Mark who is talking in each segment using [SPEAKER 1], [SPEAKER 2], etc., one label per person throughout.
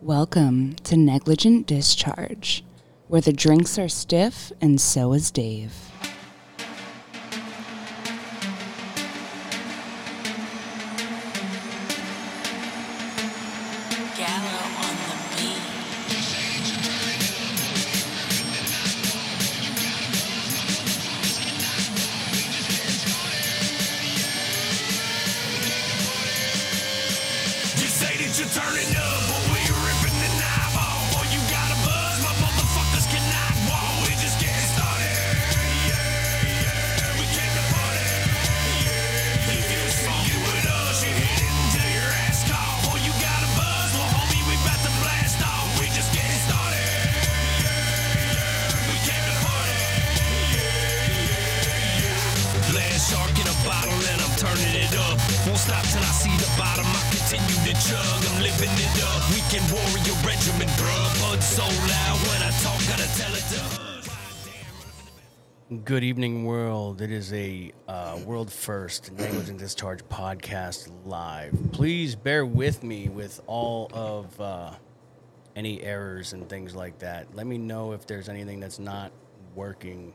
[SPEAKER 1] Welcome to Negligent Discharge, where the drinks are stiff and so is Dave.
[SPEAKER 2] Gallo on the beat.
[SPEAKER 3] You say that you're turning up, but we're ripping the knob off. Boy, you got a buzz, my motherfuckers cannot walk. We just getting started. Yeah, yeah, we came to party. Yeah, if you smoke it with us, you hit it until your ass call. Boy, you got a buzz, well, homie, we 'bout to blast off. We just getting started. Yeah, yeah, we came to party. Last shark in a bottle and I'm turning it up. Won't stop till I see the bottom. I continue to chug. I'm living it up. Weekend warrior regiment, bruh. Bud so loud when I talk, gotta tell it to us.
[SPEAKER 4] Good evening, world. It is a uh, world first negligent discharge podcast live. Please bear with me with all of uh, any errors and things like that. Let me know if there's anything that's not working.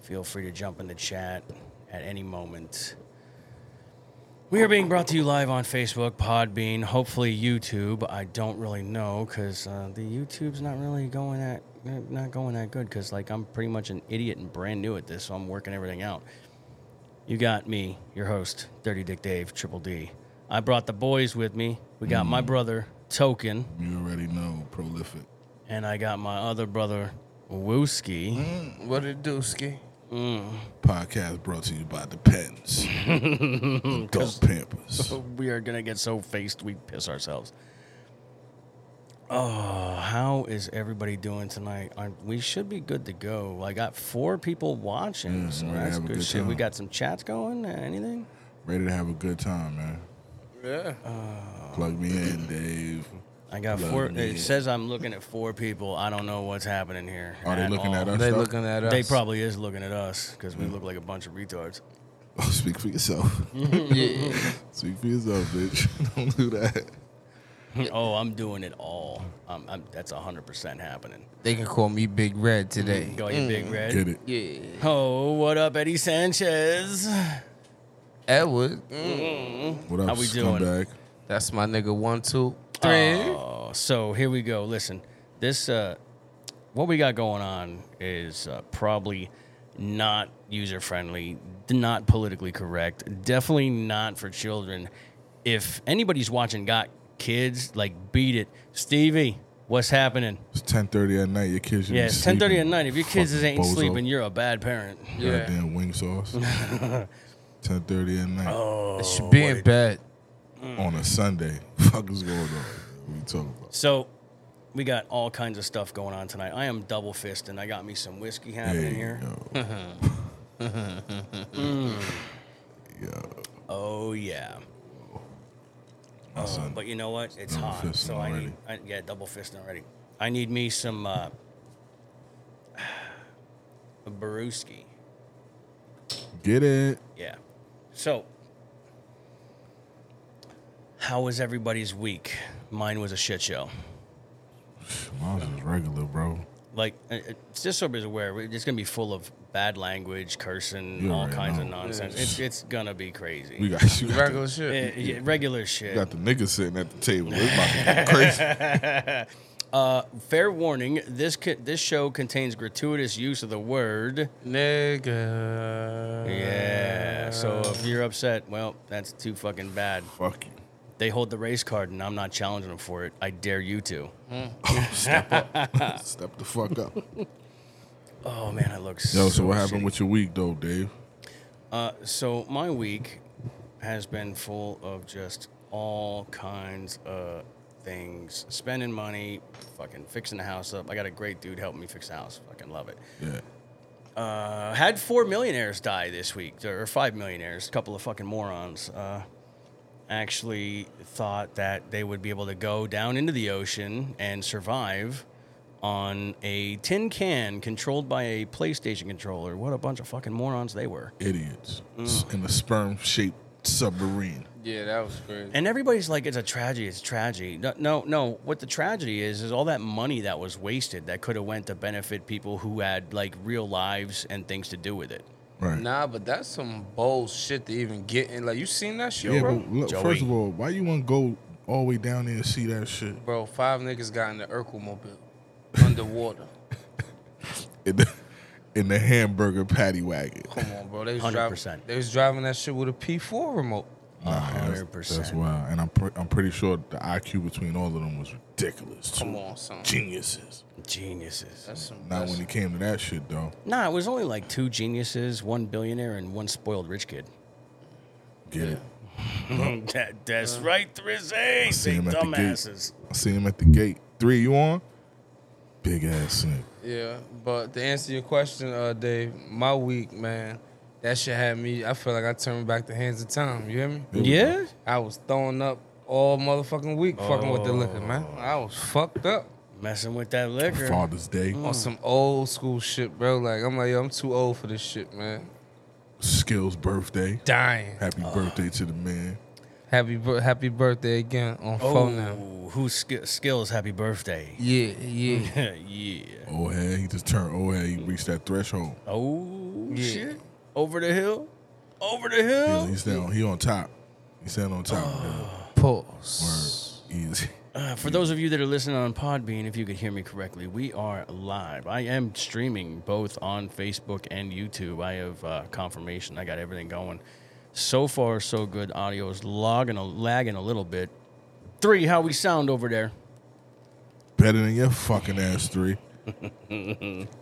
[SPEAKER 4] Feel free to jump in the chat at any moment. We are being brought to you live on Facebook, Podbean, hopefully YouTube. I don't really know because uh, the YouTube's not really going that not going that good because like I'm pretty much an idiot and brand new at this, so I'm working everything out. You got me, your host, Dirty Dick Dave, Triple D. I brought the boys with me. We got my brother Token,
[SPEAKER 5] You already know, prolific.
[SPEAKER 4] and I got my other brother Wooski.
[SPEAKER 6] What it do, Ski?
[SPEAKER 4] Mm.
[SPEAKER 5] Podcast brought to you by the Pens. Adult Pampers.
[SPEAKER 4] we are gonna get so faced we piss ourselves. Oh, how is everybody doing tonight? I, we should be good to go. I got four people watching, so
[SPEAKER 5] we're gonna
[SPEAKER 4] that's
[SPEAKER 5] Mm, have a
[SPEAKER 4] good,
[SPEAKER 5] good
[SPEAKER 4] shit. We
[SPEAKER 5] time.
[SPEAKER 4] got some chats going. uh, Anything?
[SPEAKER 5] Ready to have a good time, man.
[SPEAKER 6] Yeah.
[SPEAKER 5] Plug me in, Dave.
[SPEAKER 4] I got
[SPEAKER 5] Love
[SPEAKER 4] four.
[SPEAKER 5] it.
[SPEAKER 4] It says I'm looking at four people. I don't know what's happening here.
[SPEAKER 5] Are they looking at
[SPEAKER 4] all.
[SPEAKER 5] us? Mm.
[SPEAKER 6] they
[SPEAKER 5] though?
[SPEAKER 6] looking at us.
[SPEAKER 4] They probably is looking at us because we look like a bunch of retards.
[SPEAKER 5] Oh, speak for yourself.
[SPEAKER 6] Yeah.
[SPEAKER 5] speak for yourself, bitch. Don't do that.
[SPEAKER 4] oh, I'm doing it all. I'm, I'm, that's hundred percent happening.
[SPEAKER 6] they can call me Big Red today.
[SPEAKER 4] Mm.
[SPEAKER 6] Mm.
[SPEAKER 4] Go, you big red.
[SPEAKER 5] Mm. Get it.
[SPEAKER 6] Yeah.
[SPEAKER 4] Oh, what up, Eddie Sanchez?
[SPEAKER 6] Edward.
[SPEAKER 5] What up,
[SPEAKER 4] How we doing?
[SPEAKER 5] scumbag?
[SPEAKER 6] That's my nigga. One, two, three.
[SPEAKER 4] Oh, so here we go. Listen, this uh, what we got going on is uh, probably not user friendly, not politically correct, definitely not for children. If anybody's watching, got kids, like beat it, Stevie. What's happening?
[SPEAKER 5] It's 10.30 at night. Your kids should
[SPEAKER 4] Yeah,
[SPEAKER 5] be
[SPEAKER 4] it's ten thirty at
[SPEAKER 5] sleeping.
[SPEAKER 4] night. If your kids
[SPEAKER 5] Fucking
[SPEAKER 4] ain't
[SPEAKER 5] bozo.
[SPEAKER 4] sleeping, you're a bad parent.
[SPEAKER 6] yeah.
[SPEAKER 5] Goddamn wing sauce. 10.30 at night
[SPEAKER 6] It should be in bed.
[SPEAKER 5] on a Sunday. fuck is going on? What you talking about?
[SPEAKER 4] So we got all kinds of stuff going on tonight. I am double fisted. and I got me some whiskey happening here.
[SPEAKER 5] yo.
[SPEAKER 6] Mm.
[SPEAKER 5] Yo.
[SPEAKER 4] Oh yeah.
[SPEAKER 5] My son.
[SPEAKER 4] But you know what? It's
[SPEAKER 5] Double
[SPEAKER 4] hot.
[SPEAKER 5] fisting
[SPEAKER 4] So I need,
[SPEAKER 5] already.
[SPEAKER 4] I, yeah, double fisting already. I need me some uh, a Brewski.
[SPEAKER 5] Get it.
[SPEAKER 4] Yeah. So, how was everybody's week? Mine was a shit show.
[SPEAKER 5] Mine's just regular, bro.
[SPEAKER 4] Like, uh, uh, just so everybody's aware, we- it's gonna be full of bad language, cursing,
[SPEAKER 5] You
[SPEAKER 4] all
[SPEAKER 5] already
[SPEAKER 4] kinds of
[SPEAKER 5] know.
[SPEAKER 4] nonsense.
[SPEAKER 6] Yeah.
[SPEAKER 4] It's, it's gonna be crazy.
[SPEAKER 5] We got you. Got
[SPEAKER 6] Regular
[SPEAKER 5] the,
[SPEAKER 4] Uh,
[SPEAKER 6] shit.
[SPEAKER 4] yeah, regular shit.
[SPEAKER 5] you got the niggas sitting at the table. It's about to get crazy.
[SPEAKER 4] Fair warning: this co- this show contains gratuitous use of the word.
[SPEAKER 6] Nigga.
[SPEAKER 4] Yeah. So
[SPEAKER 5] Uh.
[SPEAKER 4] if you're upset, well, that's too fucking bad.
[SPEAKER 5] Fuck you.
[SPEAKER 4] They hold the race card, and I'm not challenging them for it. I dare you to.
[SPEAKER 5] Step up. Step the fuck up.
[SPEAKER 4] Oh man, I look.
[SPEAKER 5] Yo, so what happened with your week though, Dave?
[SPEAKER 4] Uh, so my week has been full of just all kinds of things. Spending money, fucking fixing the house up. I got a great dude helping me fix the house. Fucking love it.
[SPEAKER 5] Yeah.
[SPEAKER 4] Uh, had four millionaires die this week, or five millionaires, a couple of fucking morons. Uh, actually thought that they would be able to go down into the ocean and survive on a tin can controlled by a
[SPEAKER 6] Mm.
[SPEAKER 4] PlayStation controller. What a bunch of fucking morons they were.
[SPEAKER 5] Idiots. S- In a sperm shaped submarine.
[SPEAKER 6] Yeah, that was crazy.
[SPEAKER 4] And everybody's like, it's a tragedy. It's a tragedy. No, no, no. What the tragedy is is all that money that was wasted that could have went to benefit people who had like real lives and things to do with it.
[SPEAKER 5] Right.
[SPEAKER 6] Nah, but that's some bold shit to even get in. Like, you seen that shit,
[SPEAKER 5] yeah,
[SPEAKER 6] bro?
[SPEAKER 5] but look,
[SPEAKER 4] Joey.
[SPEAKER 5] first of all, why you want to go all the way down there and see that shit?
[SPEAKER 6] Bro, five niggas got in the Urkel mobile underwater.
[SPEAKER 5] In the, in the hamburger patty wagon.
[SPEAKER 6] Come on, bro. They was
[SPEAKER 4] 100%.
[SPEAKER 6] driving. They was driving that shit with a P4 remote.
[SPEAKER 5] Nah, that's-
[SPEAKER 4] 100%.
[SPEAKER 5] That's wild. And I'm pre- I'm pretty sure the IQ between all of them was ridiculous. too.
[SPEAKER 6] Come on, son.
[SPEAKER 5] Geniuses.
[SPEAKER 4] Geniuses.
[SPEAKER 6] That's some.
[SPEAKER 5] Not
[SPEAKER 6] that's-
[SPEAKER 5] when it came to that shit though.
[SPEAKER 4] Nah, it was only like two geniuses, one billionaire, and one spoiled rich kid.
[SPEAKER 5] Get it.
[SPEAKER 4] that, that's right, Thrizzy.
[SPEAKER 5] Mm-hmm. See
[SPEAKER 4] Say
[SPEAKER 5] him at the gate.
[SPEAKER 4] dumbasses.
[SPEAKER 5] I see him at the gate. Three, you on? Big ass nigga.
[SPEAKER 6] Yeah, but to answer your question, uh, Dave, my week, man, that shit had me. I feel like I turned back to hands of time. You hear me?
[SPEAKER 4] Yeah?
[SPEAKER 6] I was throwing up all motherfucking week, fucking with the liquor, man.
[SPEAKER 4] Oh.
[SPEAKER 6] I was fucked up
[SPEAKER 4] Messing with that liquor.
[SPEAKER 5] Father's Day.
[SPEAKER 6] on some old school shit, bro. Like I'm like, yo, I'm too old for this shit, man.
[SPEAKER 5] Skills birthday.
[SPEAKER 6] Dying.
[SPEAKER 5] Happy birthday to the man.
[SPEAKER 6] Happy bir- happy birthday again on
[SPEAKER 4] Oh,
[SPEAKER 6] phone now.
[SPEAKER 4] who's sk- skills? Happy birthday.
[SPEAKER 6] Yeah, yeah.
[SPEAKER 4] Mm. yeah.
[SPEAKER 5] Oh hey, he just turned oh hey, he reached that threshold.
[SPEAKER 4] Oh,
[SPEAKER 6] Yeah.
[SPEAKER 4] shit. Over the hill? Over the
[SPEAKER 5] Yeah,
[SPEAKER 4] hill?
[SPEAKER 5] he's down he on top. He's standing on top.
[SPEAKER 6] Oh. Pause.
[SPEAKER 5] He's
[SPEAKER 4] Uh, for those of you that are listening on Podbean, if you could hear me correctly, we are live. I am streaming both on Facebook and YouTube. I have uh, confirmation. I got everything going. So far, so good. Audio is logging, a, lagging a little bit. Three, how we sound over there?
[SPEAKER 5] better than your fucking ass three.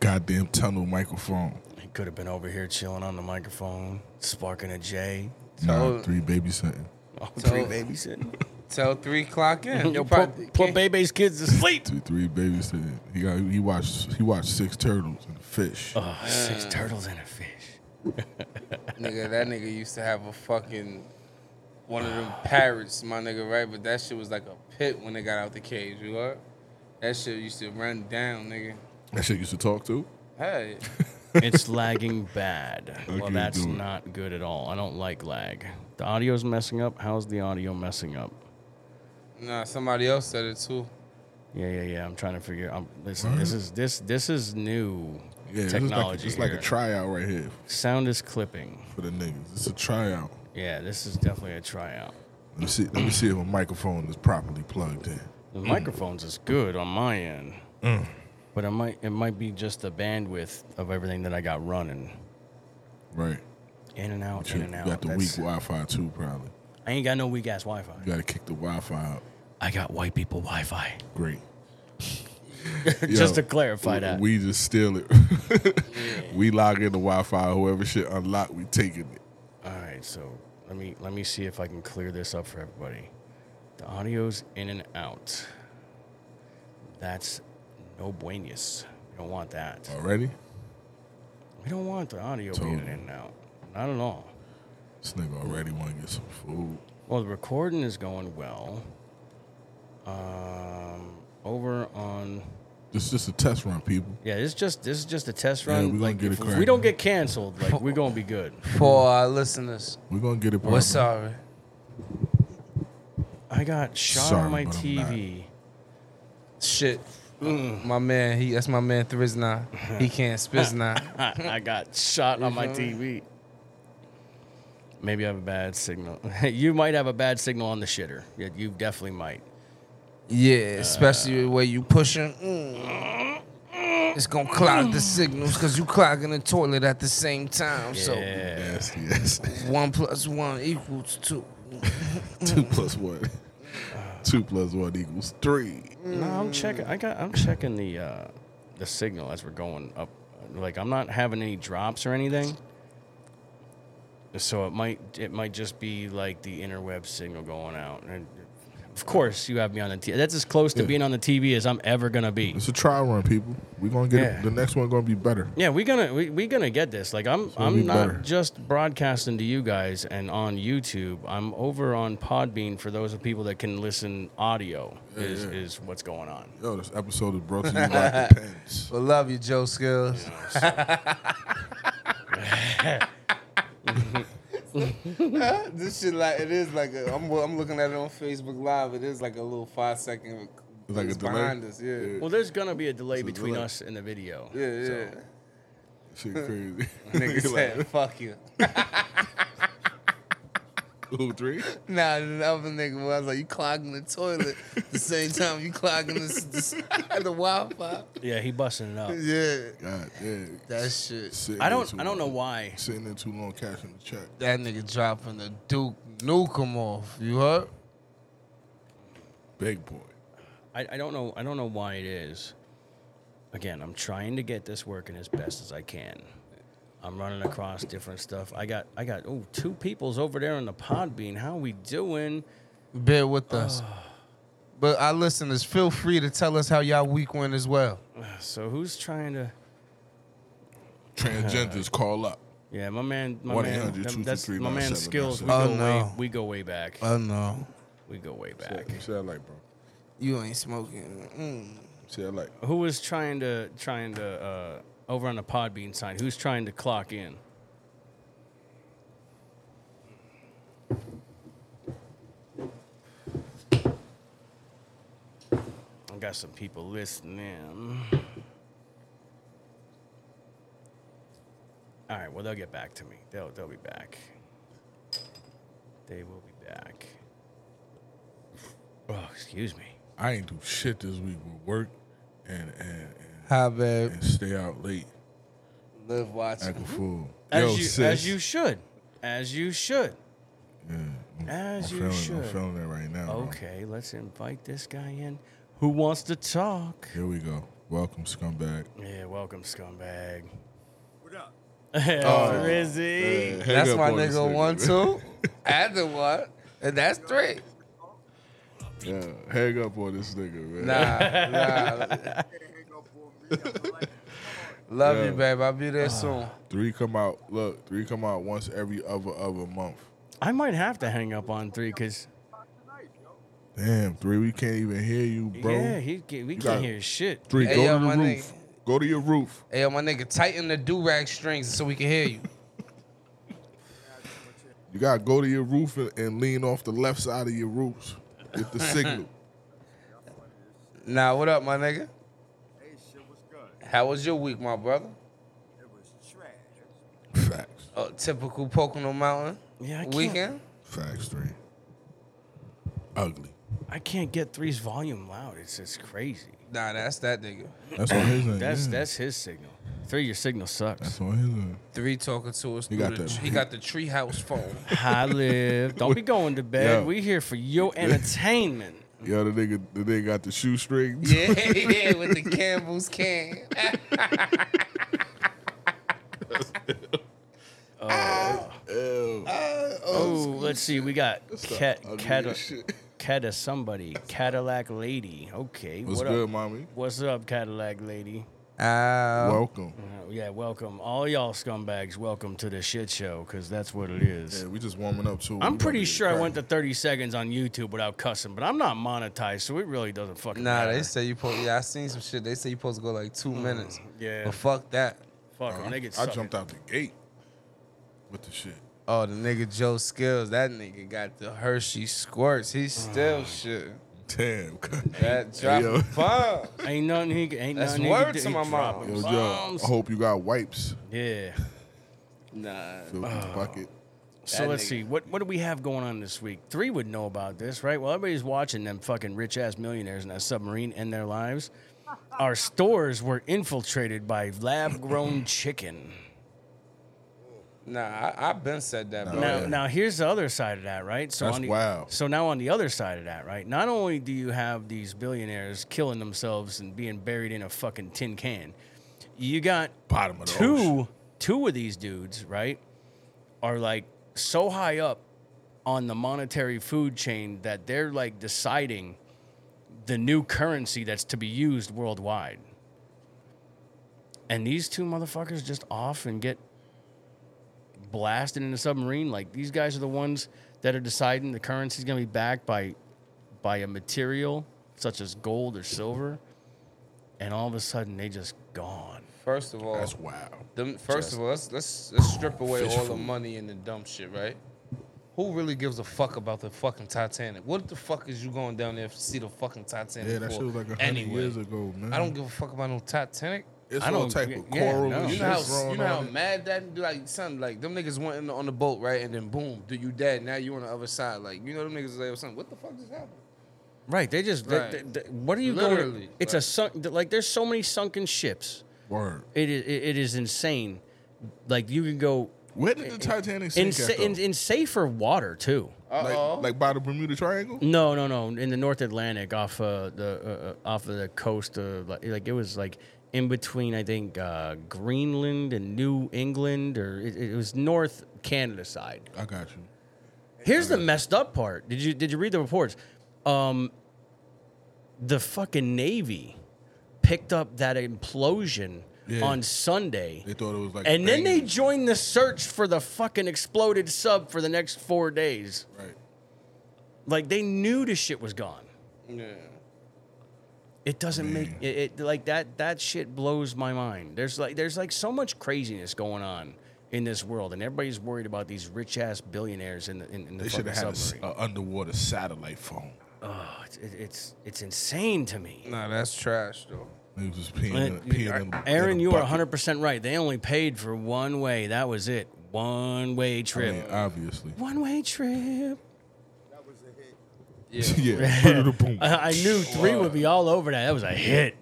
[SPEAKER 5] Goddamn tunnel microphone.
[SPEAKER 4] He could have been over here chilling on the microphone, sparking a J.
[SPEAKER 5] Nah,
[SPEAKER 6] So-
[SPEAKER 5] three baby something.
[SPEAKER 4] Oh,
[SPEAKER 6] So-
[SPEAKER 4] three babysitting.
[SPEAKER 6] Till three o'clock in.
[SPEAKER 4] Yo,
[SPEAKER 6] You probably
[SPEAKER 4] put, put
[SPEAKER 6] can't-
[SPEAKER 4] Bebe's kids to sleep.
[SPEAKER 5] Two, three babies. To, he got. He watched. He watched six turtles and a fish.
[SPEAKER 4] Oh, six turtles and a fish.
[SPEAKER 6] Nigga, that nigga used to have a fucking one of them parrots, my nigga, right? But that shit was like a pit when they got out the cage, you heard? That shit used to run down, nigga.
[SPEAKER 5] That shit used to talk to.
[SPEAKER 6] Hey,
[SPEAKER 4] It's lagging bad. Well,
[SPEAKER 5] Okay,
[SPEAKER 4] that's
[SPEAKER 5] do it.
[SPEAKER 4] not good at all. I don't like lag. The audio's messing up. How's the audio messing up?
[SPEAKER 6] nah, somebody else said it too.
[SPEAKER 4] Yeah, yeah, yeah. I'm trying to figure. I'm listen. This is this this is new
[SPEAKER 5] Yeah, it's like
[SPEAKER 4] technology.
[SPEAKER 5] it's like a
[SPEAKER 4] here.
[SPEAKER 5] tryout right here
[SPEAKER 4] Sound is clipping.
[SPEAKER 5] for the niggas. It's a tryout.
[SPEAKER 4] Yeah, this is definitely a tryout.
[SPEAKER 5] Let me see. Let me see if a microphone is properly plugged in.
[SPEAKER 4] The microphones is good on my end,
[SPEAKER 5] Mm.
[SPEAKER 4] but it might it might be just the bandwidth of everything that I got running
[SPEAKER 5] Right.
[SPEAKER 4] in and out,
[SPEAKER 5] You
[SPEAKER 4] in and out.
[SPEAKER 5] got the weak
[SPEAKER 4] That's-
[SPEAKER 5] Wi-Fi too, probably.
[SPEAKER 4] I ain't got no weak ass Wi-Fi.
[SPEAKER 5] You got to kick the Wi-Fi out.
[SPEAKER 4] I got white people Wi-Fi.
[SPEAKER 5] Great.
[SPEAKER 4] Just to clarify that.
[SPEAKER 5] we just steal it. we log in the Wi-Fi. Whoever shit unlocked, we taking it.
[SPEAKER 4] All right, so let me let me see if I can clear this up for everybody. The audio's in and out. That's no buenos. We don't want that.
[SPEAKER 5] Already.
[SPEAKER 4] We don't want the audio being in
[SPEAKER 5] Oh. Totally.
[SPEAKER 4] and out. Not at all.
[SPEAKER 5] This nigga already want to get some food.
[SPEAKER 4] Well, the recording is going well. Um, over on
[SPEAKER 5] This is just a test run, people.
[SPEAKER 4] yeah, this is just this is just a test
[SPEAKER 5] Yeah,
[SPEAKER 4] run.
[SPEAKER 5] we gonna
[SPEAKER 4] like
[SPEAKER 5] get it
[SPEAKER 4] if, if
[SPEAKER 5] cracked.
[SPEAKER 4] we don't get canceled, like we're gonna be good.
[SPEAKER 6] For our listeners,
[SPEAKER 5] We're gonna get it. Properly.
[SPEAKER 6] we're sorry.
[SPEAKER 4] I got shot
[SPEAKER 5] Sorry,
[SPEAKER 4] on my
[SPEAKER 5] but I'm
[SPEAKER 4] TV.
[SPEAKER 6] Shit. My man, he that's my man Thrizna. He can't spizna.
[SPEAKER 4] I got shot on my TV. Maybe I have a bad signal. you might have a bad signal on the shitter. Yeah, you definitely might.
[SPEAKER 6] Yeah, especially where you pushing. Mm. It's gonna clog the signals because you clogging the toilet at the same time. So
[SPEAKER 4] yeah.
[SPEAKER 5] Yes, yes.
[SPEAKER 6] One plus one equals two.
[SPEAKER 5] Two plus one. Two plus one equals three.
[SPEAKER 4] No, I'm checking. I got. I'm checking the uh, the signal as we're going up. Like I'm not having any drops or anything. So it might it might just be like the interweb signal going out. And of course, you have me on the TV. That's as close to
[SPEAKER 5] Yeah.
[SPEAKER 4] being on the TV as I'm ever gonna be.
[SPEAKER 5] It's a trial run, people. We're gonna get
[SPEAKER 4] Yeah.
[SPEAKER 5] it. the next one gonna be better.
[SPEAKER 4] Yeah, we gonna we, we gonna get this. Like I'm
[SPEAKER 5] gonna be
[SPEAKER 4] I'm not
[SPEAKER 5] better.
[SPEAKER 4] just broadcasting to you guys and on YouTube. I'm over on Podbean for those of people that can listen audio is,
[SPEAKER 5] yeah.
[SPEAKER 4] is what's going on.
[SPEAKER 5] Yo, this episode is brought to you by the Pens.
[SPEAKER 6] Well, love you, Joe Skills. this shit like it is like a, I'm I'm looking at it on Facebook Live. It is like a little five second.
[SPEAKER 5] It's like a
[SPEAKER 6] it's
[SPEAKER 5] delay?
[SPEAKER 6] behind us, yeah,
[SPEAKER 5] Yeah.
[SPEAKER 6] yeah,
[SPEAKER 4] Well, there's gonna be a delay
[SPEAKER 5] It's a
[SPEAKER 4] between
[SPEAKER 5] delay.
[SPEAKER 4] us and the video.
[SPEAKER 6] yeah.
[SPEAKER 5] Shit crazy.
[SPEAKER 6] Nigga said, "Fuck you."
[SPEAKER 5] Ooh, three?
[SPEAKER 6] Nah, the other nigga was like, "You clogging the toilet the same time you clogging the the, the Wi-Fi."
[SPEAKER 4] Yeah, he busting it up.
[SPEAKER 6] Yeah,
[SPEAKER 5] God damn.
[SPEAKER 6] that shit.
[SPEAKER 5] Sitting
[SPEAKER 4] I
[SPEAKER 5] there
[SPEAKER 4] don't.
[SPEAKER 5] too
[SPEAKER 4] I don't know
[SPEAKER 5] long.
[SPEAKER 4] why.
[SPEAKER 5] Sitting there too long cashing the check.
[SPEAKER 6] That nigga dropping the Duke Nukem off. You heard?
[SPEAKER 5] Big boy.
[SPEAKER 4] I, I don't know. I don't know why it is. Again, I'm trying to get this working as best as I can. I'm running across different stuff. I got. I got. Oh, two people's over there on the pod bean. How we doing?
[SPEAKER 6] Bear with us. But our listeners, feel free to tell us how y'all week went as well.
[SPEAKER 4] So who's trying to?
[SPEAKER 5] Transgenders call up.
[SPEAKER 4] Yeah, my man. My man.
[SPEAKER 5] 1-800-223-9797.
[SPEAKER 4] them- That's my man. Skills. We
[SPEAKER 6] Oh,
[SPEAKER 4] go way.
[SPEAKER 6] no.
[SPEAKER 4] We go way back.
[SPEAKER 6] Oh no,
[SPEAKER 4] We go way back.
[SPEAKER 5] Shit, shit I like, bro.
[SPEAKER 6] you ain't smoking. Mm.
[SPEAKER 5] Shit I like.
[SPEAKER 4] Who was trying to trying to uh, over on the Podbean side? Who's trying to clock in? I got some people listening. All right, well they'll get back to me. They'll they'll be back. They will be back. Oh, excuse me.
[SPEAKER 5] I ain't do shit this week with work and and,
[SPEAKER 6] Hi, babe.
[SPEAKER 5] and, and stay out late.
[SPEAKER 6] Live watching.
[SPEAKER 5] Act a fool.
[SPEAKER 4] As
[SPEAKER 5] Yo,
[SPEAKER 4] you
[SPEAKER 5] sis.
[SPEAKER 4] as you should. As you should.
[SPEAKER 5] Yeah, I'm-
[SPEAKER 4] as
[SPEAKER 5] I'm
[SPEAKER 4] you
[SPEAKER 5] feeling,
[SPEAKER 4] should.
[SPEAKER 5] I'm feeling it right now. bro.
[SPEAKER 4] Okay, let's invite this guy in. Who wants to talk?
[SPEAKER 5] Here we go. Welcome, scumbag.
[SPEAKER 4] Yeah, welcome, scumbag. What up? oh, Rizzy.
[SPEAKER 6] That's my nigga one, two. Add the one. And that's three.
[SPEAKER 5] Yeah, hang up on this nigga, man.
[SPEAKER 6] Nah, nah. Love
[SPEAKER 5] Yeah.
[SPEAKER 6] you, babe. I'll be there soon.
[SPEAKER 5] Three come out. Look, three come out once every other other month.
[SPEAKER 4] I might have to hang up on three because
[SPEAKER 5] Damn, three. We can't even hear you, bro.
[SPEAKER 4] yeah, he can, we
[SPEAKER 5] got-
[SPEAKER 4] can't hear shit.
[SPEAKER 5] Three,
[SPEAKER 6] Hey,
[SPEAKER 5] go
[SPEAKER 6] yo,
[SPEAKER 5] to
[SPEAKER 6] my
[SPEAKER 5] the roof. Go to your roof.
[SPEAKER 6] Hey, yo, my nigga, tighten the do rag strings so we can hear you.
[SPEAKER 5] You gotta go to your roof and, and lean off the left side of your roofs. Get the signal.
[SPEAKER 6] Nah, what up, my nigga?
[SPEAKER 7] Hey, shit, what's good?
[SPEAKER 6] How was your week, my brother?
[SPEAKER 7] It was trash.
[SPEAKER 5] Facts.
[SPEAKER 6] Uh, typical Pocono Mountain
[SPEAKER 4] Yeah, I can't,
[SPEAKER 6] weekend.
[SPEAKER 5] Facts. Three. Ugly.
[SPEAKER 4] I can't get three's volume loud. It's it's crazy.
[SPEAKER 6] Nah, that's that nigga.
[SPEAKER 5] That's on his end.
[SPEAKER 4] That's
[SPEAKER 5] yeah.
[SPEAKER 4] that's his signal. Three, your signal sucks.
[SPEAKER 5] That's on his end.
[SPEAKER 6] Three talking to us.
[SPEAKER 5] You
[SPEAKER 6] through
[SPEAKER 5] got
[SPEAKER 6] the,
[SPEAKER 5] that.
[SPEAKER 6] He got the treehouse phone.
[SPEAKER 4] High live. Don't be going to bed.
[SPEAKER 5] Yo.
[SPEAKER 4] We here for your entertainment.
[SPEAKER 5] Yo, the nigga, the nigga got the shoestrings.
[SPEAKER 6] yeah, yeah, with the Campbell's can.
[SPEAKER 5] Ew.
[SPEAKER 4] Oh, let's see. We got Cat
[SPEAKER 5] ugly as
[SPEAKER 4] Cata
[SPEAKER 5] shit.
[SPEAKER 4] Cata somebody Cadillac lady. Okay,
[SPEAKER 5] What's
[SPEAKER 4] what
[SPEAKER 5] good,
[SPEAKER 4] up?
[SPEAKER 5] mommy?
[SPEAKER 4] What's up, Cadillac lady?
[SPEAKER 6] Ow.
[SPEAKER 5] Welcome.
[SPEAKER 4] Uh, yeah, welcome all y'all scumbags. Welcome to the shit show because that's what it is.
[SPEAKER 5] Yeah, we just warming up too.
[SPEAKER 4] I'm pretty sure I went to 30 seconds on YouTube without cussing, but I'm not monetized, so it really doesn't fucking
[SPEAKER 6] Nah,
[SPEAKER 4] matter.
[SPEAKER 6] they say you supposed. Yeah, I seen some shit. They say you supposed to go like two minutes.
[SPEAKER 4] yeah.
[SPEAKER 6] But fuck that.
[SPEAKER 4] Fuck 'em, They get
[SPEAKER 5] I
[SPEAKER 4] sucked.
[SPEAKER 5] jumped out the gate with the shit.
[SPEAKER 6] Oh, the nigga Joe Skills. That nigga got the Hershey squirts. He's still shit.
[SPEAKER 5] Damn.
[SPEAKER 6] That
[SPEAKER 5] yo.
[SPEAKER 6] drop bomb.
[SPEAKER 4] Ain't nothing he can- ain't
[SPEAKER 6] That's
[SPEAKER 4] nothing he
[SPEAKER 6] word
[SPEAKER 4] can do.
[SPEAKER 6] to
[SPEAKER 4] He
[SPEAKER 6] my mom.
[SPEAKER 4] dropping
[SPEAKER 5] Yo, Joe,
[SPEAKER 4] bombs.
[SPEAKER 5] I hope you got wipes.
[SPEAKER 4] Yeah.
[SPEAKER 6] Nah.
[SPEAKER 5] Filled with the
[SPEAKER 4] Uh,
[SPEAKER 5] bucket.
[SPEAKER 4] So
[SPEAKER 6] That
[SPEAKER 4] let's
[SPEAKER 6] nigga.
[SPEAKER 4] see what what do we have going on this week? Three would know about this, right? Well, everybody's watching them fucking rich ass millionaires in that submarine end their lives. Our stores were infiltrated by lab grown chicken.
[SPEAKER 6] Nah, I, I been said that, bro.
[SPEAKER 4] Now,
[SPEAKER 5] Oh, yeah.
[SPEAKER 4] now here's the other side of that, right? So
[SPEAKER 5] That's
[SPEAKER 4] on the,
[SPEAKER 5] wild.
[SPEAKER 4] So now on the other side of that, right? Not only do you have these billionaires killing themselves and being buried in a fucking tin can, you got
[SPEAKER 5] Bottom of the
[SPEAKER 4] two
[SPEAKER 5] ocean.
[SPEAKER 4] two of these dudes, right, are like so high up on the monetary food chain that they're like deciding the new currency that's to be used worldwide. And these two motherfuckers just off and get blasted in a submarine. Like these guys are the ones that are deciding the currency's gonna be backed by by a material such as gold or silver. And all of a sudden they just gone.
[SPEAKER 6] First of all,
[SPEAKER 5] That's wild.
[SPEAKER 6] them, first of all, let's let's, let's strip away all the money and the dumb shit, right? Who really gives a fuck about the fucking Titanic? What the fuck is you going down there to see the fucking Titanic?
[SPEAKER 5] Yeah, that
[SPEAKER 6] for
[SPEAKER 5] shit was like a hundred
[SPEAKER 6] anyway?
[SPEAKER 5] years ago, man.
[SPEAKER 6] I don't give a fuck about no Titanic.
[SPEAKER 5] It's
[SPEAKER 4] I
[SPEAKER 5] all
[SPEAKER 4] don't-
[SPEAKER 5] type
[SPEAKER 4] yeah,
[SPEAKER 5] of
[SPEAKER 4] yeah,
[SPEAKER 5] coral
[SPEAKER 4] no.
[SPEAKER 5] and
[SPEAKER 4] You
[SPEAKER 6] You
[SPEAKER 5] shit
[SPEAKER 6] know how,
[SPEAKER 5] growing
[SPEAKER 6] you know how
[SPEAKER 5] on it.
[SPEAKER 6] mad that like son like them niggas went in on the boat right and then boom do you dead now you on the other side like you know them niggas is like "Yo, son what the fuck just happened
[SPEAKER 4] Right. They just. they-
[SPEAKER 6] Right.
[SPEAKER 4] they- they- what are you
[SPEAKER 6] Literally,
[SPEAKER 4] going? It's a
[SPEAKER 6] right.
[SPEAKER 4] sunk. Like there's so many sunken ships.
[SPEAKER 5] Word.
[SPEAKER 4] It is. It, it is insane. Like you can go
[SPEAKER 5] Where did the Titanic
[SPEAKER 4] in,
[SPEAKER 5] sink
[SPEAKER 4] sa-
[SPEAKER 5] at, though?
[SPEAKER 4] in in safer water too.
[SPEAKER 6] uh oh
[SPEAKER 5] like, like by the Bermuda Triangle?
[SPEAKER 4] No, no, no. In the North Atlantic, off uh, the uh, uh, off of the coast of like, like it was like in between. I think uh, Greenland and New England, or it, it was North Canada side.
[SPEAKER 5] I got you.
[SPEAKER 4] Here's the messed up part. Did you did you read the reports? Um, the fucking Navy picked up that implosion
[SPEAKER 5] Yeah.
[SPEAKER 4] on Sunday.
[SPEAKER 5] They thought it was like.
[SPEAKER 4] and then they
[SPEAKER 5] banging.
[SPEAKER 4] joined the search for the fucking exploded sub for the next four days.
[SPEAKER 5] Right.
[SPEAKER 4] Like they knew the shit was gone.
[SPEAKER 6] yeah
[SPEAKER 4] It doesn't make it, it like that. That shit blows my mind. There's like there's like so much craziness going on in this world, and everybody's worried about these rich ass billionaires in the in, in the
[SPEAKER 5] They should
[SPEAKER 4] fucking
[SPEAKER 5] have had an
[SPEAKER 4] submarine.
[SPEAKER 5] underwater satellite phone.
[SPEAKER 4] oh, it's, it, it's it's insane to me.
[SPEAKER 6] nah that's trash though
[SPEAKER 5] They was just peeing, in,
[SPEAKER 4] Uh,
[SPEAKER 5] peeing in, in
[SPEAKER 4] Aaron,
[SPEAKER 5] a
[SPEAKER 4] you are
[SPEAKER 5] bucket.
[SPEAKER 4] 100 percent right. They only paid for one way. That was it. One way
[SPEAKER 5] I
[SPEAKER 4] trip.
[SPEAKER 5] mean, uh, obviously.
[SPEAKER 4] one way trip.
[SPEAKER 7] That was a hit.
[SPEAKER 6] yeah
[SPEAKER 5] yeah. Ba-da-da-boom.
[SPEAKER 4] I, I knew three would be all over that. That was a hit.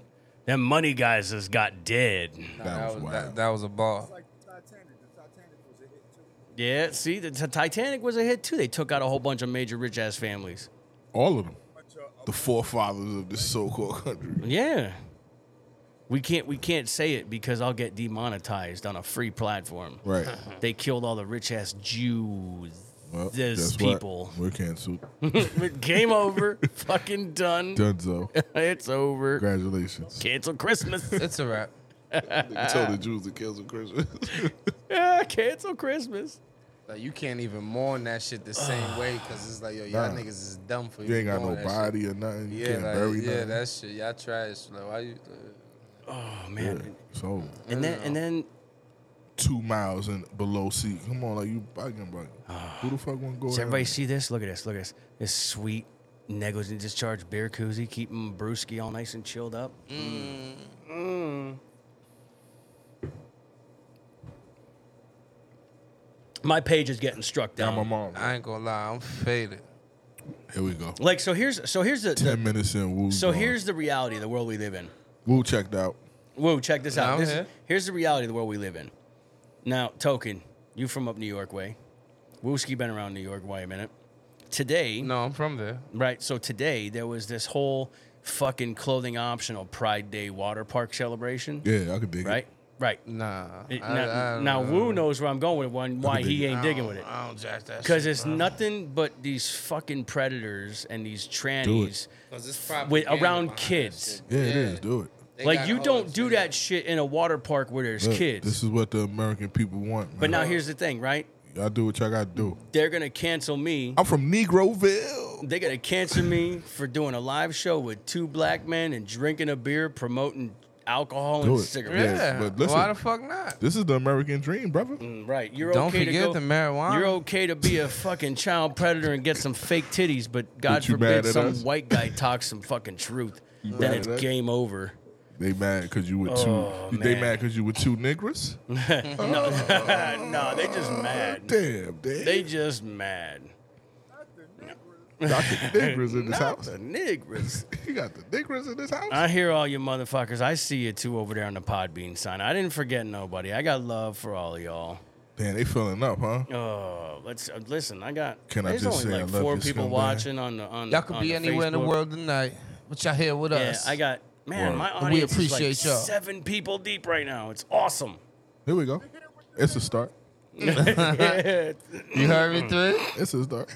[SPEAKER 4] Them money guys just got dead.
[SPEAKER 5] That was
[SPEAKER 6] Nah, that, was, that,
[SPEAKER 5] wild.
[SPEAKER 6] that was a ball
[SPEAKER 7] It's like the Titanic. The Titanic was a hit too.
[SPEAKER 4] Yeah, see, the Ti- Titanic was a hit too. They took out a whole bunch of major rich ass families.
[SPEAKER 5] All of them.
[SPEAKER 7] Bunch of-
[SPEAKER 5] The forefathers of this so-called country.
[SPEAKER 4] Yeah, we can't we can't say it because I'll get demonetized on a free platform.
[SPEAKER 5] Right.
[SPEAKER 4] They killed all the rich ass Jews.
[SPEAKER 5] Well,
[SPEAKER 4] Those
[SPEAKER 5] guess what?
[SPEAKER 4] people.
[SPEAKER 5] We're canceled.
[SPEAKER 4] Game over. Fucking done.
[SPEAKER 5] Dunzo.
[SPEAKER 4] It's over.
[SPEAKER 5] Congratulations.
[SPEAKER 4] Cancel Christmas.
[SPEAKER 6] it's a wrap
[SPEAKER 5] Nigga told the Jews to cancel Christmas.
[SPEAKER 4] Ah, Cancel Christmas.
[SPEAKER 6] like you can't even mourn that shit the same way because it's like yo y'all
[SPEAKER 5] Nah.
[SPEAKER 6] niggas is dumb for
[SPEAKER 5] you ain't got
[SPEAKER 6] doing
[SPEAKER 5] no
[SPEAKER 6] that shit.
[SPEAKER 5] body or nothing. You
[SPEAKER 6] yeah
[SPEAKER 5] can't
[SPEAKER 6] like,
[SPEAKER 5] bury
[SPEAKER 6] yeah
[SPEAKER 5] nothing.
[SPEAKER 6] that shit y'all trash like why you
[SPEAKER 4] Oh man.
[SPEAKER 5] so
[SPEAKER 4] And then and then
[SPEAKER 5] two miles and below sea. Come on, like you bugging, bugging. Who the fuck want to go?
[SPEAKER 4] Does
[SPEAKER 5] down
[SPEAKER 4] Ah. everybody
[SPEAKER 5] there?
[SPEAKER 4] see this? Look at this. Look at this. This sweet negligent discharge beer koozie, keeping brewski all nice and chilled up. Mm. My page is getting struck
[SPEAKER 5] Got
[SPEAKER 4] down.
[SPEAKER 5] my mom.
[SPEAKER 6] I ain't gonna lie I'm faded
[SPEAKER 5] Here we go.
[SPEAKER 4] Like so here's so here's the, the
[SPEAKER 5] Ten minutes in. Woo
[SPEAKER 4] so
[SPEAKER 5] gone.
[SPEAKER 4] here's the reality of the world we live in.
[SPEAKER 5] Woo checked out.
[SPEAKER 4] Whoa, check this
[SPEAKER 6] Now
[SPEAKER 4] out.
[SPEAKER 6] I'm
[SPEAKER 4] This is-
[SPEAKER 6] here.
[SPEAKER 4] here's the reality of the world we live in. Now, Token, you from up New York way. Wooski been around New York way a minute. Today,
[SPEAKER 6] no I'm from there
[SPEAKER 4] Right. So today there was this whole fucking clothing optional Pride Day water park celebration.
[SPEAKER 5] Yeah, I could dig
[SPEAKER 4] Right. Right.
[SPEAKER 6] nah
[SPEAKER 4] It-
[SPEAKER 6] I-
[SPEAKER 4] now,
[SPEAKER 6] I-
[SPEAKER 4] now Wu knows where I'm going with one. Why
[SPEAKER 5] dig
[SPEAKER 4] he
[SPEAKER 5] it.
[SPEAKER 4] ain't
[SPEAKER 6] I
[SPEAKER 4] digging
[SPEAKER 6] don't-
[SPEAKER 4] with it?
[SPEAKER 6] I don't jack that
[SPEAKER 4] Because
[SPEAKER 6] shit,
[SPEAKER 4] it's
[SPEAKER 6] bro.
[SPEAKER 4] nothing but these fucking predators and these trannies
[SPEAKER 6] 'Cause it's
[SPEAKER 4] with
[SPEAKER 6] propaganda
[SPEAKER 4] around
[SPEAKER 6] behind that
[SPEAKER 4] kids.
[SPEAKER 6] shit.
[SPEAKER 5] it. Yeah, it is. Do it.
[SPEAKER 6] They
[SPEAKER 4] Like
[SPEAKER 6] got
[SPEAKER 4] you
[SPEAKER 6] all
[SPEAKER 4] don't
[SPEAKER 6] this
[SPEAKER 4] do
[SPEAKER 6] shit.
[SPEAKER 4] that shit in a water park where there's
[SPEAKER 5] Look,
[SPEAKER 4] kids.
[SPEAKER 5] This is what the American people want.
[SPEAKER 4] but now
[SPEAKER 5] man.
[SPEAKER 4] here's the thing, right?
[SPEAKER 5] y'all do what y'all got to do.
[SPEAKER 4] They're gonna cancel me.
[SPEAKER 5] I'm from Negroville.
[SPEAKER 4] They're gonna cancel me for doing a live show with two black men and drinking a beer, promoting alcohol
[SPEAKER 5] Do
[SPEAKER 4] and
[SPEAKER 5] it.
[SPEAKER 4] cigarettes.
[SPEAKER 5] Yeah,
[SPEAKER 6] Yeah,
[SPEAKER 5] but
[SPEAKER 6] why
[SPEAKER 5] listen.
[SPEAKER 6] the fuck not?
[SPEAKER 5] This is the American dream, brother.
[SPEAKER 4] Right. You're
[SPEAKER 6] Don't
[SPEAKER 4] okay
[SPEAKER 6] forget
[SPEAKER 4] to go,
[SPEAKER 6] the marijuana.
[SPEAKER 4] You're okay to be a fucking child predator and get some fake titties, but God
[SPEAKER 5] But you mad
[SPEAKER 4] forbid
[SPEAKER 5] at
[SPEAKER 4] some
[SPEAKER 5] us?
[SPEAKER 4] white guy talks some fucking truth.
[SPEAKER 5] mad
[SPEAKER 4] Then it's
[SPEAKER 5] at us?
[SPEAKER 4] game over.
[SPEAKER 5] They mad because you were two.
[SPEAKER 4] Oh,
[SPEAKER 5] they
[SPEAKER 4] man.
[SPEAKER 5] mad because you were two niggas.
[SPEAKER 4] no, they just mad.
[SPEAKER 5] Damn, damn.
[SPEAKER 4] They just mad.
[SPEAKER 5] got the niggas in this house.
[SPEAKER 4] The niggas.
[SPEAKER 5] You got the niggas in this house.
[SPEAKER 4] I hear all you motherfuckers. I see you two over there on the Podbean sign. I didn't forget nobody. I got love for all of y'all.
[SPEAKER 5] Damn, they filling up, huh?
[SPEAKER 4] Oh, let's uh, listen. I got.
[SPEAKER 5] Can I
[SPEAKER 4] there's
[SPEAKER 5] just
[SPEAKER 4] only
[SPEAKER 5] say I
[SPEAKER 4] like
[SPEAKER 5] love
[SPEAKER 4] four
[SPEAKER 5] you,
[SPEAKER 4] people
[SPEAKER 5] scumbag?
[SPEAKER 4] watching on the on.
[SPEAKER 6] Y'all could
[SPEAKER 4] on
[SPEAKER 6] be
[SPEAKER 4] the
[SPEAKER 6] anywhere in the
[SPEAKER 4] Facebook.
[SPEAKER 6] world tonight, but y'all here with
[SPEAKER 4] Yeah,
[SPEAKER 6] us.
[SPEAKER 4] I got man,
[SPEAKER 5] Word.
[SPEAKER 4] my
[SPEAKER 6] We
[SPEAKER 4] audience
[SPEAKER 6] appreciate
[SPEAKER 4] is like
[SPEAKER 6] y'all.
[SPEAKER 4] seven people deep right now. It's awesome.
[SPEAKER 5] Here we go. It's a start.
[SPEAKER 6] You heard me through?
[SPEAKER 5] It's a start.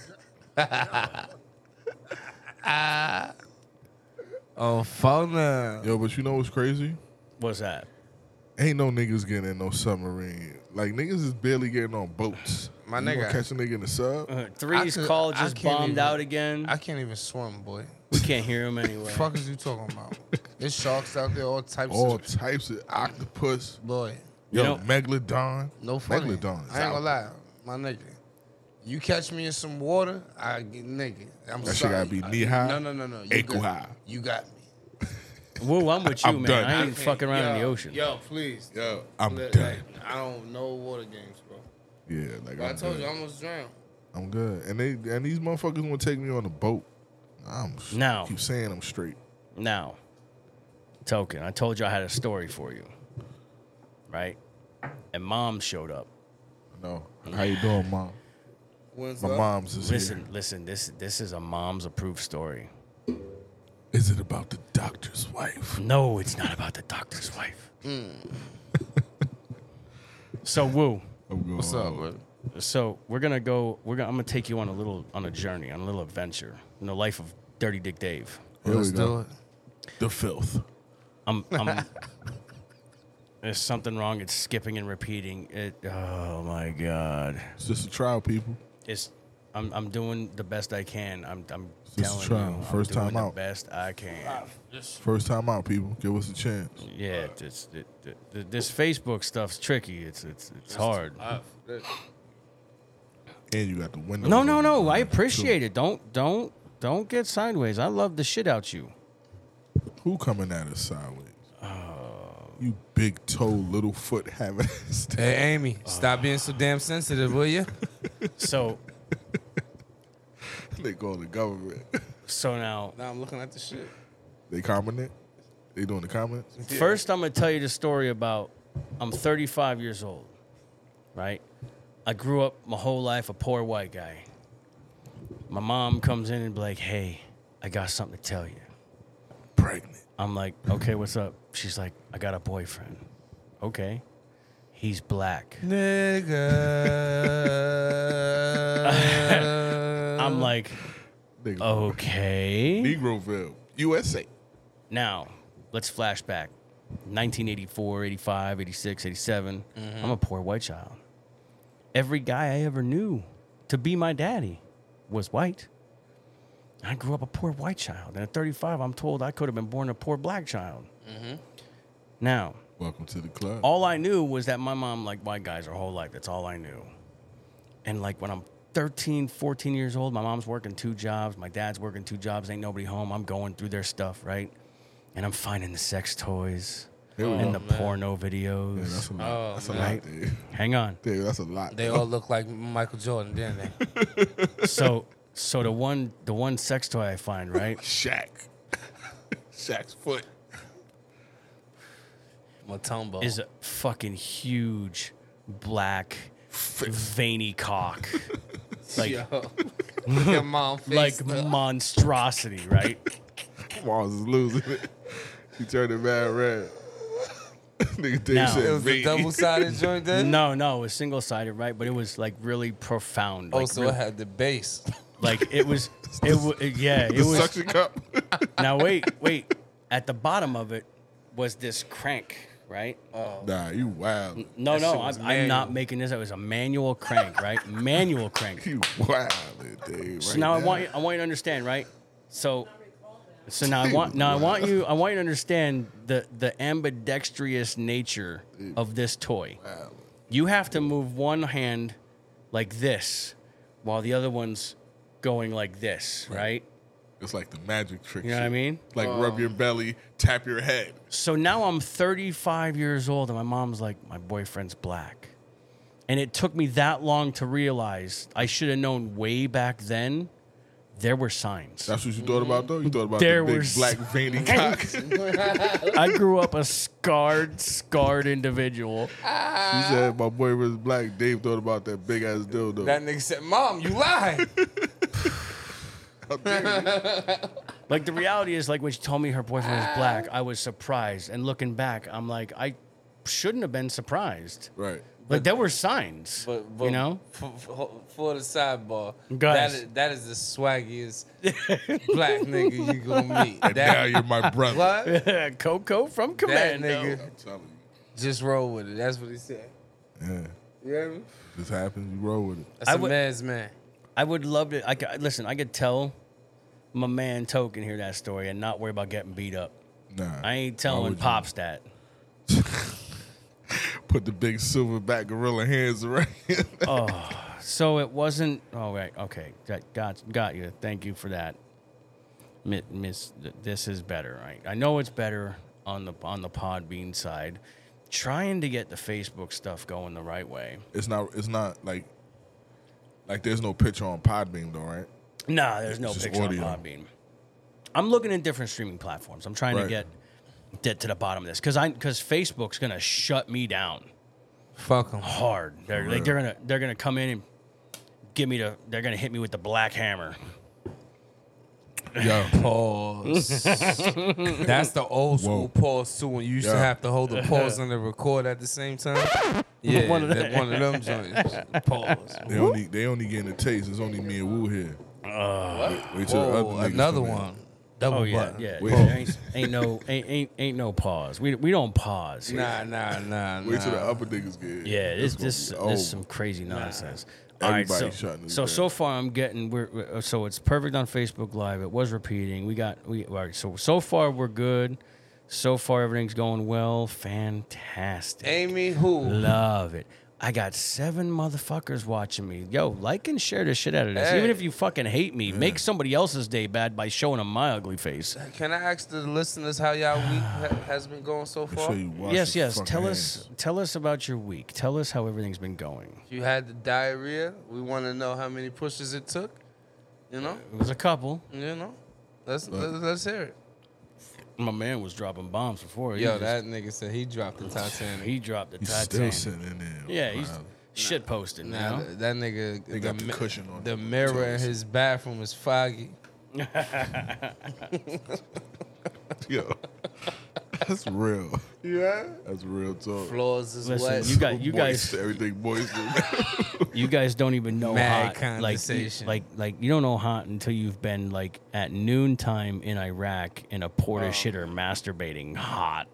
[SPEAKER 6] Oh, phone now.
[SPEAKER 5] Yo, but you know what's crazy?
[SPEAKER 4] What's that?
[SPEAKER 5] Ain't no niggas getting in no submarine. Like niggas is barely getting on boats.
[SPEAKER 6] My
[SPEAKER 5] You gonna
[SPEAKER 6] nigga.
[SPEAKER 5] catch a nigga in the sub.
[SPEAKER 4] Uh, Three's
[SPEAKER 6] could-
[SPEAKER 4] call
[SPEAKER 6] I
[SPEAKER 4] just
[SPEAKER 6] can't
[SPEAKER 4] bombed
[SPEAKER 6] even-
[SPEAKER 4] out again.
[SPEAKER 6] I can't even swim, boy.
[SPEAKER 4] we can't hear him anyway.
[SPEAKER 6] Fuck is you talking about? There's sharks out there, all types
[SPEAKER 5] All
[SPEAKER 6] of
[SPEAKER 5] types of octopus.
[SPEAKER 6] boy.
[SPEAKER 5] Yo,
[SPEAKER 4] know-
[SPEAKER 5] megalodon.
[SPEAKER 6] No funny.
[SPEAKER 5] Megalodon.
[SPEAKER 6] I ain't gonna lie, my nigga. You catch me in some water, I get naked. I'm
[SPEAKER 5] That shit
[SPEAKER 6] sorry.
[SPEAKER 5] gotta be
[SPEAKER 6] I-
[SPEAKER 5] knee-high,
[SPEAKER 6] No, no, no, no. You
[SPEAKER 5] ankle
[SPEAKER 6] got-
[SPEAKER 5] high.
[SPEAKER 6] You got me.
[SPEAKER 4] Whoa, I'm with you,
[SPEAKER 5] I'm
[SPEAKER 4] man.
[SPEAKER 5] done.
[SPEAKER 4] I ain't
[SPEAKER 6] Hey,
[SPEAKER 4] fucking around in the
[SPEAKER 6] yo,
[SPEAKER 4] ocean.
[SPEAKER 6] Yo, please.
[SPEAKER 5] Yo, I'm
[SPEAKER 6] Let-
[SPEAKER 5] done.
[SPEAKER 6] like, I don't know water games, bro.
[SPEAKER 5] Yeah, like
[SPEAKER 6] But I
[SPEAKER 5] I'm
[SPEAKER 6] told
[SPEAKER 5] good.
[SPEAKER 6] you, I almost drowned.
[SPEAKER 5] I'm good. And they and these motherfuckers want to take me on a boat. I'm
[SPEAKER 4] No.
[SPEAKER 5] Keep saying I'm straight.
[SPEAKER 4] Now, Token, I told you I had a story for you, right? And mom showed up.
[SPEAKER 5] No. How you doing, mom?
[SPEAKER 6] When's
[SPEAKER 5] My
[SPEAKER 6] up?
[SPEAKER 5] mom's is
[SPEAKER 4] Listen, listen. This this is a mom's approved story.
[SPEAKER 5] here. Is it about the doctor's wife?
[SPEAKER 4] No, it's not about the doctor's wife. Mm. so woo.
[SPEAKER 5] What's
[SPEAKER 6] brother?
[SPEAKER 4] So we're gonna go. We're gonna. I'm gonna take you on a little on a journey, on a little adventure in the life of Dirty Dick Dave.
[SPEAKER 5] Here
[SPEAKER 6] Let's
[SPEAKER 5] we go.
[SPEAKER 6] do it.
[SPEAKER 5] The filth.
[SPEAKER 4] I'm. I'm there's something wrong. It's skipping and repeating. It. Oh my god.
[SPEAKER 5] It's just a trial, people.
[SPEAKER 4] It's. I'm. I'm doing the best I can. I'm. I'm
[SPEAKER 5] This is
[SPEAKER 4] telling
[SPEAKER 5] trial.
[SPEAKER 4] you. I'm
[SPEAKER 5] First
[SPEAKER 4] doing
[SPEAKER 5] time
[SPEAKER 4] the
[SPEAKER 5] out.
[SPEAKER 4] Best I can.
[SPEAKER 5] First time out, people. Give us a chance.
[SPEAKER 4] Yeah. It's. It, it, this Facebook stuff's tricky. It's. It's. It's hard.
[SPEAKER 5] And you got the window.
[SPEAKER 4] No, no, no. I appreciate it. Don't. Don't. Don't get sideways. I love the shit out you.
[SPEAKER 5] Who coming at us sideways?
[SPEAKER 6] Oh.
[SPEAKER 5] You big toe, little foot having
[SPEAKER 6] Hey, Amy, stop being so damn sensitive, will you?
[SPEAKER 4] So.
[SPEAKER 5] They go to the government.
[SPEAKER 4] So now.
[SPEAKER 6] now I'm looking at the shit.
[SPEAKER 5] They comment it. They doing the comments.
[SPEAKER 4] First, I'm gonna tell you the story about I'm 35 years old, right? I grew up my whole life a poor white guy. My mom comes in and be like, "Hey, I got something to tell you."
[SPEAKER 5] Pregnant.
[SPEAKER 4] I'm like, "Okay, what's up?" She's like, "I got a boyfriend." Okay, he's black.
[SPEAKER 6] Nigga.
[SPEAKER 4] I'm like,
[SPEAKER 5] They go,
[SPEAKER 6] Oh.
[SPEAKER 4] "Okay."
[SPEAKER 5] Negroville, USA.
[SPEAKER 4] Now, let's flash back. 1984, 85, 86, 87. I'm a poor white child. Every guy I ever knew to be my daddy was white. I grew up a poor white child. And at 35, I'm told I could have been born a poor black child. Now,
[SPEAKER 5] Welcome to the club.
[SPEAKER 6] Oh.
[SPEAKER 4] all I knew was that my mom liked white guys her whole life. That's all I knew. And like when I'm 13, 14 years old, my mom's working two jobs, my dad's working two jobs, ain't nobody home. I'm going through their stuff, right? And I'm finding the sex toys
[SPEAKER 5] Here we
[SPEAKER 4] and
[SPEAKER 5] go.
[SPEAKER 4] the porno videos.
[SPEAKER 5] Yeah, that's a lot.
[SPEAKER 6] Oh,
[SPEAKER 5] that's a
[SPEAKER 6] man.
[SPEAKER 5] lot, dude.
[SPEAKER 4] Hang on.
[SPEAKER 5] Dude, that's a lot.
[SPEAKER 6] They all look like Michael Jordan, didn't they?
[SPEAKER 4] So so the one the one sex toy I find, right?
[SPEAKER 5] Shaq. Shaq's foot.
[SPEAKER 6] Matumbo.
[SPEAKER 4] is a fucking huge black veiny cock. like
[SPEAKER 6] Yo, your mom face
[SPEAKER 4] like
[SPEAKER 6] though.
[SPEAKER 4] monstrosity, right?
[SPEAKER 5] Mars is losing it. He turned it mad red. Nigga Dave
[SPEAKER 4] Now-
[SPEAKER 5] said E,
[SPEAKER 6] It was a
[SPEAKER 5] "Baby."
[SPEAKER 6] double sided joint then?
[SPEAKER 4] No, no, it was single sided, right? But it was like really profound. Like,
[SPEAKER 6] Oh, so
[SPEAKER 4] real-
[SPEAKER 6] it had the base.
[SPEAKER 4] like it was, it was, yeah, it
[SPEAKER 5] The
[SPEAKER 4] was.
[SPEAKER 5] suction cup.
[SPEAKER 4] Now wait, wait. At the bottom of it was this crank, right?
[SPEAKER 5] nah, you wild.
[SPEAKER 4] no,
[SPEAKER 6] Oh, that
[SPEAKER 4] no,
[SPEAKER 6] shit was
[SPEAKER 4] I'm, I'm not
[SPEAKER 6] manual.
[SPEAKER 4] making this. up. It was a manual crank, right? manual crank.
[SPEAKER 5] You wild, Dave. Right
[SPEAKER 4] So now I want you, I want you to understand, right? So, so now I want now I want you I want you to understand the the ambidextrous nature of this toy. You have to move one hand like this, while the other one's going like this, right?
[SPEAKER 5] It's like the magic trick.
[SPEAKER 4] You know what I
[SPEAKER 5] shit.
[SPEAKER 4] mean?
[SPEAKER 5] Like rub your belly, tap your head.
[SPEAKER 4] So now I'm 35 years old, and my mom's like, my boyfriend's black. And it took me that long to realize I should have known way back then there were signs.
[SPEAKER 5] That's what you thought about though. You thought about
[SPEAKER 4] There
[SPEAKER 5] the big
[SPEAKER 4] were s-
[SPEAKER 5] black veiny cock. She
[SPEAKER 4] I grew up a scarred, scarred individual.
[SPEAKER 5] said my boy was black. Dave thought about that big ass dildo.
[SPEAKER 6] That nigga said, Mom, you lied.
[SPEAKER 4] Like the reality is, like when she told me her boyfriend was black, I was surprised. And looking back, I'm like, I shouldn't have been surprised.
[SPEAKER 5] right.
[SPEAKER 4] Like there were signs,
[SPEAKER 6] But, but
[SPEAKER 4] you know.
[SPEAKER 6] for, for, for the sidebar, that
[SPEAKER 4] Guys.
[SPEAKER 6] is, that is the swaggiest black nigga you gonna meet.
[SPEAKER 5] now
[SPEAKER 6] That,
[SPEAKER 5] you're my brother.
[SPEAKER 6] what?
[SPEAKER 4] Coco from
[SPEAKER 6] That
[SPEAKER 4] Commando.
[SPEAKER 6] nigga,
[SPEAKER 5] I'm telling you.
[SPEAKER 6] just roll with it. That's what he said.
[SPEAKER 5] Yeah.
[SPEAKER 6] You hear me?
[SPEAKER 5] This happens. You roll with it.
[SPEAKER 6] That's
[SPEAKER 4] I
[SPEAKER 6] a
[SPEAKER 4] would-
[SPEAKER 6] man's man.
[SPEAKER 4] I would love to. I could, listen. I could tell my man Token hear that story and not worry about getting beat up. I
[SPEAKER 5] Nah.
[SPEAKER 4] ain't
[SPEAKER 5] Why would
[SPEAKER 4] telling
[SPEAKER 5] you?
[SPEAKER 4] pops that.
[SPEAKER 5] Put the big silverback gorilla hands around. him.
[SPEAKER 4] so it wasn't. Oh right, okay, got got, got you. Thank you for that. Mi- Miss, th- this is better. Right, I know it's better on the on the Podbean side. Trying to get the Facebook stuff going the right way.
[SPEAKER 5] It's not. It's not like like there's no picture on Podbeam though, right?
[SPEAKER 4] Nah, there's no
[SPEAKER 5] It's just
[SPEAKER 4] picture
[SPEAKER 5] audio.
[SPEAKER 4] on Podbean. I'm looking at different streaming platforms. I'm trying to
[SPEAKER 5] Right.
[SPEAKER 4] get get to the bottom of this because I because Facebook's gonna shut me down.
[SPEAKER 6] Fuck them.
[SPEAKER 4] hard. They're like they're gonna they're gonna come in and give me the they're gonna hit me with the black hammer.
[SPEAKER 5] Yo,
[SPEAKER 6] Pause. That's the old school
[SPEAKER 5] Whoa.
[SPEAKER 6] pause too. When you used to
[SPEAKER 5] Yeah.
[SPEAKER 6] have to hold the pause and the record at the same time. Yeah, one of them, one of them joints. Pause.
[SPEAKER 5] they only they only getting a taste. It's only me and Woo here.
[SPEAKER 4] Uh,
[SPEAKER 5] Wait, wait till the
[SPEAKER 6] Whoa,
[SPEAKER 5] other niggas
[SPEAKER 6] another
[SPEAKER 5] come in.
[SPEAKER 6] one. Double
[SPEAKER 4] Oh yeah,
[SPEAKER 6] button.
[SPEAKER 4] yeah.
[SPEAKER 5] Wait.
[SPEAKER 4] There ain't, ain't no ain't, ain't ain't no pause. We we don't pause. here.
[SPEAKER 6] Nah, nah, nah, nah.
[SPEAKER 5] Wait till the upper niggas get. here.
[SPEAKER 4] Yeah, this
[SPEAKER 5] It's gonna
[SPEAKER 4] this
[SPEAKER 5] be-
[SPEAKER 4] this is
[SPEAKER 5] oh,
[SPEAKER 4] some crazy nonsense. All right, so
[SPEAKER 5] Everybody's shutting this
[SPEAKER 4] so,
[SPEAKER 5] down.
[SPEAKER 4] so far I'm getting we're, we're- uh, so it's perfect on Facebook Live. It was repeating. We got we all right. So so far we're good. So far everything's going well. Fantastic.
[SPEAKER 6] Amy, who?
[SPEAKER 4] Love it. I got seven motherfuckers watching me. Yo, like and share the shit out of this. Even
[SPEAKER 6] Hey.
[SPEAKER 4] if you fucking hate me, make somebody else's day bad by showing them my ugly face.
[SPEAKER 6] Can I ask the listeners how y'all week ha- has been going so
[SPEAKER 5] make sure
[SPEAKER 6] far?
[SPEAKER 5] you wash
[SPEAKER 4] yes,
[SPEAKER 5] your
[SPEAKER 4] yes.
[SPEAKER 5] fucking
[SPEAKER 4] Tell
[SPEAKER 5] hands.
[SPEAKER 4] us, tell us about your week. Tell us how everything's been going.
[SPEAKER 6] You had the diarrhea. We want to know how many pushes it took. You know,
[SPEAKER 4] It was a couple.
[SPEAKER 6] you know. Let's let's, let's hear it.
[SPEAKER 4] My man was dropping bombs before. He
[SPEAKER 6] Yo,
[SPEAKER 4] just-
[SPEAKER 6] that nigga said he dropped the Titanic.
[SPEAKER 4] he dropped the
[SPEAKER 5] He's
[SPEAKER 4] Titanic.
[SPEAKER 5] still sitting in there.
[SPEAKER 4] yeah, he's
[SPEAKER 5] Wow.
[SPEAKER 4] shit posted
[SPEAKER 6] Nah,
[SPEAKER 4] now.
[SPEAKER 6] th- that nigga.
[SPEAKER 5] They got the
[SPEAKER 6] mi-
[SPEAKER 5] cushion on
[SPEAKER 6] The
[SPEAKER 5] the
[SPEAKER 6] mirror in
[SPEAKER 5] toes.
[SPEAKER 6] his bathroom is foggy.
[SPEAKER 5] yo. That's real.
[SPEAKER 6] Yeah.
[SPEAKER 5] That's real talk.
[SPEAKER 6] Floors is
[SPEAKER 4] Listen,
[SPEAKER 6] wet.
[SPEAKER 4] you got you
[SPEAKER 5] Moist,
[SPEAKER 4] guys
[SPEAKER 5] everything moist.
[SPEAKER 4] you guys don't even know
[SPEAKER 6] Mad
[SPEAKER 4] hot. Like, you-
[SPEAKER 6] condensation.
[SPEAKER 4] like, like you don't know hot until you've been like at noontime in Iraq in a porta shitter masturbating hot.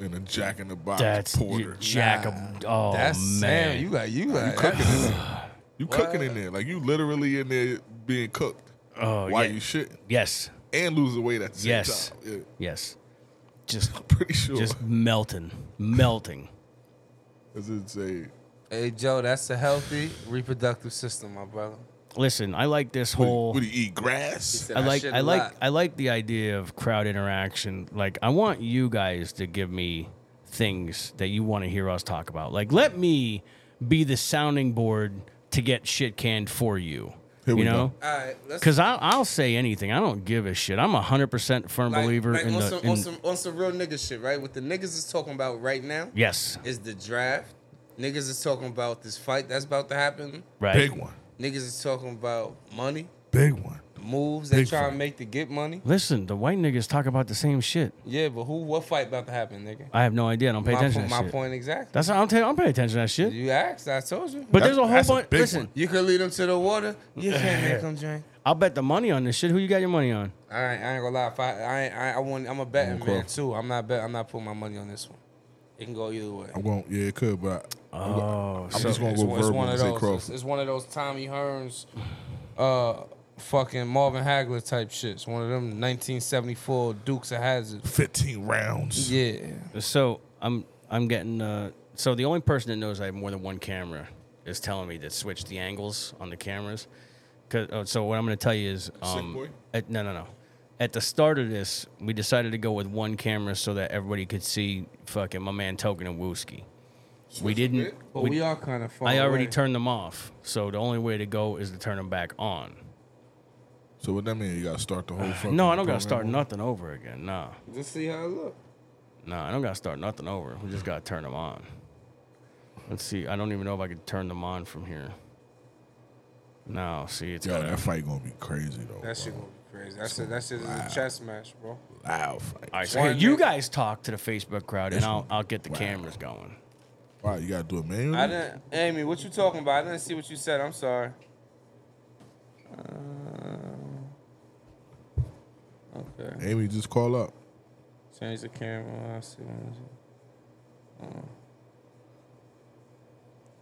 [SPEAKER 5] and a Jack in the Box
[SPEAKER 4] That's you
[SPEAKER 5] porter.
[SPEAKER 4] jack. of oh
[SPEAKER 6] That's
[SPEAKER 4] man,
[SPEAKER 6] Sam. You got you got.
[SPEAKER 5] cooking
[SPEAKER 6] that-
[SPEAKER 5] in there. You cooking in there. Like you literally in there being cooked.
[SPEAKER 4] Oh,
[SPEAKER 5] Why
[SPEAKER 4] yeah.
[SPEAKER 5] you shitting
[SPEAKER 4] yes,
[SPEAKER 5] and losing weight at the same
[SPEAKER 4] Yes.
[SPEAKER 5] time. Yeah,
[SPEAKER 4] yes, just
[SPEAKER 5] pretty sure.
[SPEAKER 4] just melting, melting.
[SPEAKER 5] That's insane.
[SPEAKER 6] Hey Joe, that's a healthy reproductive system, my brother.
[SPEAKER 4] Listen, I like this
[SPEAKER 5] What,
[SPEAKER 4] whole.
[SPEAKER 5] what do you eat? Grass?
[SPEAKER 6] said,
[SPEAKER 4] I
[SPEAKER 6] "I
[SPEAKER 4] like
[SPEAKER 6] shit
[SPEAKER 4] I
[SPEAKER 6] a
[SPEAKER 4] like
[SPEAKER 6] lot."
[SPEAKER 4] I like the idea of crowd interaction. Like I want you guys to give me things that you want to hear us talk about. Like let me be the sounding board to get shit canned for you.
[SPEAKER 5] Here
[SPEAKER 4] you
[SPEAKER 5] we
[SPEAKER 4] know?
[SPEAKER 5] go.
[SPEAKER 6] All right, let's.
[SPEAKER 4] Cuz I I'll say anything. I don't give a shit. I'm a 100% firm
[SPEAKER 6] like-
[SPEAKER 4] believer
[SPEAKER 6] like
[SPEAKER 4] in
[SPEAKER 6] on
[SPEAKER 4] the
[SPEAKER 6] some,
[SPEAKER 4] in-
[SPEAKER 6] on some on some real nigga shit, right? What the niggas is talking about right now
[SPEAKER 4] Yes.
[SPEAKER 6] is the draft. Niggas is talking about this fight that's about to happen.
[SPEAKER 4] Right.
[SPEAKER 5] Big one.
[SPEAKER 6] Niggas is talking about money,
[SPEAKER 5] Big one.
[SPEAKER 6] the moves they
[SPEAKER 5] Big
[SPEAKER 6] try to
[SPEAKER 5] fight.
[SPEAKER 6] make to get money.
[SPEAKER 4] Listen, the white niggas talk about the same shit.
[SPEAKER 6] Yeah, but who? What fight about to happen, nigga?
[SPEAKER 4] I have no idea. I don't pay
[SPEAKER 6] my
[SPEAKER 4] attention
[SPEAKER 6] point,
[SPEAKER 4] to
[SPEAKER 6] my
[SPEAKER 4] that shit.
[SPEAKER 6] point exactly.
[SPEAKER 4] That's I'm, t- I'm paying attention to that shit.
[SPEAKER 6] You asked, I told you.
[SPEAKER 4] But there's a whole
[SPEAKER 5] that's a
[SPEAKER 4] bunch.
[SPEAKER 5] big
[SPEAKER 4] listen,
[SPEAKER 5] one.
[SPEAKER 6] you can lead them to the water. You can't make them drink.
[SPEAKER 4] I'll bet the money on this shit. Who you got your money on?
[SPEAKER 6] I ain't, I ain't gonna lie. If I, I, ain't, I, I want, I'm a betting
[SPEAKER 5] Okay.
[SPEAKER 6] man too. I'm not bet. I'm not putting my money on this one. It can go either way.
[SPEAKER 5] I won't. Yeah, it could, but I, I'm,
[SPEAKER 4] Oh,
[SPEAKER 5] I'm just gonna
[SPEAKER 6] It's
[SPEAKER 5] go
[SPEAKER 6] one- it's
[SPEAKER 5] verbal
[SPEAKER 6] one
[SPEAKER 5] and
[SPEAKER 6] of
[SPEAKER 5] say
[SPEAKER 6] those. It's,
[SPEAKER 5] Crawford.
[SPEAKER 6] it's one of those Tommy Hearns, uh, fucking Marvin Hagler type shits. One of them 1974 Dukes of Hazard.
[SPEAKER 5] 15 rounds.
[SPEAKER 6] Yeah.
[SPEAKER 4] So I'm I'm getting uh so the only person that knows I have more than one camera is telling me to switch the angles on the cameras. 'Cause- oh, so what I'm going to tell you is um
[SPEAKER 5] boy?
[SPEAKER 4] at, no no no. At the start of this, we decided to go with one camera so that everybody could see fucking my man Token and Wooski. We didn't.
[SPEAKER 6] But
[SPEAKER 4] we-
[SPEAKER 6] we, are kind of far.
[SPEAKER 4] I already
[SPEAKER 6] away.
[SPEAKER 4] turned them off, so the only way to go is to turn them back on.
[SPEAKER 5] So what that mean? You gotta start the whole fucking.
[SPEAKER 4] No, I don't gotta start
[SPEAKER 5] program
[SPEAKER 4] nothing over again. Nah,
[SPEAKER 6] Just see how it look.
[SPEAKER 4] nah, I don't gotta start nothing over. We just gotta turn them on. Let's see. I don't even know if I could turn them on from here. No, see, it's
[SPEAKER 5] over? Yo,
[SPEAKER 4] gotta,
[SPEAKER 5] that fight gonna be crazy though.
[SPEAKER 6] That shit gonna be crazy. That's a, that shit is a chess match, bro.
[SPEAKER 5] bro. loud fight.
[SPEAKER 4] all right. So
[SPEAKER 6] Why
[SPEAKER 4] here,
[SPEAKER 6] not?
[SPEAKER 4] you guys talk to the Facebook crowd, and
[SPEAKER 5] This
[SPEAKER 4] I'll
[SPEAKER 5] one.
[SPEAKER 4] I'll get the
[SPEAKER 5] Wow.
[SPEAKER 4] cameras going.
[SPEAKER 5] Wow, you gotta do it manually.
[SPEAKER 6] I didn't, Amy. What you talking about? I didn't see what you said. I'm sorry. Uh, okay.
[SPEAKER 5] Amy, just call up.
[SPEAKER 6] Change the camera. I see what it is.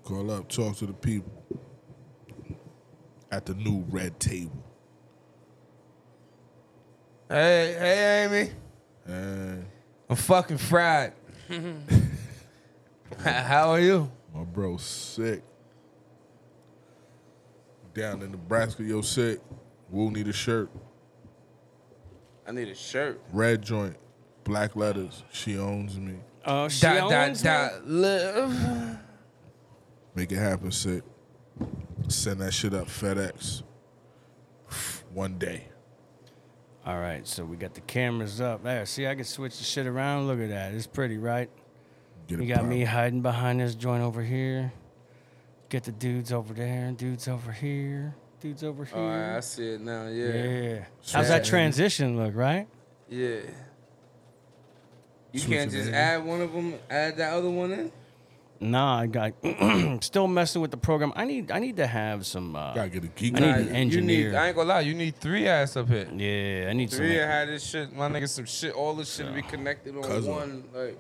[SPEAKER 5] Call up. Talk to the people at the new red table.
[SPEAKER 6] Hey, hey, Amy.
[SPEAKER 5] And
[SPEAKER 6] I'm fucking fried. How are you?
[SPEAKER 5] my bro sick. down in Nebraska, yo sick. We'll need a shirt.
[SPEAKER 6] I need a shirt.
[SPEAKER 5] Red joint, black letters. She owns me.
[SPEAKER 4] Oh, she
[SPEAKER 6] Dot dot
[SPEAKER 4] owns me?
[SPEAKER 6] dot live.
[SPEAKER 5] Make it happen, sick. Send that shit up FedEx. One day.
[SPEAKER 4] All right, so we got the cameras up. There, see, I can switch the shit around. Look at that. It's pretty, right?
[SPEAKER 5] Get it
[SPEAKER 4] You got me
[SPEAKER 5] poppin'.
[SPEAKER 4] hiding behind this joint over here. Get the dudes over there. Dudes over here. Dudes over
[SPEAKER 6] All right, Oh, I
[SPEAKER 4] here.
[SPEAKER 6] see it now.
[SPEAKER 4] yeah.
[SPEAKER 6] Yeah,
[SPEAKER 4] How's that
[SPEAKER 6] Yeah.
[SPEAKER 4] transition look, right?
[SPEAKER 6] yeah. You
[SPEAKER 5] Switch
[SPEAKER 6] can't
[SPEAKER 5] it,
[SPEAKER 6] just
[SPEAKER 5] baby.
[SPEAKER 6] add one of them. Add that other one in.
[SPEAKER 4] Nah, I got still messing with the program. I need I need to have some. Uh,
[SPEAKER 5] Gotta get a geek.
[SPEAKER 4] I need
[SPEAKER 5] out
[SPEAKER 4] an
[SPEAKER 5] here.
[SPEAKER 6] You
[SPEAKER 4] engineer.
[SPEAKER 6] need, I ain't gonna lie. You need three ass up here.
[SPEAKER 4] yeah, I need some.
[SPEAKER 6] Three had this shit. My nigga, some shit. All this shit to be connected on
[SPEAKER 5] Cousin.
[SPEAKER 6] one like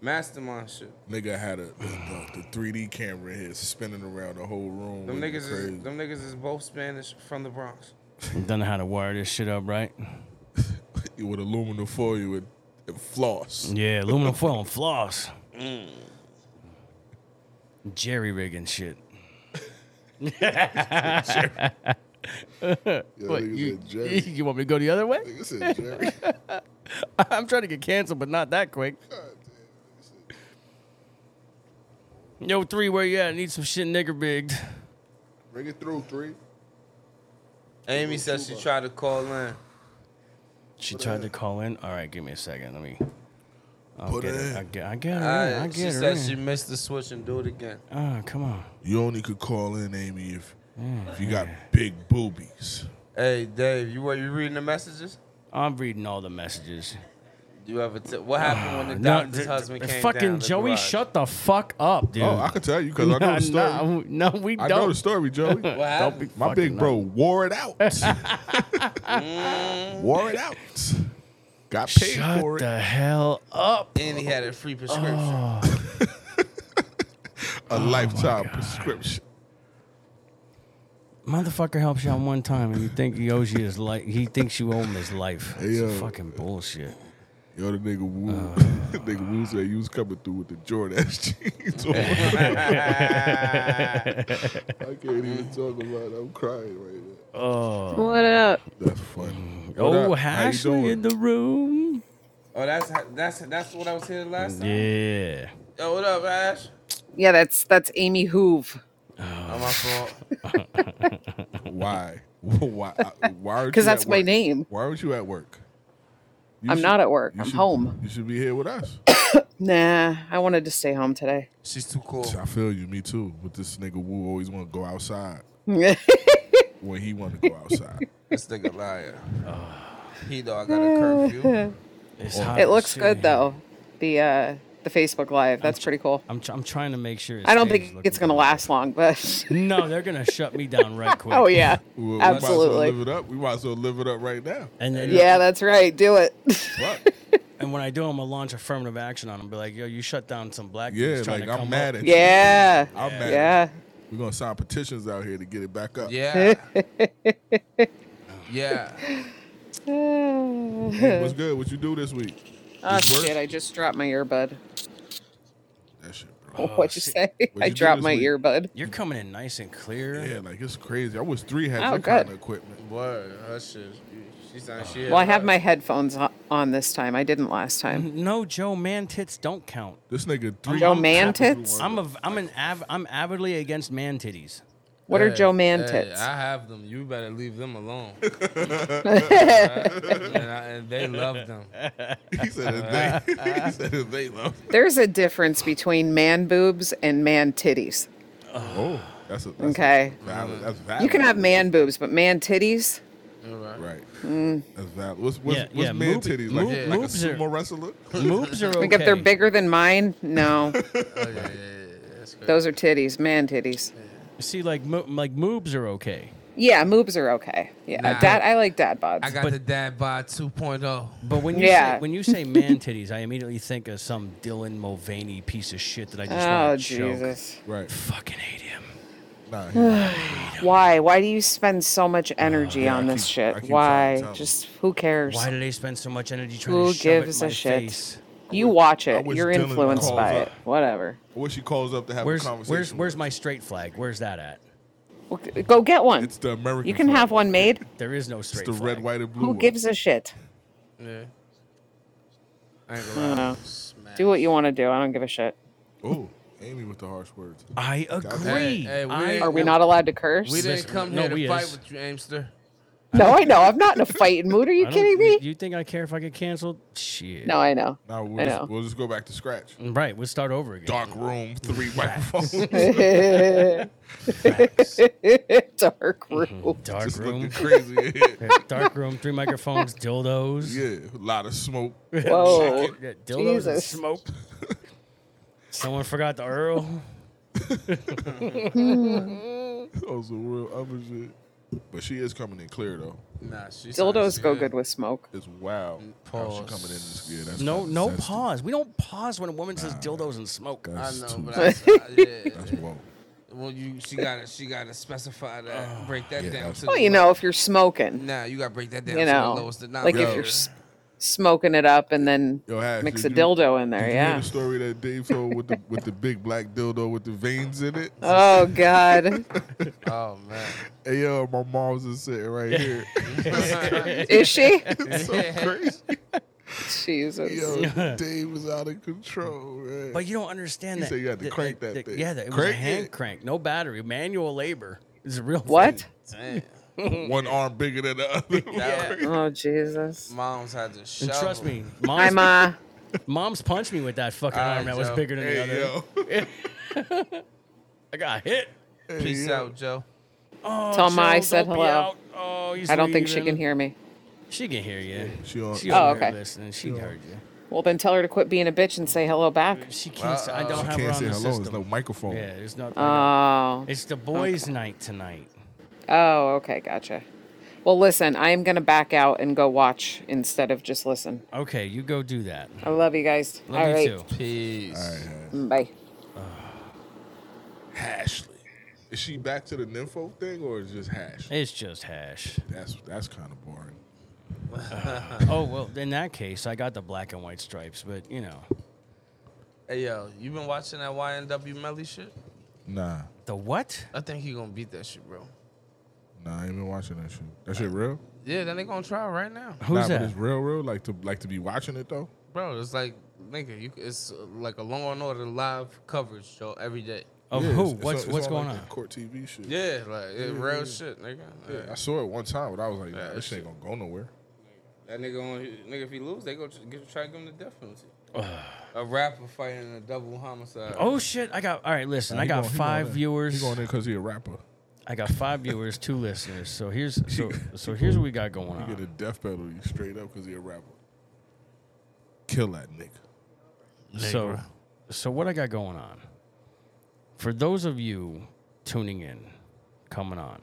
[SPEAKER 6] mastermind shit.
[SPEAKER 5] Nigga had a the, the 3D camera here spinning around the whole room.
[SPEAKER 6] Them
[SPEAKER 5] It was
[SPEAKER 6] niggas is them niggas is both Spanish from the Bronx.
[SPEAKER 4] Don't know how to wire this shit up, right?
[SPEAKER 5] crazy. with aluminum foil and, and floss.
[SPEAKER 4] Yeah, aluminum foil and floss. Mm. Jerry rigging shit.
[SPEAKER 5] Yo,
[SPEAKER 4] What,
[SPEAKER 5] nigga
[SPEAKER 4] you,
[SPEAKER 5] said Jerry.
[SPEAKER 4] you want me to go the other way?
[SPEAKER 5] Nigga said Jerry.
[SPEAKER 4] I'm trying to get canceled, but not that quick. Yo, three, where you at? Need some shit nigger bigged.
[SPEAKER 5] Bring it through, three.
[SPEAKER 6] Amy said she tried to call in.
[SPEAKER 4] She tried to call in. All right, give me a second. Let me. I'll
[SPEAKER 5] Put
[SPEAKER 4] get
[SPEAKER 5] it
[SPEAKER 4] it.
[SPEAKER 5] in.
[SPEAKER 4] I get. I get her. in. I
[SPEAKER 6] Alright,
[SPEAKER 4] get
[SPEAKER 6] she
[SPEAKER 4] her.
[SPEAKER 6] said
[SPEAKER 4] in.
[SPEAKER 6] she missed the switch and do it again.
[SPEAKER 4] Ah, come on.
[SPEAKER 5] You only could call in, Amy, if
[SPEAKER 4] Oh,
[SPEAKER 5] if you got big boobies.
[SPEAKER 6] Hey Dave, you were you reading the messages?
[SPEAKER 4] I'm reading all the messages.
[SPEAKER 6] You ever t- what happened when the
[SPEAKER 4] Ah, No,
[SPEAKER 6] doctor's
[SPEAKER 4] th-
[SPEAKER 6] husband
[SPEAKER 4] th-
[SPEAKER 6] came
[SPEAKER 4] fucking
[SPEAKER 6] down the
[SPEAKER 4] Joey,
[SPEAKER 6] garage?
[SPEAKER 4] shut the fuck up, dude.
[SPEAKER 5] Oh, I could tell you because I know
[SPEAKER 4] Nah,
[SPEAKER 5] the story.
[SPEAKER 4] nah, no, we
[SPEAKER 5] I know the
[SPEAKER 4] don't.
[SPEAKER 5] story, Joey.
[SPEAKER 6] What happened?
[SPEAKER 5] My
[SPEAKER 4] fucking
[SPEAKER 5] big bro wore it out. wore it out. Got paid
[SPEAKER 4] Shut
[SPEAKER 5] for it.
[SPEAKER 4] the hell up.
[SPEAKER 6] and he had a free prescription.
[SPEAKER 4] Oh.
[SPEAKER 5] A lifetime prescription.
[SPEAKER 4] Motherfucker helps you out one time, and you think he owes you his life. He thinks you owe him his life.
[SPEAKER 5] Hey,
[SPEAKER 4] It's
[SPEAKER 5] yo.
[SPEAKER 4] fucking bullshit.
[SPEAKER 5] Yo, the nigga Woo,
[SPEAKER 4] Uh.
[SPEAKER 5] the nigga Woo said you was coming through with the Jordan jeans. on. I can't even talk about it. I'm crying right now.
[SPEAKER 8] What up?
[SPEAKER 5] That's funny.
[SPEAKER 4] Oh,
[SPEAKER 5] up? How you
[SPEAKER 4] Ashley in
[SPEAKER 5] doing?
[SPEAKER 4] the room.
[SPEAKER 6] Oh, that's that's that's what I was here last time.
[SPEAKER 4] Yeah.
[SPEAKER 6] Yo, what up, Ash?
[SPEAKER 8] Yeah, that's that's Amy Hoove.
[SPEAKER 4] Ah.
[SPEAKER 6] Oh, my fault.
[SPEAKER 5] Why? why? uh, Why? aren't
[SPEAKER 8] 'Cause
[SPEAKER 5] you at
[SPEAKER 8] that's my
[SPEAKER 5] work?
[SPEAKER 8] name.
[SPEAKER 5] Why aren't you at work? You
[SPEAKER 8] I'm
[SPEAKER 5] should-
[SPEAKER 8] not at work.
[SPEAKER 5] you
[SPEAKER 8] I'm
[SPEAKER 5] should-
[SPEAKER 8] home.
[SPEAKER 5] You should be here with us.
[SPEAKER 8] Nah, I wanted to stay home today.
[SPEAKER 6] She's too cool.
[SPEAKER 5] I feel you. Me too. But this nigga Woo always want to go outside
[SPEAKER 8] What's
[SPEAKER 5] when he want to go outside.
[SPEAKER 6] This nigga liar.
[SPEAKER 4] Ah.
[SPEAKER 6] He know I got a curfew.
[SPEAKER 4] It's hot
[SPEAKER 8] It
[SPEAKER 4] as
[SPEAKER 8] looks
[SPEAKER 4] shit
[SPEAKER 8] good
[SPEAKER 4] in here.
[SPEAKER 8] though. The uh the Facebook Live. That's pretty cool.
[SPEAKER 4] I'm, tr- I'm trying to make sure. it
[SPEAKER 8] I don't
[SPEAKER 4] stays
[SPEAKER 8] think
[SPEAKER 4] looking
[SPEAKER 8] it's gonna
[SPEAKER 4] good.
[SPEAKER 8] last long, but
[SPEAKER 4] No, they're gonna shut me down right quick.
[SPEAKER 8] oh yeah,
[SPEAKER 5] Well, we might as well
[SPEAKER 8] absolutely.
[SPEAKER 5] live it up. We might as well live it up right now.
[SPEAKER 4] And then,
[SPEAKER 8] Yeah, that's right. Do it.
[SPEAKER 5] Fuck.
[SPEAKER 4] and when I do, I'm gonna launch affirmative action on them. Be like, yo, you shut down some black.
[SPEAKER 5] Yeah,
[SPEAKER 4] dudes trying
[SPEAKER 5] like
[SPEAKER 4] to
[SPEAKER 5] I'm
[SPEAKER 4] come
[SPEAKER 5] mad
[SPEAKER 4] up.
[SPEAKER 5] at you.
[SPEAKER 8] yeah,
[SPEAKER 5] I'm mad. At
[SPEAKER 8] yeah.
[SPEAKER 5] you. We're gonna sign petitions out here to get it back up.
[SPEAKER 6] Yeah. yeah.
[SPEAKER 5] Hey, what's good? What you do this week?
[SPEAKER 8] Oh
[SPEAKER 5] This work?
[SPEAKER 8] shit! I just dropped my earbud.
[SPEAKER 5] That Oh, shit, bro.
[SPEAKER 8] What'd you say? I
[SPEAKER 5] you do
[SPEAKER 8] dropped
[SPEAKER 5] this
[SPEAKER 8] my
[SPEAKER 5] week?
[SPEAKER 8] earbud.
[SPEAKER 4] You're coming in nice and clear.
[SPEAKER 5] Yeah, like it's crazy. I wish three had
[SPEAKER 8] Oh,
[SPEAKER 5] that kind
[SPEAKER 8] good.
[SPEAKER 5] of equipment.
[SPEAKER 6] Word. Her shit. She sound shit.
[SPEAKER 8] Well, I have my headphones o- on this time. I didn't last time.
[SPEAKER 4] No, Joe, man, tits don't count.
[SPEAKER 5] This nigga three.
[SPEAKER 8] Yo, man tits?
[SPEAKER 4] I'm a, I'm an, av- I'm avidly against man titties.
[SPEAKER 8] What are
[SPEAKER 6] Hey,
[SPEAKER 8] Joe Man
[SPEAKER 6] hey,
[SPEAKER 8] tits?
[SPEAKER 6] I have them. You better leave them alone. and, I, and they love them.
[SPEAKER 5] He said that they. he said that they love.
[SPEAKER 8] There's a difference between man boobs and man titties.
[SPEAKER 5] Oh, that's a that's a
[SPEAKER 8] Okay.
[SPEAKER 5] valid. That's valid.
[SPEAKER 8] You can have man boobs, but man titties?
[SPEAKER 5] Right.
[SPEAKER 8] Mm.
[SPEAKER 5] That's valid. What's what's,
[SPEAKER 4] Yeah,
[SPEAKER 5] what's
[SPEAKER 4] yeah,
[SPEAKER 5] man
[SPEAKER 4] moob-
[SPEAKER 5] titties like?
[SPEAKER 4] moob-
[SPEAKER 5] like a
[SPEAKER 4] moobs are-
[SPEAKER 5] sumo wrestler.
[SPEAKER 4] Moobs are okay.
[SPEAKER 8] Like if they're bigger than mine, no.
[SPEAKER 6] Oh, yeah, yeah, yeah, yeah. That's crazy.
[SPEAKER 8] Those are titties, man titties.
[SPEAKER 4] See, like, mo- like moobs are okay.
[SPEAKER 8] Yeah, moobs are okay. Yeah,
[SPEAKER 6] Nah.
[SPEAKER 8] dad, I like dad bods.
[SPEAKER 6] I got the dad bod oh. 2.0.
[SPEAKER 4] But when you
[SPEAKER 8] Yeah.
[SPEAKER 4] say, when you say man titties, I immediately think of some Dylan Mulvaney piece of shit that I just
[SPEAKER 8] oh
[SPEAKER 4] want to choke.
[SPEAKER 8] Jesus!
[SPEAKER 5] Right.
[SPEAKER 4] Fucking hate him.
[SPEAKER 5] Nah. he-
[SPEAKER 8] Why? Why do you spend so much energy
[SPEAKER 5] yeah, I
[SPEAKER 8] on this
[SPEAKER 5] keep- I
[SPEAKER 8] shit?
[SPEAKER 5] keep trying to
[SPEAKER 8] Why?
[SPEAKER 5] tell 'em.
[SPEAKER 8] Just who cares?
[SPEAKER 4] Why do they spend so much energy trying
[SPEAKER 8] Who
[SPEAKER 4] to shove it
[SPEAKER 8] gives
[SPEAKER 4] in
[SPEAKER 8] a
[SPEAKER 4] my
[SPEAKER 8] shit?
[SPEAKER 4] face?
[SPEAKER 8] You watch it.
[SPEAKER 5] wish
[SPEAKER 8] You're
[SPEAKER 5] Dylan
[SPEAKER 8] influenced
[SPEAKER 5] calls
[SPEAKER 8] by
[SPEAKER 5] up.
[SPEAKER 8] it. Whatever.
[SPEAKER 5] I wish he calls up to have
[SPEAKER 4] Where's
[SPEAKER 5] a conversation.
[SPEAKER 4] where's where's
[SPEAKER 5] with
[SPEAKER 4] my straight flag? Where's that at?
[SPEAKER 8] Well, g- go get one.
[SPEAKER 5] It's the American.
[SPEAKER 8] you can have one made.
[SPEAKER 4] There is no
[SPEAKER 5] It's
[SPEAKER 4] straight.
[SPEAKER 5] the red,
[SPEAKER 4] flag.
[SPEAKER 5] white, and blue.
[SPEAKER 8] Who
[SPEAKER 5] one.
[SPEAKER 8] gives a shit?
[SPEAKER 6] Yeah. I ain't
[SPEAKER 8] I
[SPEAKER 6] gonna lie.
[SPEAKER 8] don't know. Do what you want to do. I don't give a shit.
[SPEAKER 5] Oh, Amy with the harsh words.
[SPEAKER 4] I agree.
[SPEAKER 6] Hey, hey, we
[SPEAKER 4] I-
[SPEAKER 6] ain't-
[SPEAKER 8] Are we not allowed to curse?
[SPEAKER 6] We didn't
[SPEAKER 4] Listen,
[SPEAKER 6] come
[SPEAKER 4] no,
[SPEAKER 6] here
[SPEAKER 4] we
[SPEAKER 6] to fight
[SPEAKER 4] is.
[SPEAKER 6] with you, Amster.
[SPEAKER 8] no, I know. I'm not in a fighting mood. Are you
[SPEAKER 4] I don't-
[SPEAKER 8] kidding me?
[SPEAKER 4] You think I care if I get canceled? Shit.
[SPEAKER 8] no, I know.
[SPEAKER 5] Now we'll
[SPEAKER 8] I
[SPEAKER 5] just,
[SPEAKER 8] know.
[SPEAKER 5] we'll just go back to scratch.
[SPEAKER 4] Right. We'll start over again.
[SPEAKER 5] Dark room, three microphones.
[SPEAKER 8] Dark room.
[SPEAKER 4] Dark
[SPEAKER 5] Just looking
[SPEAKER 4] room.
[SPEAKER 5] crazy. in here.
[SPEAKER 4] Dark room. Three microphones. Dildos.
[SPEAKER 5] yeah, a lot of smoke.
[SPEAKER 8] Whoa.
[SPEAKER 4] Yeah, dildos and
[SPEAKER 8] Jesus.
[SPEAKER 4] smoke. Someone forgot the Earl.
[SPEAKER 5] That was some real other shit. But she is coming in clear though.
[SPEAKER 6] Nah, she sounds
[SPEAKER 8] Dildos go good with smoke.
[SPEAKER 5] It's wow. How she
[SPEAKER 6] Pause.
[SPEAKER 5] coming in this year? That's
[SPEAKER 4] No,
[SPEAKER 5] kinda
[SPEAKER 4] no
[SPEAKER 5] zesty.
[SPEAKER 4] pause. We don't pause when a woman says dildos and smoke. Uh,
[SPEAKER 6] I
[SPEAKER 5] That's
[SPEAKER 6] know,
[SPEAKER 5] too-
[SPEAKER 6] but I, I, yeah.
[SPEAKER 5] that's whoa.
[SPEAKER 6] Well, you she gotta she gotta specify that, break that
[SPEAKER 5] yeah,
[SPEAKER 6] down.
[SPEAKER 5] that's-
[SPEAKER 6] To
[SPEAKER 8] Well,
[SPEAKER 6] the
[SPEAKER 8] you know, if you're smoking,
[SPEAKER 6] Nah, you gotta break that down.
[SPEAKER 8] you
[SPEAKER 6] to the
[SPEAKER 8] know,
[SPEAKER 6] lowest
[SPEAKER 8] like
[SPEAKER 6] denominator.
[SPEAKER 8] if you're s- smoking it up and then
[SPEAKER 5] Yo, Hash,
[SPEAKER 8] mix a
[SPEAKER 5] did you-
[SPEAKER 8] dildo in
[SPEAKER 5] Did
[SPEAKER 8] there,
[SPEAKER 5] you hear
[SPEAKER 8] yeah.
[SPEAKER 5] the story that Dave told with the with the big black dildo with the veins in it?
[SPEAKER 8] Oh God,
[SPEAKER 6] oh man,
[SPEAKER 5] Hey yo, my mom's just sitting right here.
[SPEAKER 8] is she?
[SPEAKER 5] it's so crazy.
[SPEAKER 8] Jesus.
[SPEAKER 5] Yo, Dave was out of control. Man.
[SPEAKER 4] But you don't understand
[SPEAKER 5] You
[SPEAKER 4] that.
[SPEAKER 5] said you had to
[SPEAKER 4] the-
[SPEAKER 5] crank
[SPEAKER 4] the-
[SPEAKER 5] that
[SPEAKER 4] the-
[SPEAKER 5] thing.
[SPEAKER 4] Yeah, that it was a
[SPEAKER 5] Crank
[SPEAKER 4] hand
[SPEAKER 5] it.
[SPEAKER 4] crank, no battery, manual labor. It's a real
[SPEAKER 8] What?
[SPEAKER 4] thing.
[SPEAKER 6] damn,
[SPEAKER 5] one arm bigger than the other.
[SPEAKER 6] that,
[SPEAKER 8] Oh Jesus.
[SPEAKER 6] moms had to show.
[SPEAKER 4] And trust me,
[SPEAKER 8] Hi,
[SPEAKER 4] moms,
[SPEAKER 8] Ma.
[SPEAKER 4] moms punched me with that fucking
[SPEAKER 6] All right,
[SPEAKER 4] arm that was
[SPEAKER 6] Joe.
[SPEAKER 4] bigger than the
[SPEAKER 5] hey
[SPEAKER 4] other.
[SPEAKER 5] yo,
[SPEAKER 4] I got hit.
[SPEAKER 5] Hey,
[SPEAKER 6] Peace
[SPEAKER 5] yo.
[SPEAKER 6] out, Joe.
[SPEAKER 4] Oh,
[SPEAKER 8] Tell Ma I
[SPEAKER 4] Joe,
[SPEAKER 8] said
[SPEAKER 4] don't be
[SPEAKER 8] hello.
[SPEAKER 4] out. Oh, he's
[SPEAKER 8] I don't think she
[SPEAKER 4] leaving.
[SPEAKER 8] can hear me.
[SPEAKER 4] She can hear you.
[SPEAKER 5] She on.
[SPEAKER 4] She
[SPEAKER 8] Oh,
[SPEAKER 4] over there
[SPEAKER 8] okay.
[SPEAKER 4] listening. She heard you.
[SPEAKER 8] Well, then tell her to quit being a bitch and say hello back.
[SPEAKER 4] She can't. say I
[SPEAKER 6] Uh-oh.
[SPEAKER 4] don't
[SPEAKER 5] uh, she
[SPEAKER 4] have her
[SPEAKER 5] can't
[SPEAKER 4] on
[SPEAKER 5] say
[SPEAKER 4] the
[SPEAKER 5] hello. There's
[SPEAKER 4] system.
[SPEAKER 5] no microphone.
[SPEAKER 4] yeah, there's nothing.
[SPEAKER 8] Oh.
[SPEAKER 4] it's the boys' night tonight.
[SPEAKER 8] Oh, okay, gotcha. Well, listen, I am gonna back out and go watch instead of just listen.
[SPEAKER 4] Okay, you go do that.
[SPEAKER 8] I love you guys.
[SPEAKER 4] Love
[SPEAKER 8] All
[SPEAKER 4] you
[SPEAKER 8] right. Mm,
[SPEAKER 4] too.
[SPEAKER 6] Peace.
[SPEAKER 8] Bye.
[SPEAKER 5] Hashley. Is she back to the nympho thing or is just hash?
[SPEAKER 4] It's just hash.
[SPEAKER 5] That's that's kind of boring.
[SPEAKER 4] Oh well, in that case, I got the black and white stripes, but you know
[SPEAKER 6] Hey yo, you been watching that YNW Melly shit?
[SPEAKER 5] Nah,
[SPEAKER 4] the what?
[SPEAKER 6] I think he gonna beat that shit, bro.
[SPEAKER 5] nah, I ain't been watching that shit. That shit real?
[SPEAKER 6] Yeah, then they gonna try right now,
[SPEAKER 5] nah,
[SPEAKER 4] Who's
[SPEAKER 5] But
[SPEAKER 4] that?
[SPEAKER 5] it's real, real. Like to like to be watching it though.
[SPEAKER 6] bro. It's like, nigga, you. It's uh, like a Law and Order live coverage, Joe, every day.
[SPEAKER 4] Of
[SPEAKER 5] Yeah,
[SPEAKER 4] Oh, who?
[SPEAKER 5] it's- it's
[SPEAKER 4] what's
[SPEAKER 5] on- it's
[SPEAKER 4] what's going
[SPEAKER 5] like
[SPEAKER 4] on?
[SPEAKER 5] that Court TV shit.
[SPEAKER 6] Yeah, like it real shit, nigga.
[SPEAKER 5] Yeah,
[SPEAKER 6] Yeah.
[SPEAKER 5] I saw it one time, but I was like, nah,
[SPEAKER 6] Yeah,
[SPEAKER 5] this
[SPEAKER 6] shit.
[SPEAKER 5] shit ain't gonna go nowhere.
[SPEAKER 6] That nigga, on, nigga, if he lose, they go tr- get, try to give him the death penalty. a rapper fighting a double homicide.
[SPEAKER 4] Oh shit! I got all right. Listen,
[SPEAKER 5] Nah,
[SPEAKER 4] I
[SPEAKER 5] he
[SPEAKER 4] got
[SPEAKER 5] going- he going
[SPEAKER 4] five
[SPEAKER 5] in. He
[SPEAKER 4] viewers.
[SPEAKER 5] going in because he a rapper.
[SPEAKER 4] I got five viewers, two listeners. So here's so so here's what we got going
[SPEAKER 5] He get a
[SPEAKER 4] on.
[SPEAKER 5] death penalty straight up because he a rapper. Kill that nigga.
[SPEAKER 4] So so what I got going on? For those of you tuning in, coming on,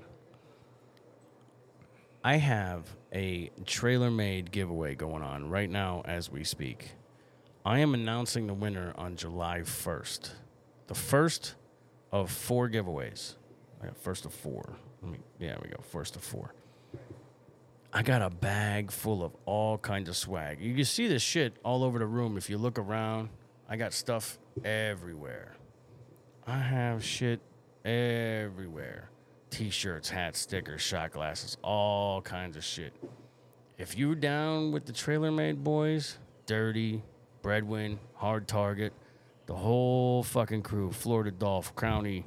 [SPEAKER 4] I have a trailer made giveaway going on right now as we speak. I am announcing the winner on July 1st. The first of four giveaways. I got first of four. Let me, yeah, we go. First of four. I got a bag full of all kinds of swag. You can see this shit all over the room if you look around. I got stuff everywhere. I have shit everywhere. T-shirts, hats, stickers, shot glasses, all kinds of shit. If you down with the Trailer Made Boys, Dirty, Breadwin, Hard Target, the whole fucking crew, Florida Dolph, Crowny,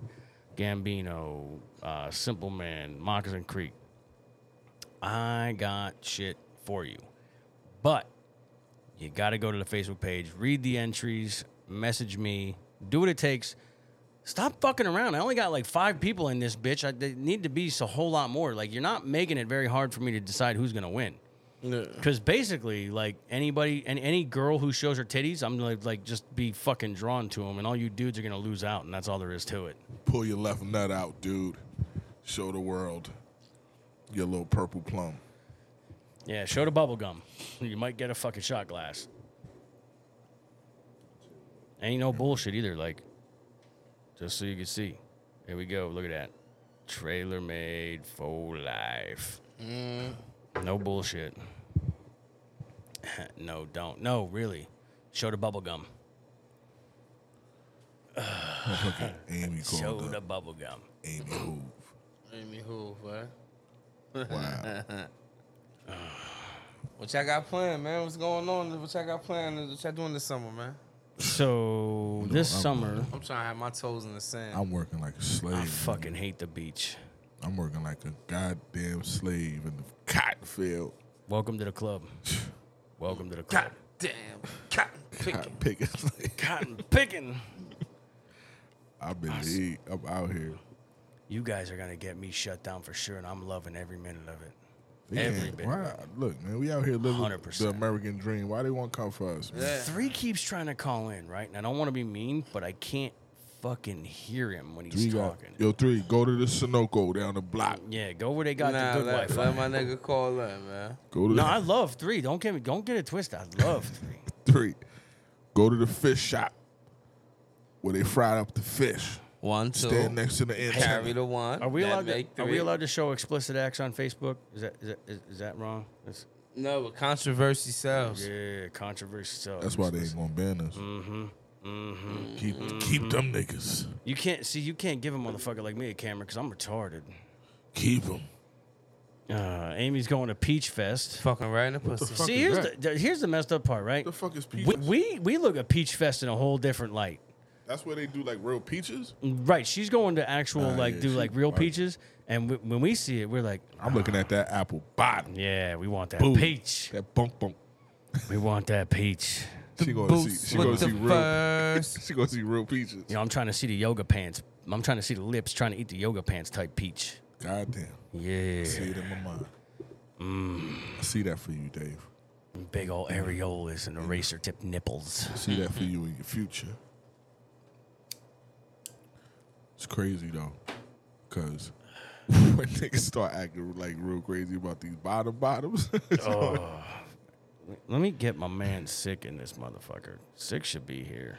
[SPEAKER 4] Gambino, uh, Simple Man, Moccasin Creek, I got shit for you. But you got to go to the Facebook page, read the entries, message me, do what it takes. Stop fucking around. I only got like five people in this bitch. I they need to be a whole lot more. Like, you're not making it very hard for me to decide who's going to win. Because basically, like anybody and any girl who shows her titties, I'm like, like just be fucking drawn to them, and all you dudes are gonna lose out, and that's all there is to it.
[SPEAKER 5] Pull your left nut out, dude. Show the world your little purple plum.
[SPEAKER 4] Yeah, show the bubble gum. You might get a fucking shot glass. Ain't no bullshit either. Like, just so you can see. Here we go. Look at that. Trailer made for life. Mm. No bullshit. no, don't. No, really. Show the bubble gum.
[SPEAKER 5] Amy
[SPEAKER 4] Show
[SPEAKER 5] called
[SPEAKER 4] the
[SPEAKER 5] up.
[SPEAKER 4] bubble gum.
[SPEAKER 5] Amy Hoove.
[SPEAKER 6] Amy Hoover.
[SPEAKER 5] Wow.
[SPEAKER 6] What y'all got planned, man? What's going on? What y'all got planned? What y'all doing this summer, man?
[SPEAKER 4] So this
[SPEAKER 5] I'm-
[SPEAKER 4] summer,
[SPEAKER 6] I'm trying to have my toes in the sand.
[SPEAKER 5] I'm working like a slave.
[SPEAKER 4] I
[SPEAKER 5] man.
[SPEAKER 4] fucking hate the beach.
[SPEAKER 5] I'm working like a goddamn slave in the cotton field.
[SPEAKER 4] Welcome to the club. Welcome to the club.
[SPEAKER 6] Damn, cotton picking.
[SPEAKER 5] Cotton picking.
[SPEAKER 4] Cotton picking.
[SPEAKER 5] I've been lead. I'm out here.
[SPEAKER 4] You guys are gonna get me shut down for sure, and I'm loving every minute of it.
[SPEAKER 5] They
[SPEAKER 4] Every
[SPEAKER 5] can't-
[SPEAKER 4] bit.
[SPEAKER 5] Why? Look, man, we out here living
[SPEAKER 4] 100%.
[SPEAKER 5] the American dream. Why they won't come for us? Man?
[SPEAKER 6] Yeah.
[SPEAKER 4] Three keeps trying to call in, right? And I don't want to be mean, but I can't fucking hear him when he's
[SPEAKER 5] Three got,
[SPEAKER 4] talking.
[SPEAKER 5] yo, three, go to the Sunoco down the block.
[SPEAKER 4] yeah, go where they got
[SPEAKER 6] nah,
[SPEAKER 4] the good
[SPEAKER 6] let,
[SPEAKER 4] Wi-Fi.
[SPEAKER 6] let my nigga call in, man.
[SPEAKER 5] Go to
[SPEAKER 4] No,
[SPEAKER 5] the
[SPEAKER 4] I love three. Don't get me. Don't get it twisted. I love three.
[SPEAKER 5] three. Go to the fish shop where they fried up the fish.
[SPEAKER 6] One, two.
[SPEAKER 5] Stand next to the
[SPEAKER 6] Carry
[SPEAKER 5] antenna.
[SPEAKER 6] the one.
[SPEAKER 4] Are we
[SPEAKER 6] that
[SPEAKER 4] allowed? To,
[SPEAKER 6] make
[SPEAKER 4] are
[SPEAKER 6] three.
[SPEAKER 4] we allowed to show explicit acts on Facebook? Is that is that, is, is that wrong? That's,
[SPEAKER 6] No, but controversy sells.
[SPEAKER 4] yeah, controversy. So
[SPEAKER 5] That's why they ain't gonna ban us. Mm-hmm. Mm-hmm. Keep keep them niggas.
[SPEAKER 4] You can't see. You can't give a motherfucker like me a camera because I'm retarded.
[SPEAKER 5] Keep them.
[SPEAKER 4] Uh, Amy's going to Peach Fest.
[SPEAKER 6] Fucking right in the pussy.
[SPEAKER 5] fuck?
[SPEAKER 4] See,
[SPEAKER 5] is
[SPEAKER 4] here's the,
[SPEAKER 5] that?
[SPEAKER 4] the- here's the messed up part, right?
[SPEAKER 5] The fuck is
[SPEAKER 4] we,
[SPEAKER 5] peaches?
[SPEAKER 4] we we look at Peach Fest in a whole different light.
[SPEAKER 5] That's where they do like real peaches.
[SPEAKER 4] Right? She's going to actual
[SPEAKER 5] Ah,
[SPEAKER 4] like
[SPEAKER 5] yeah,
[SPEAKER 4] do
[SPEAKER 5] she-
[SPEAKER 4] like real
[SPEAKER 5] alright.
[SPEAKER 4] peaches, and w- when we see it, we're like,
[SPEAKER 5] I'm looking at that apple bottom.
[SPEAKER 4] yeah, we want that
[SPEAKER 5] Boom.
[SPEAKER 4] peach.
[SPEAKER 5] That bump bump.
[SPEAKER 4] We want that peach.
[SPEAKER 5] She gonna
[SPEAKER 6] Boots
[SPEAKER 5] see. She
[SPEAKER 6] with
[SPEAKER 5] gonna
[SPEAKER 6] the
[SPEAKER 5] see real.
[SPEAKER 6] furs.
[SPEAKER 5] She gonna see real peaches.
[SPEAKER 4] You know, I'm trying to see the yoga pants. I'm trying to see the lips, trying to eat the yoga pants type peach.
[SPEAKER 5] Goddamn.
[SPEAKER 4] Yeah,
[SPEAKER 5] I see it in my mind. I see that for you, Dave.
[SPEAKER 4] big old areolas and eraser tip nipples.
[SPEAKER 5] I see that for you in your future. It's crazy though, cause when niggas start acting like real crazy about these bottom bottoms, it's like,
[SPEAKER 4] Let me get my man sick in this motherfucker. Sick should be here.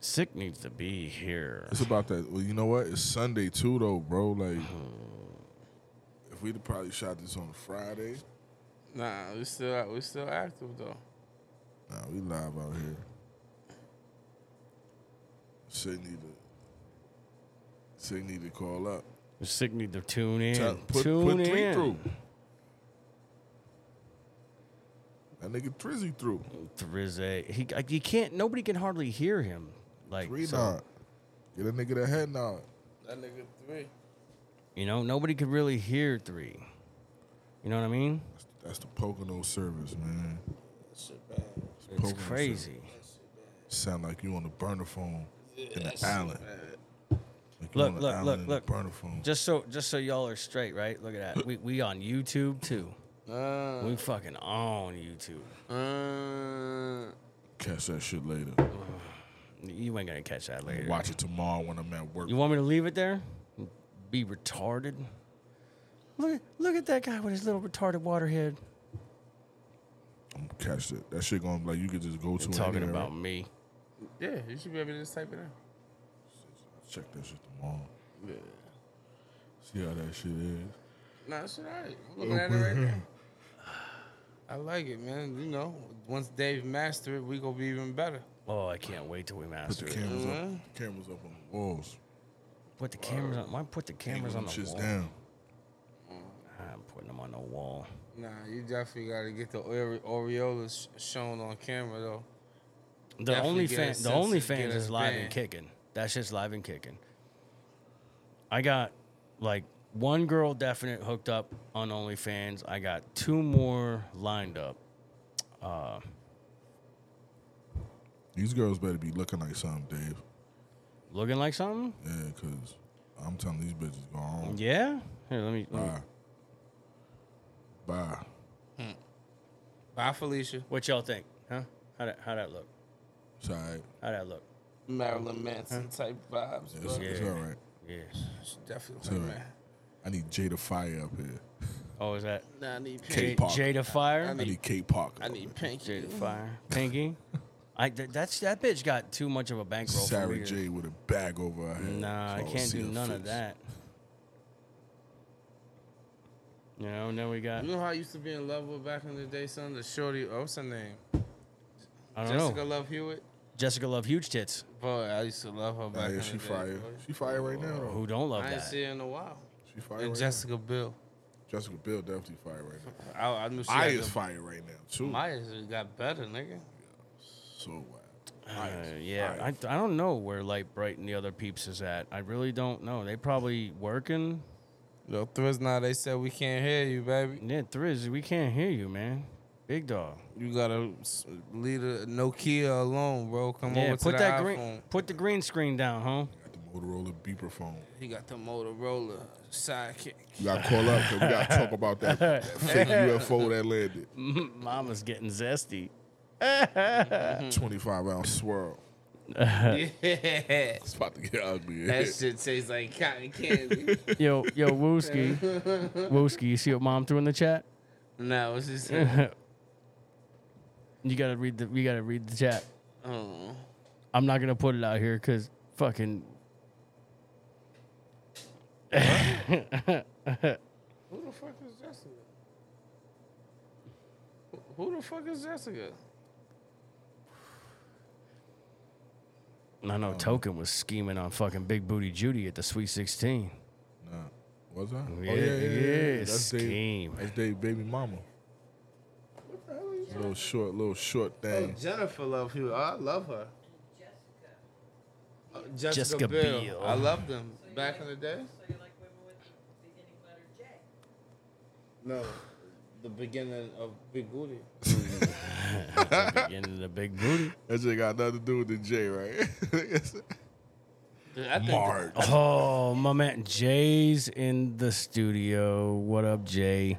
[SPEAKER 4] Sick needs to be here.
[SPEAKER 5] it's about that. Well, you know what? It's Sunday too, though, bro. Like, if we'd have probably shot this on Friday,
[SPEAKER 6] Nah, we still out- we still active though.
[SPEAKER 5] nah, we live out here. Shit need to, shit need to call up.
[SPEAKER 4] Sick need to tune in.
[SPEAKER 5] Tell- put,
[SPEAKER 4] tune
[SPEAKER 5] put three
[SPEAKER 4] in.
[SPEAKER 5] through. That nigga Trizzy through.
[SPEAKER 4] Thrizzy. He, like, you can't. Nobody can hardly hear him. Like,
[SPEAKER 5] Three
[SPEAKER 4] so,
[SPEAKER 5] nod. Get a nigga that head nod.
[SPEAKER 6] That nigga three.
[SPEAKER 4] you know, nobody could really hear three. You know what I mean?
[SPEAKER 5] That's, that's the Pocono service, man.
[SPEAKER 4] It's
[SPEAKER 5] Pocono service.
[SPEAKER 4] crazy.
[SPEAKER 5] Sound like you on the burner phone in the island. Like you
[SPEAKER 4] Look,
[SPEAKER 5] on the
[SPEAKER 4] look,
[SPEAKER 5] island
[SPEAKER 4] look,
[SPEAKER 5] in
[SPEAKER 4] look.
[SPEAKER 5] The burner phone.
[SPEAKER 4] Just so, just so y'all are straight, right? Look at that. We we on YouTube too.
[SPEAKER 6] Uh,
[SPEAKER 4] We fucking on YouTube.
[SPEAKER 6] uh,
[SPEAKER 5] Catch that shit later.
[SPEAKER 4] You ain't gonna catch that later.
[SPEAKER 5] Watch it tomorrow when I'm at work.
[SPEAKER 4] You want me to leave it there? Be retarded. Look, look at that guy with his little retarded waterhead.
[SPEAKER 5] I'm gonna catch it. That shit going to like you could just go to it
[SPEAKER 4] Talking
[SPEAKER 5] anywhere.
[SPEAKER 4] about me.
[SPEAKER 6] yeah, you should be able to just type it in.
[SPEAKER 5] Check that shit tomorrow. See how that shit is.
[SPEAKER 6] Nah, that shit alright. I'm looking at it right now. I like it, man. You know, once Dave master it, we gonna be even better.
[SPEAKER 4] Oh, I can't wait till we
[SPEAKER 5] Put
[SPEAKER 4] master
[SPEAKER 5] the
[SPEAKER 4] it.
[SPEAKER 5] cameras up. Cameras up on the walls.
[SPEAKER 4] Put the cameras on. Why put the cameras on
[SPEAKER 5] Them
[SPEAKER 4] the
[SPEAKER 5] shits
[SPEAKER 4] wall?
[SPEAKER 5] down.
[SPEAKER 4] I'm putting them on the wall.
[SPEAKER 6] Nah, you definitely gotta get the Ore- Orioles sh- shown on camera though.
[SPEAKER 4] The
[SPEAKER 6] Definitely
[SPEAKER 4] only
[SPEAKER 6] get
[SPEAKER 4] fan,
[SPEAKER 6] us
[SPEAKER 4] the
[SPEAKER 6] censored,
[SPEAKER 4] only
[SPEAKER 6] get
[SPEAKER 4] fans
[SPEAKER 6] us
[SPEAKER 4] is live
[SPEAKER 6] banned.
[SPEAKER 4] and kicking. That shit's live and kicking. I got like one girl definite hooked up on OnlyFans. I got two more lined up.
[SPEAKER 5] These girls better be looking like something, Dave.
[SPEAKER 4] Looking like something?
[SPEAKER 5] Yeah, cause I'm telling these bitches go on.
[SPEAKER 4] Yeah. Here, let me. Let me
[SPEAKER 5] Bye. Bye.
[SPEAKER 6] Bye, Felicia.
[SPEAKER 4] what y'all think? Huh? How that? How that look?
[SPEAKER 5] It's all right.
[SPEAKER 4] How that look?
[SPEAKER 6] Marilyn Manson type vibes.
[SPEAKER 5] It's,
[SPEAKER 6] but
[SPEAKER 5] it's all right.
[SPEAKER 4] Yeah.
[SPEAKER 6] she definitely
[SPEAKER 5] It's all
[SPEAKER 6] like,
[SPEAKER 5] right.
[SPEAKER 6] man.
[SPEAKER 5] I need Jada Fire up here.
[SPEAKER 4] Oh, is that
[SPEAKER 6] Nah, I need
[SPEAKER 5] Kate
[SPEAKER 4] J-
[SPEAKER 6] pink.
[SPEAKER 5] Parker.
[SPEAKER 4] Jada Fire?
[SPEAKER 6] I
[SPEAKER 5] I
[SPEAKER 6] need-
[SPEAKER 5] need Kate Parker.
[SPEAKER 6] I
[SPEAKER 5] up
[SPEAKER 6] need
[SPEAKER 5] here.
[SPEAKER 6] pink.
[SPEAKER 4] Jada Fire. Pinky. I th- that's that bitch got too much of a bankroll. for me
[SPEAKER 5] Sarah
[SPEAKER 4] to-
[SPEAKER 5] J with a bag over her head.
[SPEAKER 4] Nah,
[SPEAKER 5] so
[SPEAKER 4] I
[SPEAKER 5] I'll
[SPEAKER 4] can't
[SPEAKER 5] see
[SPEAKER 4] do
[SPEAKER 5] her
[SPEAKER 4] none of
[SPEAKER 5] face.
[SPEAKER 4] that. You know, now we got
[SPEAKER 6] You know how I used to be in love with back in the day, son? The shorty, oh, what's her name?
[SPEAKER 4] I don't
[SPEAKER 6] Jessica
[SPEAKER 4] know.
[SPEAKER 6] Love Hewitt.
[SPEAKER 4] Jessica Love huge tits.
[SPEAKER 6] Boy, I used to love her back
[SPEAKER 5] Nah, yeah,
[SPEAKER 6] in
[SPEAKER 5] she
[SPEAKER 6] the day.
[SPEAKER 5] fire.
[SPEAKER 6] boy.
[SPEAKER 5] She fire right now. Though.
[SPEAKER 4] Who don't love
[SPEAKER 6] I ain't
[SPEAKER 4] that?
[SPEAKER 6] see her in a while.
[SPEAKER 5] She She fire
[SPEAKER 6] And
[SPEAKER 5] right
[SPEAKER 6] Jessica Bill.
[SPEAKER 5] now. Jessica Bill definitely fire right now.
[SPEAKER 6] I, I knew she had
[SPEAKER 5] Maya's
[SPEAKER 6] them-
[SPEAKER 5] fire right now too.
[SPEAKER 6] Maya's just got better, nigga.
[SPEAKER 5] So wild.
[SPEAKER 4] Uh,
[SPEAKER 5] Maya's
[SPEAKER 4] yeah,
[SPEAKER 5] fire.
[SPEAKER 4] I, I don't know where Light Bright and the other peeps is at. I really don't know. They probably working.
[SPEAKER 6] Yo, Thriz, now they said we can't hear you, baby.
[SPEAKER 4] Yeah, Thriz, we can't hear you, man. Big dog.
[SPEAKER 6] You gotta s- leave a Nokia alone, bro. Come
[SPEAKER 4] Yeah,
[SPEAKER 6] over to
[SPEAKER 4] put
[SPEAKER 6] the
[SPEAKER 4] that
[SPEAKER 6] iPhone.
[SPEAKER 4] green, put the green screen down, huh?
[SPEAKER 5] got the Motorola beeper phone.
[SPEAKER 6] He got the Motorola sidekick.
[SPEAKER 5] You gotta call up 'cause we gotta talk about that, that fake UFO that landed.
[SPEAKER 4] Mama's getting zesty.
[SPEAKER 5] Twenty five ounce swirl.
[SPEAKER 6] Yeah.
[SPEAKER 5] It's about to get ugly.
[SPEAKER 6] That shit tastes like cotton candy.
[SPEAKER 4] Yo, yo, Wooski, Wooski, you see what Mom threw in the chat?
[SPEAKER 6] no, what's he saying?
[SPEAKER 4] You gotta read the, you gotta read the chat.
[SPEAKER 6] Oh.
[SPEAKER 4] I'm not gonna put it out here because fucking.
[SPEAKER 6] Who the fuck is Jessica? Who- Who the fuck is Jessica?
[SPEAKER 4] I
[SPEAKER 5] Oh.
[SPEAKER 4] know Token was scheming on fucking Big Booty Judy at the Sweet 16.
[SPEAKER 5] Nah. Was Oh, I?
[SPEAKER 4] Yeah, yeah, scheme.
[SPEAKER 5] Dave, that's Dave baby mama. Little short, little short thing.
[SPEAKER 6] Jennifer Love Hewitt. I love her. Oh, Jessica,
[SPEAKER 4] Jessica
[SPEAKER 6] Biel.
[SPEAKER 4] Biel.
[SPEAKER 6] I love them back in the day. No, the beginning of Big Booty.
[SPEAKER 4] Getting the Big Booty.
[SPEAKER 5] That shit got nothing to do with the J, right?
[SPEAKER 6] Dude, I think
[SPEAKER 5] Mark.
[SPEAKER 4] Oh, my man, Jay's in the studio. What up, Jay?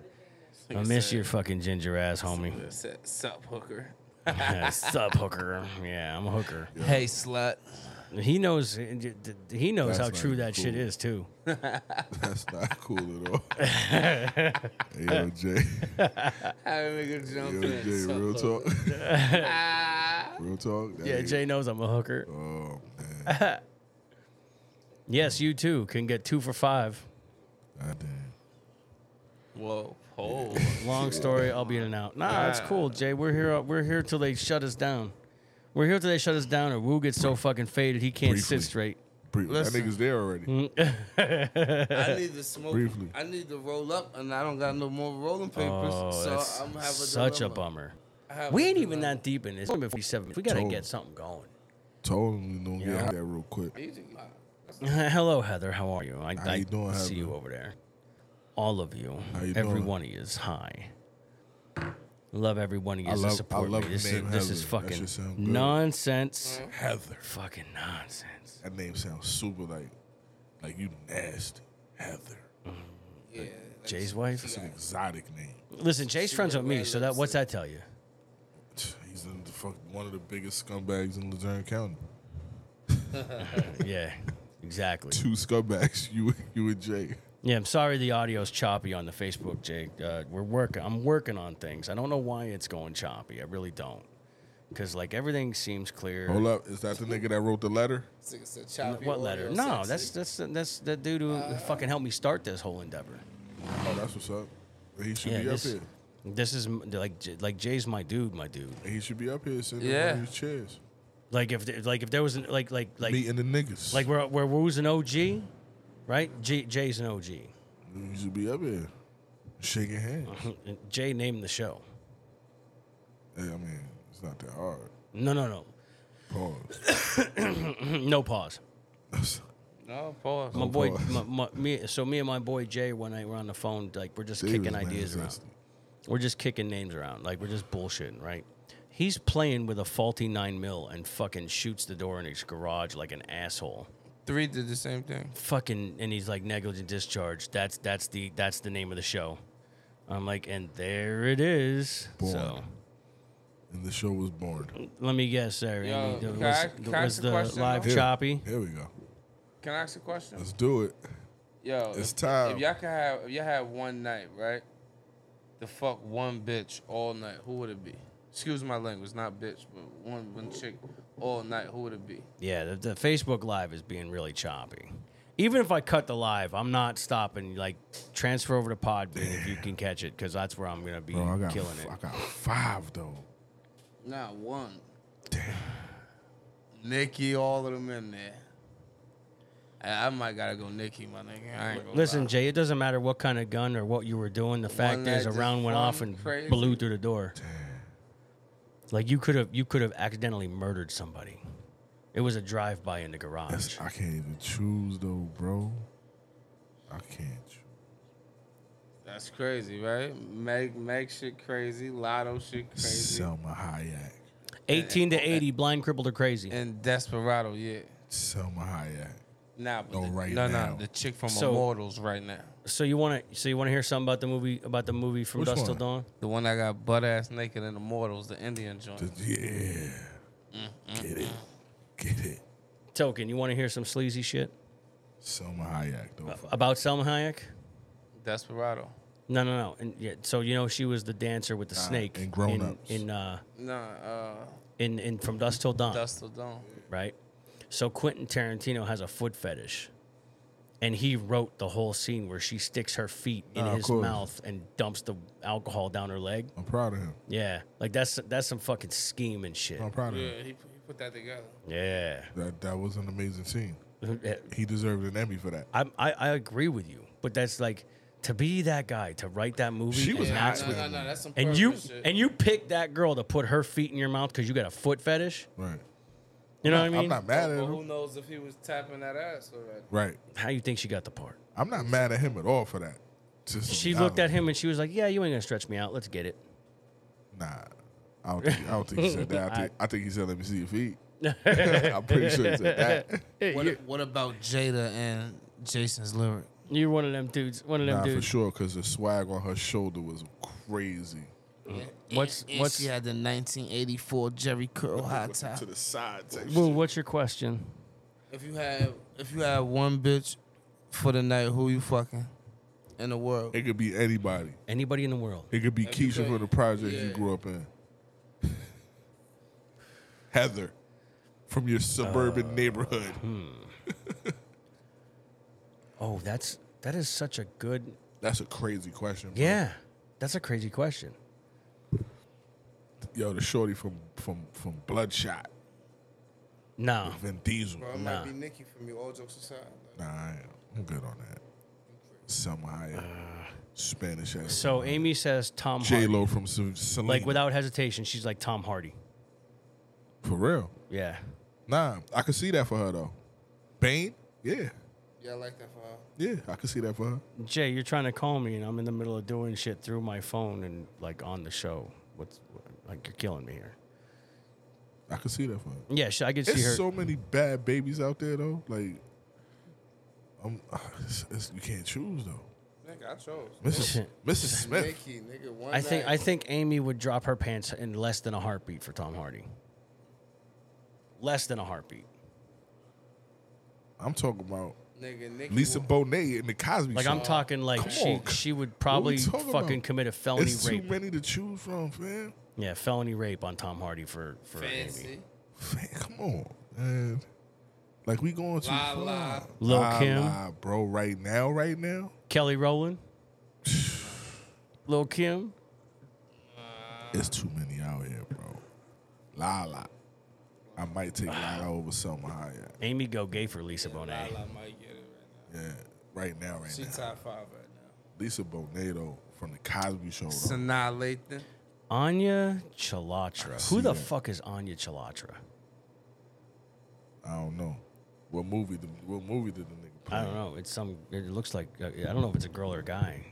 [SPEAKER 4] I miss your fucking ginger ass, homie.
[SPEAKER 6] Said, Sup, hooker.
[SPEAKER 4] Yeah, Sup, hooker. Yeah, I'm a hooker.
[SPEAKER 6] Hey, slut.
[SPEAKER 4] He knows. He knows
[SPEAKER 5] That's
[SPEAKER 4] how
[SPEAKER 5] not
[SPEAKER 4] true that shit
[SPEAKER 5] cool.
[SPEAKER 4] is too.
[SPEAKER 5] That's not cool at all. hey, yo, Jay.
[SPEAKER 6] How that nigga
[SPEAKER 5] Yo,
[SPEAKER 6] jump in.
[SPEAKER 5] Jay,
[SPEAKER 6] Sup,
[SPEAKER 5] real
[SPEAKER 6] hooker.
[SPEAKER 5] talk. real talk. That
[SPEAKER 4] Yeah,
[SPEAKER 5] ain't-
[SPEAKER 4] Jay knows I'm a hooker.
[SPEAKER 5] Oh, man.
[SPEAKER 4] Yes, you too can get two for five.
[SPEAKER 5] God damn.
[SPEAKER 6] Whoa. Oh.
[SPEAKER 4] Long story. I'll be in and out. Nah, it's cool, Jay. We're here. uh, We're here till they shut us down. We're here till they shut us down, or Woo gets so fucking faded he can't
[SPEAKER 5] Briefly.
[SPEAKER 4] sit straight.
[SPEAKER 5] Bre- that
[SPEAKER 6] Listen.
[SPEAKER 5] nigga's there already.
[SPEAKER 4] Mm.
[SPEAKER 6] I need to smoke.
[SPEAKER 5] Briefly.
[SPEAKER 6] I need to roll up, and I don't got no more rolling papers.
[SPEAKER 4] Oh,
[SPEAKER 6] so
[SPEAKER 4] that's
[SPEAKER 6] I'm having
[SPEAKER 4] such a
[SPEAKER 6] dilemma.
[SPEAKER 4] bummer.
[SPEAKER 6] I have
[SPEAKER 4] We
[SPEAKER 6] a
[SPEAKER 4] ain't even
[SPEAKER 6] dilemma.
[SPEAKER 4] that deep in this. It's only been 47. We gotta
[SPEAKER 5] Total.
[SPEAKER 4] get something going.
[SPEAKER 5] Told him you know we
[SPEAKER 4] Yeah.
[SPEAKER 5] had that real quick.
[SPEAKER 4] Hello, Heather. How are you? I,
[SPEAKER 5] How
[SPEAKER 4] I
[SPEAKER 5] you doing,
[SPEAKER 4] see
[SPEAKER 5] Heather?
[SPEAKER 4] you over there. All of you.
[SPEAKER 5] How you
[SPEAKER 4] every
[SPEAKER 5] doing?
[SPEAKER 4] one of you is high. Love every one of you
[SPEAKER 5] I
[SPEAKER 4] to
[SPEAKER 5] love- I
[SPEAKER 4] support
[SPEAKER 5] love
[SPEAKER 4] me.
[SPEAKER 5] the
[SPEAKER 4] This is,
[SPEAKER 5] name
[SPEAKER 4] this is
[SPEAKER 5] Heather. That
[SPEAKER 4] fucking
[SPEAKER 5] shit sound good.
[SPEAKER 4] nonsense.
[SPEAKER 5] Heather.
[SPEAKER 4] Fucking nonsense.
[SPEAKER 5] That name sounds super like, like you nasty. Heather.
[SPEAKER 6] Yeah.
[SPEAKER 4] Jay's wife.
[SPEAKER 5] It's an exotic name.
[SPEAKER 4] Listen, Jay's friends with me, so that what's that tell you?
[SPEAKER 5] He's in the fuck, one of the biggest scumbags in Luzerne County.
[SPEAKER 4] Yeah, exactly.
[SPEAKER 5] Two scumbags, you you and Jay.
[SPEAKER 4] Yeah, I'm sorry the audio's choppy on the Facebook, Jake. Uh, we're working. I'm working on things. I don't know why it's going choppy. I really don't. Because like everything seems clear.
[SPEAKER 5] Hold up, is that the nigga that wrote the letter?
[SPEAKER 6] Nigga said choppy
[SPEAKER 4] What
[SPEAKER 6] audio,
[SPEAKER 4] letter? No,
[SPEAKER 6] sexy.
[SPEAKER 4] that's that's that's that dude who
[SPEAKER 5] Uh,
[SPEAKER 4] fucking helped me start this whole endeavor.
[SPEAKER 5] Oh, that's what's up. He should
[SPEAKER 4] Yeah,
[SPEAKER 5] be
[SPEAKER 4] this,
[SPEAKER 5] up here.
[SPEAKER 4] this is m- like J- like Jay's my dude, my dude.
[SPEAKER 5] He should be up here sitting in
[SPEAKER 6] Yeah.
[SPEAKER 5] one of these chairs.
[SPEAKER 4] Like if th- like if there was an, like like like
[SPEAKER 5] Meeting the niggas.
[SPEAKER 4] like where where Woo's an OG, right? J, Jay's an OG.
[SPEAKER 5] he should be up here. Shaking hands.
[SPEAKER 4] Jay named the show.
[SPEAKER 5] Hey, I mean, it's not that hard.
[SPEAKER 4] No, no, no,
[SPEAKER 5] Pause.
[SPEAKER 4] no pause.
[SPEAKER 6] No, pause.
[SPEAKER 4] My boy,
[SPEAKER 5] pause.
[SPEAKER 4] my, my, me. So me and my boy Jay, one night we're on the phone, like we're just
[SPEAKER 5] David's
[SPEAKER 4] kicking
[SPEAKER 5] man
[SPEAKER 4] ideas
[SPEAKER 5] is
[SPEAKER 4] around.
[SPEAKER 5] zesty.
[SPEAKER 4] We're just kicking names around, like we're just bullshitting, right? He's playing with a faulty nine mil and fucking shoots the door in his garage like an asshole.
[SPEAKER 6] Three did the same thing.
[SPEAKER 4] Fucking, and he's like negligent discharge. That's that's the that's the name of the show. I'm like, and there it is.
[SPEAKER 5] Born.
[SPEAKER 4] So
[SPEAKER 5] And the show was born.
[SPEAKER 4] let me guess, sir.
[SPEAKER 6] Yo,
[SPEAKER 4] Andy,
[SPEAKER 6] can
[SPEAKER 4] was,
[SPEAKER 6] I- can I
[SPEAKER 4] was
[SPEAKER 6] ask a
[SPEAKER 4] the
[SPEAKER 6] question,
[SPEAKER 4] live
[SPEAKER 6] though?
[SPEAKER 5] Here-
[SPEAKER 4] choppy?
[SPEAKER 5] Here we go.
[SPEAKER 6] Can I ask a question?
[SPEAKER 5] Let's do it.
[SPEAKER 6] Yo,
[SPEAKER 5] It's
[SPEAKER 6] if,
[SPEAKER 5] time.
[SPEAKER 6] If y'all could have, if y'all had one night, right? To fuck one bitch all night, who would it be? Excuse my language, not bitch, but one one chick all night, who would it be?
[SPEAKER 4] Yeah, the, the Facebook Live is being really choppy. Even if I cut the live, I'm not stopping. Like, transfer over to Podbean if you can catch it, because that's where I'm gonna be
[SPEAKER 5] Bro, I got,
[SPEAKER 4] killing
[SPEAKER 5] f-
[SPEAKER 4] it.
[SPEAKER 5] I got five, though.
[SPEAKER 6] Not one. Damn. Nikki, all of them in there. I, I might gotta go Nikki, my nigga. I ain't gonna
[SPEAKER 4] Listen,
[SPEAKER 6] lie.
[SPEAKER 4] Jay, it doesn't matter what kind of gun or what you were doing. The fact
[SPEAKER 6] that
[SPEAKER 4] is, a
[SPEAKER 6] just
[SPEAKER 4] round went off
[SPEAKER 6] flung
[SPEAKER 4] and
[SPEAKER 6] crazy.
[SPEAKER 4] blew through the door. Like you could have, you could have accidentally murdered somebody. It was a drive-by in the garage.
[SPEAKER 5] That's- I can't even choose though, bro. I can't. choose.
[SPEAKER 6] That's crazy, right? Meg, Meg shit crazy, Lotto shit crazy,
[SPEAKER 5] Selma Hayek.
[SPEAKER 4] Eighteen to eighty, blind, crippled, or crazy.
[SPEAKER 6] and Desperado, yeah.
[SPEAKER 5] Selma Hayek.
[SPEAKER 6] Nah, but
[SPEAKER 5] Go
[SPEAKER 6] the,
[SPEAKER 5] Oh, right
[SPEAKER 6] no,
[SPEAKER 5] now.
[SPEAKER 6] no, the chick from
[SPEAKER 4] So-
[SPEAKER 6] Immortals right now,
[SPEAKER 4] So you want to, so you want to hear something about the movie, about the movie from
[SPEAKER 5] Which
[SPEAKER 4] Dust Till
[SPEAKER 5] one?
[SPEAKER 4] Dawn?
[SPEAKER 6] the one that got butt ass naked in Immortals, the Indian joint.
[SPEAKER 5] The- yeah. Get it. Get it.
[SPEAKER 4] Token, you want to hear some sleazy shit
[SPEAKER 5] Selma Hayek though.
[SPEAKER 4] about Selma Hayek?
[SPEAKER 6] Desperado.
[SPEAKER 4] No, no, no. And yeah, so you know she was the dancer with the
[SPEAKER 5] Uh,
[SPEAKER 4] snake
[SPEAKER 5] and
[SPEAKER 4] in,
[SPEAKER 5] grown-ups.
[SPEAKER 4] in, uh,
[SPEAKER 6] Nah, uh,
[SPEAKER 4] in, in from Dust Till Dawn.
[SPEAKER 6] Dust Till Dawn.
[SPEAKER 4] right? So Quentin Tarantino has a foot fetish, and he wrote the whole scene where she sticks her feet in
[SPEAKER 5] Ah, of
[SPEAKER 4] his
[SPEAKER 5] course.
[SPEAKER 4] mouth and dumps the alcohol down her leg.
[SPEAKER 5] I'm proud of him.
[SPEAKER 4] Yeah, like that's that's some fucking scheme and shit.
[SPEAKER 5] I'm proud of
[SPEAKER 6] Yeah,
[SPEAKER 5] him.
[SPEAKER 6] he, he put that together.
[SPEAKER 4] Yeah,
[SPEAKER 5] That that was an amazing scene.
[SPEAKER 4] I,
[SPEAKER 5] He deserved an Emmy for that.
[SPEAKER 4] I I agree with you, but that's like to be that guy to write that movie.
[SPEAKER 5] She was
[SPEAKER 4] and
[SPEAKER 5] hot
[SPEAKER 4] that's
[SPEAKER 5] as
[SPEAKER 4] what-
[SPEAKER 5] hell.
[SPEAKER 6] that's some
[SPEAKER 4] and you
[SPEAKER 6] pervert shit.
[SPEAKER 4] and you pick that girl to put her feet in your mouth because you got a foot fetish.
[SPEAKER 5] Right.
[SPEAKER 4] You know what I mean?
[SPEAKER 5] I'm not mad at
[SPEAKER 6] But
[SPEAKER 5] him.
[SPEAKER 6] who knows if he was tapping that ass already?
[SPEAKER 5] Right.
[SPEAKER 4] How you think she got the part?
[SPEAKER 5] I'm not mad at him at all for that. Just
[SPEAKER 4] She
[SPEAKER 5] nah,
[SPEAKER 4] looked at him and she was like, "Yeah, you ain't gonna stretch me out. Let's get it."
[SPEAKER 5] Nah. I don't, think, I don't think he said that. I think, I think he said, "Let me see your feet." I'm pretty sure he said that.
[SPEAKER 6] What, what about Jada and Jason's lyric?
[SPEAKER 4] You're one of them dudes. One of them
[SPEAKER 5] Nah, for
[SPEAKER 4] dudes.
[SPEAKER 5] sure, because the swag on her shoulder was crazy.
[SPEAKER 4] What's what's
[SPEAKER 6] had the 1984 Jerry Curl hot top.
[SPEAKER 5] To the side section.
[SPEAKER 4] Boo, What's your question?
[SPEAKER 6] If you had if you had one bitch for the night, who you fucking in the world?
[SPEAKER 5] It could be anybody.
[SPEAKER 4] Anybody in the world?
[SPEAKER 5] It could be Keisha
[SPEAKER 6] could-
[SPEAKER 5] from the project you
[SPEAKER 6] yeah.
[SPEAKER 5] grew up in. Heather from your suburban neighborhood.
[SPEAKER 4] Oh, that's that is such a good.
[SPEAKER 5] That's a crazy question. bro.
[SPEAKER 4] Yeah, that's a crazy question.
[SPEAKER 5] Yo, the shorty from from from Bloodshot,
[SPEAKER 4] No,
[SPEAKER 5] Vin Diesel.
[SPEAKER 6] Bro, it
[SPEAKER 4] Nah.
[SPEAKER 6] might be Nikki from you. All jokes aside,
[SPEAKER 5] Nah, I am. I'm good on that. Somehow,
[SPEAKER 4] Uh,
[SPEAKER 5] Spanish ass.
[SPEAKER 4] So Amy says Tom
[SPEAKER 5] J
[SPEAKER 4] Hardy.
[SPEAKER 5] Lo from Sel- Selena.
[SPEAKER 4] Like without hesitation, she's like Tom Hardy.
[SPEAKER 5] for real.
[SPEAKER 4] Yeah.
[SPEAKER 5] Nah, I could see that for her though. Bane, yeah,
[SPEAKER 6] yeah, I like that for her.
[SPEAKER 5] yeah, I could see that for her.
[SPEAKER 4] Jay, you're trying to call me, and I'm in the middle of doing shit through my phone and like on the show. What's like you're killing me here?
[SPEAKER 5] I could see that for her.
[SPEAKER 4] Yeah, sh- I can see her.
[SPEAKER 5] There's so many bad babies out there though. Like, I'm, it's, it's, you can't choose though.
[SPEAKER 6] Nigga, I chose
[SPEAKER 5] Mrs. Mrs. Smith.
[SPEAKER 6] Nikki. Nigga, one
[SPEAKER 4] I think I
[SPEAKER 6] night.
[SPEAKER 4] think Amy would drop her pants in less than a heartbeat for Tom Hardy. Less than a heartbeat.
[SPEAKER 5] I'm talking about
[SPEAKER 6] nigga Nikki.
[SPEAKER 5] Lisa
[SPEAKER 6] will-
[SPEAKER 5] Bonet in the Cosby
[SPEAKER 4] Like
[SPEAKER 5] Show.
[SPEAKER 4] I'm talking like
[SPEAKER 5] Come
[SPEAKER 4] she
[SPEAKER 5] on.
[SPEAKER 4] she would
[SPEAKER 5] What we
[SPEAKER 4] probably
[SPEAKER 5] talking
[SPEAKER 4] fucking
[SPEAKER 5] about?
[SPEAKER 4] commit a felony
[SPEAKER 5] It's too
[SPEAKER 4] rape.
[SPEAKER 5] many to choose from, fam.
[SPEAKER 4] Yeah, felony rape on Tom Hardy for for Amy.
[SPEAKER 6] fancy.
[SPEAKER 5] Fam, come on, man. Like we going too
[SPEAKER 6] La,
[SPEAKER 5] far.
[SPEAKER 6] la.
[SPEAKER 4] Lil'
[SPEAKER 5] La,
[SPEAKER 4] Kim.
[SPEAKER 5] la, bro. Right now, right now,
[SPEAKER 4] Kelly Rowland, Lil Kim.
[SPEAKER 5] it's too many out here, bro. La la. I might take Lala over Selma Hayek.
[SPEAKER 4] Amy go gay for Lisa
[SPEAKER 6] I
[SPEAKER 4] Bonet.
[SPEAKER 6] might get it right now.
[SPEAKER 5] Yeah, right now, right
[SPEAKER 6] She
[SPEAKER 5] now.
[SPEAKER 6] top five right now.
[SPEAKER 5] Lisa Bonet though, from the Cosby Show. though.
[SPEAKER 6] Sanaa Lathan.
[SPEAKER 4] Anya Chilatra. Who the
[SPEAKER 5] that.
[SPEAKER 4] fuck is Anya Chilatra?
[SPEAKER 5] I don't know. What movie? The, what movie did the nigga play?
[SPEAKER 4] I don't know. It's some. It looks like uh, I don't know if it's a girl or a guy.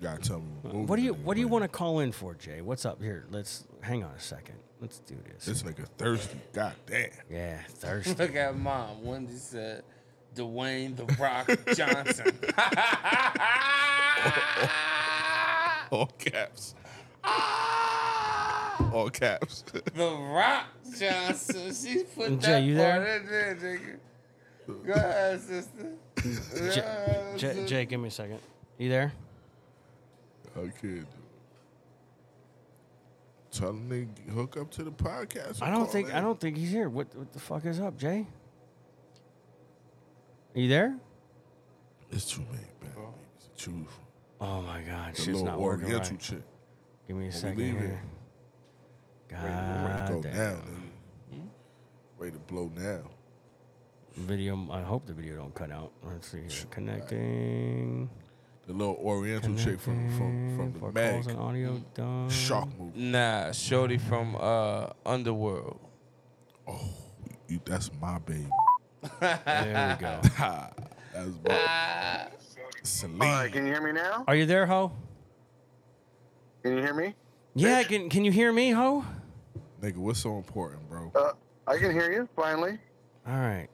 [SPEAKER 5] You gotta tell me. What, movie
[SPEAKER 4] What do
[SPEAKER 5] the
[SPEAKER 4] you
[SPEAKER 5] nigga
[SPEAKER 4] What do you
[SPEAKER 5] played.
[SPEAKER 4] want to call in for, Jay? What's up here? Let's hang on a second. Let's do this.
[SPEAKER 5] This nigga thirsty. God damn.
[SPEAKER 4] Yeah, thirsty.
[SPEAKER 6] Look at mom. Wendy said, Dwayne the Rock Johnson.
[SPEAKER 5] All caps. All caps.
[SPEAKER 6] the Rock Johnson. She put
[SPEAKER 4] Jay,
[SPEAKER 6] that
[SPEAKER 4] you
[SPEAKER 6] part
[SPEAKER 4] there?
[SPEAKER 6] in there, nigga. Go ahead, sister.
[SPEAKER 4] J- J- Jay, give me a second. You there?
[SPEAKER 5] I can't do it. Tell them they hook up to the podcast. or
[SPEAKER 4] I don't
[SPEAKER 5] call
[SPEAKER 4] think
[SPEAKER 5] in.
[SPEAKER 4] I don't think he's here. What what the fuck is up, Jay? Are you there?
[SPEAKER 5] It's too many bad babies to choose from.
[SPEAKER 4] Oh my god,
[SPEAKER 5] The
[SPEAKER 4] shit's
[SPEAKER 5] little
[SPEAKER 4] not working
[SPEAKER 5] Oriental
[SPEAKER 4] right.
[SPEAKER 5] chick.
[SPEAKER 4] Give me a second
[SPEAKER 5] leave
[SPEAKER 4] here.
[SPEAKER 5] Ready to
[SPEAKER 4] God
[SPEAKER 5] go
[SPEAKER 4] Ah, damn. Hmm?
[SPEAKER 5] now, nigga. Ready to blow now.
[SPEAKER 4] Video. I hope the video don't cut out. Let's see. Here. Connecting.
[SPEAKER 5] The little Oriental chick from from from the
[SPEAKER 4] For
[SPEAKER 5] Meg
[SPEAKER 4] calls and audio done.
[SPEAKER 5] shark movie.
[SPEAKER 6] Nah, Shorty from uh Underworld.
[SPEAKER 5] You- That's my baby.
[SPEAKER 4] There we go.
[SPEAKER 5] Ha, that's my Celine.
[SPEAKER 9] Ah. All right, can you hear me now?
[SPEAKER 4] Are you there, Ho?
[SPEAKER 9] Can you hear me?
[SPEAKER 4] Yeah. Can Can you hear me, Ho?
[SPEAKER 5] Nigga, what's so important, bro?
[SPEAKER 9] Uh, I can hear you finally.
[SPEAKER 4] All right.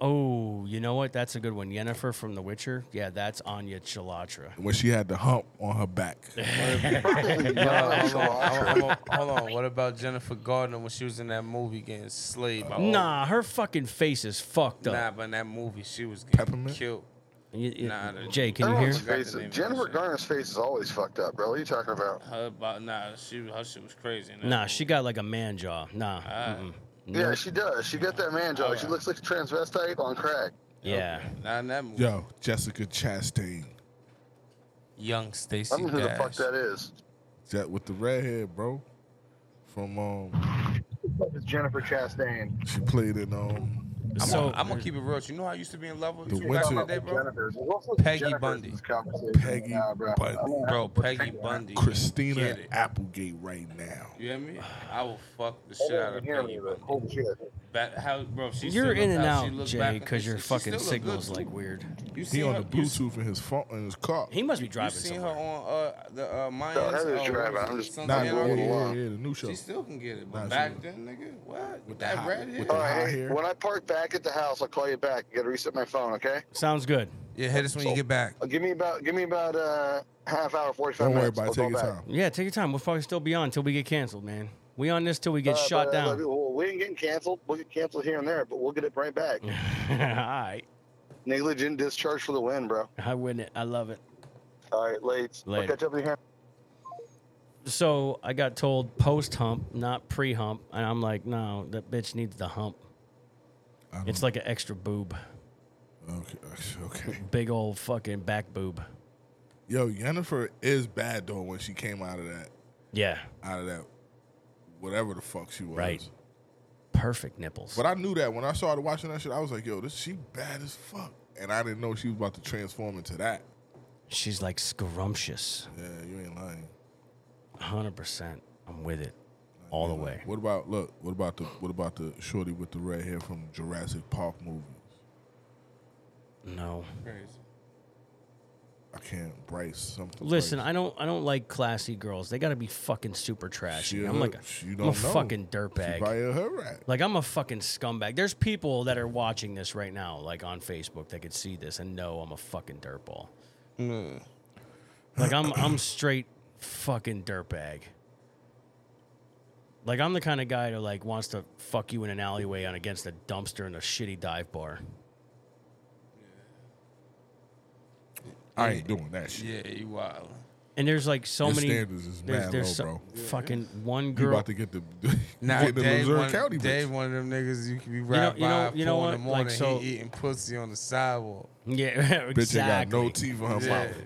[SPEAKER 4] Oh, you know what? That's a good one. Yennefer from The Witcher. Yeah, that's Anya Chilatra.
[SPEAKER 5] When she had the hump on her back.
[SPEAKER 6] hold, on, hold, on, hold on. What about Jennifer Gardner when she was in that movie getting slayed by all-
[SPEAKER 4] Nah, her fucking face is fucked
[SPEAKER 6] Oh. Nah,
[SPEAKER 4] up.
[SPEAKER 6] but in that movie she was getting
[SPEAKER 5] Peppermint?
[SPEAKER 6] killed.
[SPEAKER 4] You- you-
[SPEAKER 6] nah, the-
[SPEAKER 4] Jay, can you hear?
[SPEAKER 9] Everyone's
[SPEAKER 6] hear?
[SPEAKER 9] face-
[SPEAKER 6] Forgot the name of
[SPEAKER 9] Jennifer
[SPEAKER 6] that shit.
[SPEAKER 9] Garner's face is always fucked up, bro. What are you talking about?
[SPEAKER 6] Her about nah, she her shit was crazy. in that
[SPEAKER 4] Nah,
[SPEAKER 6] movie.
[SPEAKER 4] she got like a man jaw.
[SPEAKER 6] Uh,
[SPEAKER 4] Nah. mm-mm.
[SPEAKER 9] Yeah, she does. She got that man jaw. She looks like a transvestite on crack.
[SPEAKER 4] Yeah.
[SPEAKER 6] not in that movie.
[SPEAKER 5] Yo, Jessica Chastain.
[SPEAKER 6] Young Stacy.
[SPEAKER 9] I don't know who the fuck
[SPEAKER 6] Dash.
[SPEAKER 9] that is.
[SPEAKER 5] That with the redhead, bro. From um,
[SPEAKER 9] It's Jennifer Chastain.
[SPEAKER 5] she played in um,
[SPEAKER 6] I'm,
[SPEAKER 4] So
[SPEAKER 6] gonna, I'm gonna keep it real. You know how I used to be in love with
[SPEAKER 5] The
[SPEAKER 6] you back in the
[SPEAKER 5] Winter-
[SPEAKER 6] day, bro.
[SPEAKER 9] Jennifer's. There's also
[SPEAKER 6] Peggy
[SPEAKER 9] Jennifer's
[SPEAKER 6] Bundy.
[SPEAKER 9] in this conversation.
[SPEAKER 5] Peggy
[SPEAKER 9] Nah, bro.
[SPEAKER 5] Bundy.
[SPEAKER 9] I'm gonna
[SPEAKER 6] Bro,
[SPEAKER 9] have to put
[SPEAKER 6] Peggy
[SPEAKER 9] Bundy.
[SPEAKER 6] Bundy.
[SPEAKER 5] Christina
[SPEAKER 6] Get it.
[SPEAKER 5] Applegate right now.
[SPEAKER 6] You hear me? I will fuck the
[SPEAKER 9] I
[SPEAKER 6] shit
[SPEAKER 9] don't
[SPEAKER 6] out of
[SPEAKER 9] hear
[SPEAKER 6] Peggy
[SPEAKER 9] me, but
[SPEAKER 6] Bundy.
[SPEAKER 9] holy shit.
[SPEAKER 6] Back, how, bro, she
[SPEAKER 4] you're
[SPEAKER 6] still
[SPEAKER 4] in
[SPEAKER 6] look
[SPEAKER 4] and
[SPEAKER 6] how she
[SPEAKER 4] out,
[SPEAKER 6] look
[SPEAKER 4] Jay,
[SPEAKER 6] back-
[SPEAKER 4] because your
[SPEAKER 6] she
[SPEAKER 4] fucking
[SPEAKER 6] still look good,
[SPEAKER 4] signal's
[SPEAKER 6] too.
[SPEAKER 4] like weird.
[SPEAKER 6] You
[SPEAKER 5] He
[SPEAKER 6] seen
[SPEAKER 5] on
[SPEAKER 6] her,
[SPEAKER 5] the Bluetooth in his phone in his car.
[SPEAKER 4] He must be
[SPEAKER 6] You, you
[SPEAKER 4] driving
[SPEAKER 6] seen her
[SPEAKER 4] somewhere.
[SPEAKER 6] on uh, the uh, Mayans?
[SPEAKER 9] No, that is
[SPEAKER 6] uh,
[SPEAKER 9] driving.
[SPEAKER 6] what
[SPEAKER 9] I'm
[SPEAKER 6] is it?
[SPEAKER 9] just
[SPEAKER 6] Something
[SPEAKER 5] Nah,
[SPEAKER 9] Yeah,
[SPEAKER 5] yeah,
[SPEAKER 6] in her
[SPEAKER 5] yeah,
[SPEAKER 9] I'm
[SPEAKER 6] Walmart.
[SPEAKER 5] yeah,
[SPEAKER 9] along.
[SPEAKER 5] yeah, the new show.
[SPEAKER 6] She still can get it, but
[SPEAKER 5] Nah, she
[SPEAKER 6] back
[SPEAKER 5] was-
[SPEAKER 6] then, nigga, what?
[SPEAKER 5] With the
[SPEAKER 6] that
[SPEAKER 5] hot-
[SPEAKER 6] red
[SPEAKER 5] with
[SPEAKER 6] hair.
[SPEAKER 5] the
[SPEAKER 9] All right,
[SPEAKER 5] hot
[SPEAKER 9] hey,
[SPEAKER 5] hair.
[SPEAKER 9] when I park back at the house, I'll call you back. You gotta reset my phone, okay?
[SPEAKER 4] Sounds good.
[SPEAKER 6] Yeah, hit us when you get back.
[SPEAKER 9] Uh, Give me about give me about uh half hour, forty five
[SPEAKER 5] Don't worry
[SPEAKER 9] minutes.
[SPEAKER 5] about it.
[SPEAKER 9] I'll
[SPEAKER 5] Take
[SPEAKER 9] call
[SPEAKER 5] your
[SPEAKER 9] back.
[SPEAKER 5] time.
[SPEAKER 4] Yeah, take your time. We'll probably still be on till we get canceled, man. We on this till we get
[SPEAKER 9] Uh,
[SPEAKER 4] shot
[SPEAKER 9] but, uh,
[SPEAKER 4] down.
[SPEAKER 9] well, we ain't getting canceled. We'll get canceled here and there, but we'll get it right back.
[SPEAKER 4] All right.
[SPEAKER 9] Negligent discharge for the win, bro.
[SPEAKER 4] I win it. I love it.
[SPEAKER 9] All right, late.
[SPEAKER 4] Later.
[SPEAKER 9] I'll catch up with you here.
[SPEAKER 4] So I got told post hump, not pre hump, and I'm like, no, that bitch needs the hump.
[SPEAKER 5] I don't-
[SPEAKER 4] It's like an extra boob,
[SPEAKER 5] okay, okay.
[SPEAKER 4] big old fucking back boob.
[SPEAKER 5] Yo, Yennefer is bad though when she came out of that
[SPEAKER 4] Yeah,
[SPEAKER 5] out of that whatever the fuck she was.
[SPEAKER 4] Right. perfect nipples.
[SPEAKER 5] But I knew that when I started watching that shit, I was like, yo, this she bad as fuck. And I didn't know she was about to transform into that.
[SPEAKER 4] She's like scrumptious,
[SPEAKER 5] Yeah, you ain't lying.
[SPEAKER 4] hundred percent. I'm with it, all the way.
[SPEAKER 5] What about look, what about the what about the shorty with the red hair from Jurassic Park movies?
[SPEAKER 4] No,
[SPEAKER 6] Crazy.
[SPEAKER 5] I can't Bryce something.
[SPEAKER 4] listen,
[SPEAKER 5] Bryce.
[SPEAKER 4] I don't, I don't like classy girls. They got to be fucking super trashy.
[SPEAKER 5] She a
[SPEAKER 4] I'm like, a,
[SPEAKER 5] hood. She
[SPEAKER 4] I'm
[SPEAKER 5] don't
[SPEAKER 4] a
[SPEAKER 5] know.
[SPEAKER 4] fucking
[SPEAKER 5] She
[SPEAKER 4] dirtbag.
[SPEAKER 5] buy a hood rat.
[SPEAKER 4] Like I'm a fucking scumbag. There's people that are watching this right now, like on Facebook, that could see this and know I'm a fucking dirtball.
[SPEAKER 5] Hmm.
[SPEAKER 4] Like I'm I'm straight fucking dirtbag. Like I'm the kind of guy that like wants to fuck you in an alleyway on against a dumpster in a shitty dive bar.
[SPEAKER 5] I ain't doing that shit.
[SPEAKER 6] Yeah, you wild.
[SPEAKER 4] And there's like so
[SPEAKER 5] Your
[SPEAKER 4] many
[SPEAKER 5] standards is
[SPEAKER 4] there's,
[SPEAKER 5] mad
[SPEAKER 4] there's
[SPEAKER 5] low,
[SPEAKER 4] so-
[SPEAKER 5] bro.
[SPEAKER 4] fucking one
[SPEAKER 5] You
[SPEAKER 4] girl.
[SPEAKER 5] about to get the
[SPEAKER 6] Now,
[SPEAKER 5] get the
[SPEAKER 6] Dave,
[SPEAKER 5] Missouri
[SPEAKER 6] one,
[SPEAKER 5] County
[SPEAKER 6] Dave
[SPEAKER 5] bitch.
[SPEAKER 6] one of them niggas you could be riding
[SPEAKER 4] you know-
[SPEAKER 6] by
[SPEAKER 4] you know
[SPEAKER 6] four
[SPEAKER 4] what?
[SPEAKER 6] in the
[SPEAKER 4] Like,
[SPEAKER 6] morning,
[SPEAKER 4] so-
[SPEAKER 6] he eating pussy on the sidewalk.
[SPEAKER 4] yeah, exactly.
[SPEAKER 5] Bitch ain't got no teeth in her
[SPEAKER 6] Yeah.
[SPEAKER 5] mouth.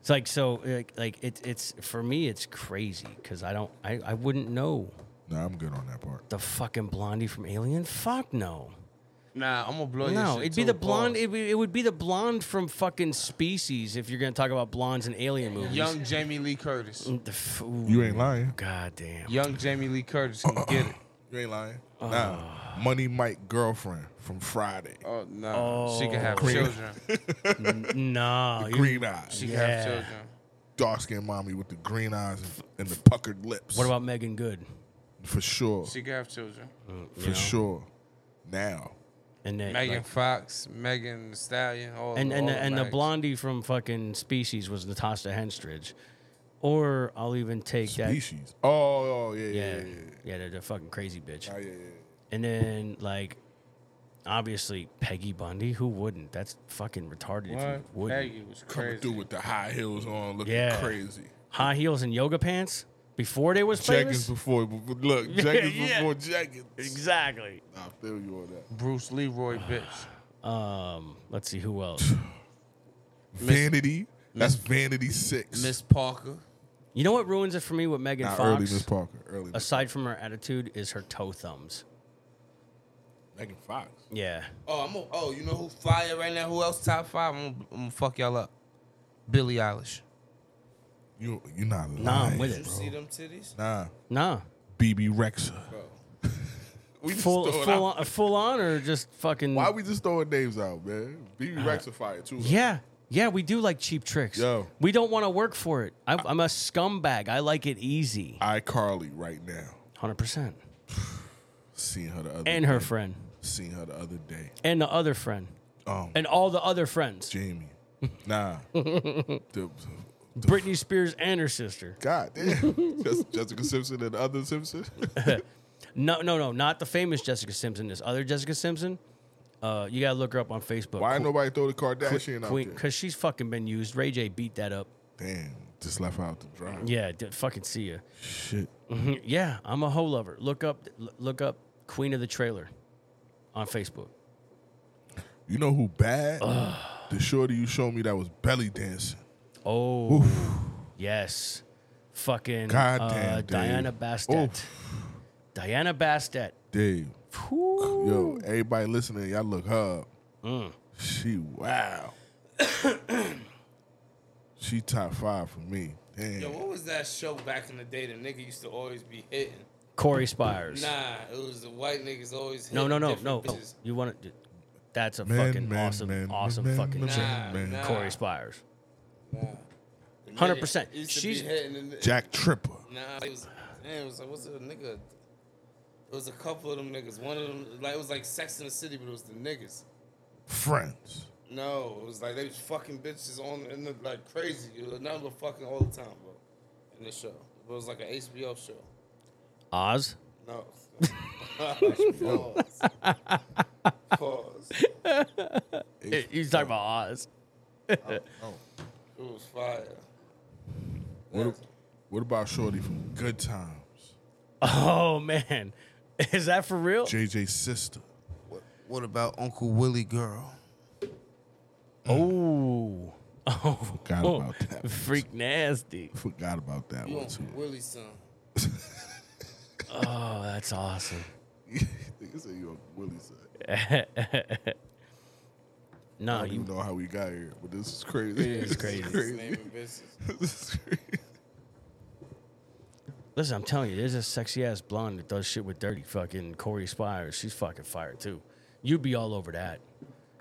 [SPEAKER 4] It's like so like, like it, it's for me it's crazy because I don't I, I wouldn't know
[SPEAKER 5] Nah, I'm good on that part.
[SPEAKER 4] the fucking blondie from Alien. Fuck no.
[SPEAKER 6] Nah, I'm gonna blow
[SPEAKER 5] Oh,
[SPEAKER 6] your
[SPEAKER 4] No,
[SPEAKER 6] shit
[SPEAKER 4] it'd be
[SPEAKER 6] too,
[SPEAKER 4] the blonde.
[SPEAKER 6] pause.
[SPEAKER 4] It, would- it would be the blonde from fucking Species if you're gonna talk about blondes in Alien movies.
[SPEAKER 6] Young Jamie Lee Curtis.
[SPEAKER 4] The f- ooh,
[SPEAKER 5] You ain't lying.
[SPEAKER 4] God damn.
[SPEAKER 6] Young Jamie Lee Curtis can get it.
[SPEAKER 5] You ain't lying.
[SPEAKER 4] Ah.
[SPEAKER 5] Nah, Money Mike girlfriend from Friday.
[SPEAKER 6] Oh no, she can have
[SPEAKER 4] Oh.
[SPEAKER 5] Green-
[SPEAKER 6] children.
[SPEAKER 4] No. you-
[SPEAKER 5] green eyes,
[SPEAKER 6] She can have
[SPEAKER 4] Yeah.
[SPEAKER 6] children.
[SPEAKER 5] dark skinned mommy with the green eyes and, and the puckered lips.
[SPEAKER 4] What about Megan Good?
[SPEAKER 5] for sure?
[SPEAKER 6] She can have children.
[SPEAKER 4] You
[SPEAKER 5] for
[SPEAKER 4] know?
[SPEAKER 5] sure. Now,
[SPEAKER 4] And then,
[SPEAKER 6] Megan
[SPEAKER 4] like-
[SPEAKER 6] Fox, Megan Thee Stallion, all
[SPEAKER 4] and and
[SPEAKER 6] all
[SPEAKER 4] the,
[SPEAKER 6] the
[SPEAKER 4] and the
[SPEAKER 6] Megs.
[SPEAKER 4] blondie from fucking Species was Natasha Henstridge. Or I'll even take
[SPEAKER 5] species. Oh, oh yeah,
[SPEAKER 4] that.
[SPEAKER 5] yeah,
[SPEAKER 4] Yeah,
[SPEAKER 5] yeah, yeah.
[SPEAKER 4] yeah, they're the fucking crazy bitch.
[SPEAKER 5] Nah, yeah, yeah.
[SPEAKER 4] And then like, obviously Peggy Bundy. Who wouldn't? That's fucking retarded. If you
[SPEAKER 6] What?
[SPEAKER 4] wouldn't.
[SPEAKER 6] Peggy was
[SPEAKER 5] Coming
[SPEAKER 6] crazy.
[SPEAKER 5] through with the high heels on, looking
[SPEAKER 4] Yeah.
[SPEAKER 5] crazy.
[SPEAKER 4] high heels and yoga pants before they was
[SPEAKER 5] Jenkins
[SPEAKER 4] famous.
[SPEAKER 5] before, look, Jenkins
[SPEAKER 4] Yeah.
[SPEAKER 5] before Jenkins.
[SPEAKER 4] Exactly.
[SPEAKER 5] I feel you on that.
[SPEAKER 6] Bruce Leroy, bitch.
[SPEAKER 4] Um, let's see who else.
[SPEAKER 5] Vanity. That's Vanity Six.
[SPEAKER 6] Miss Parker.
[SPEAKER 4] You know what ruins it for me with Megan
[SPEAKER 5] Not early Miss
[SPEAKER 4] Fox?
[SPEAKER 5] Parker. Early. Miss-
[SPEAKER 4] Aside from her attitude, is her toe thumbs.
[SPEAKER 5] Megan Fox.
[SPEAKER 4] Yeah.
[SPEAKER 6] Oh, I'm. gonna- Oh, you know who flyer right now? Who else top five? I'm. gonna- I'm gonna fuck y'all up. Billie Eilish.
[SPEAKER 5] You you not lying.
[SPEAKER 4] Nah, I'm with
[SPEAKER 6] You
[SPEAKER 4] it.
[SPEAKER 6] see them titties,
[SPEAKER 5] Nah,
[SPEAKER 4] Nah.
[SPEAKER 5] BB Rexa.
[SPEAKER 6] bro?
[SPEAKER 5] We just
[SPEAKER 4] Full
[SPEAKER 5] throwing
[SPEAKER 4] full
[SPEAKER 5] out-
[SPEAKER 4] on, full on or just fucking
[SPEAKER 5] Why we just throwing names out, man? BB Rexa fire too.
[SPEAKER 4] Uh, Yeah. Yeah, we do like cheap tricks.
[SPEAKER 5] Yo.
[SPEAKER 4] We don't want to work for it. I, I'm a scumbag. I like it easy.
[SPEAKER 5] iCarly right now.
[SPEAKER 4] 100%.
[SPEAKER 5] Seeing her the other
[SPEAKER 4] And her friend.
[SPEAKER 5] Seeing her the other day.
[SPEAKER 4] And the other friend.
[SPEAKER 5] Um,
[SPEAKER 4] And all the other friends.
[SPEAKER 5] Jamie. Nah. the,
[SPEAKER 4] Britney Spears and her sister.
[SPEAKER 5] God damn. Just, Jessica Simpson and the other Simpson.
[SPEAKER 4] No, no, no. Not the famous Jessica Simpson. This other Jessica Simpson. Uh, you got to look her up on Facebook.
[SPEAKER 5] Why
[SPEAKER 4] Que-
[SPEAKER 5] ain't nobody throw the Kardashian out
[SPEAKER 4] Queen,
[SPEAKER 5] there?
[SPEAKER 4] because she's fucking been used. Ray J beat that up.
[SPEAKER 5] Damn, just left out to dry.
[SPEAKER 4] Yeah, d- fucking see ya.
[SPEAKER 5] Shit.
[SPEAKER 4] Mhm. Yeah, I'm a hoe lover. Look up, l- look up Queen of the Trailer on Facebook.
[SPEAKER 5] You know who bad? The shorty you showed me that was belly dancing.
[SPEAKER 4] Oh, yes, fucking
[SPEAKER 5] God
[SPEAKER 4] uh,
[SPEAKER 5] damn, dude.
[SPEAKER 4] Diana Bastet. Diana Bastet.
[SPEAKER 5] Dave.
[SPEAKER 4] Whew. Mm.
[SPEAKER 5] Yo, everybody listening, y'all look her up. She wow. she top five for me. Damn.
[SPEAKER 6] Yo, what was that show back in the day? The nigga used to always be hitting.
[SPEAKER 4] Corey Spires.
[SPEAKER 6] Nah, it was the white niggas always. Hitting
[SPEAKER 4] no, no, no, no.
[SPEAKER 6] different
[SPEAKER 4] no.
[SPEAKER 6] bitches.
[SPEAKER 4] You want to? That's a
[SPEAKER 5] Man,
[SPEAKER 4] fucking
[SPEAKER 5] man,
[SPEAKER 4] awesome,
[SPEAKER 5] man,
[SPEAKER 4] awesome
[SPEAKER 5] man,
[SPEAKER 4] fucking
[SPEAKER 5] man,
[SPEAKER 4] chick.
[SPEAKER 6] Nah,
[SPEAKER 5] man.
[SPEAKER 6] nah.
[SPEAKER 4] Corey Spires.
[SPEAKER 6] The
[SPEAKER 4] Hundred
[SPEAKER 6] nigga
[SPEAKER 4] percent.
[SPEAKER 6] used to be
[SPEAKER 4] She's-
[SPEAKER 6] hitting. and-
[SPEAKER 5] Jack Tripper.
[SPEAKER 6] Nah, it was. Damn, it was like what's the nigga? It was a couple of them niggas. One of them, like it was like Sex in the City, but it was the niggas.
[SPEAKER 5] Friends.
[SPEAKER 6] No, it was like they was fucking bitches on in the like crazy. It was number fucking all the time, bro. In the show, it was like an HBO show.
[SPEAKER 4] Oz.
[SPEAKER 6] No. Pause. Pause.
[SPEAKER 4] He's talking about Oz.
[SPEAKER 6] It was fire.
[SPEAKER 5] What, what about Shorty from Good Times?
[SPEAKER 4] Oh man, is that for real?
[SPEAKER 5] JJ's sister.
[SPEAKER 6] What, what about Uncle Willie girl?
[SPEAKER 4] Mm. Oh, oh,
[SPEAKER 5] Forgot
[SPEAKER 4] oh.
[SPEAKER 5] about that one.
[SPEAKER 4] freak nasty.
[SPEAKER 5] Forgot about that
[SPEAKER 6] You
[SPEAKER 5] one
[SPEAKER 6] Uncle
[SPEAKER 5] too.
[SPEAKER 6] Willie's son.
[SPEAKER 4] Oh, that's awesome.
[SPEAKER 5] Nigga said you a Willie son. I
[SPEAKER 4] No,
[SPEAKER 5] don't even
[SPEAKER 4] Oh, you.
[SPEAKER 5] know how we got here, but this is crazy.
[SPEAKER 4] It's
[SPEAKER 5] This
[SPEAKER 4] crazy.
[SPEAKER 5] is
[SPEAKER 6] Naming bitches.
[SPEAKER 5] this is crazy.
[SPEAKER 4] Listen, I'm telling you, there's a sexy ass blonde that does shit with dirty fucking Corey Spires. She's fucking fire too. You'd be all over that.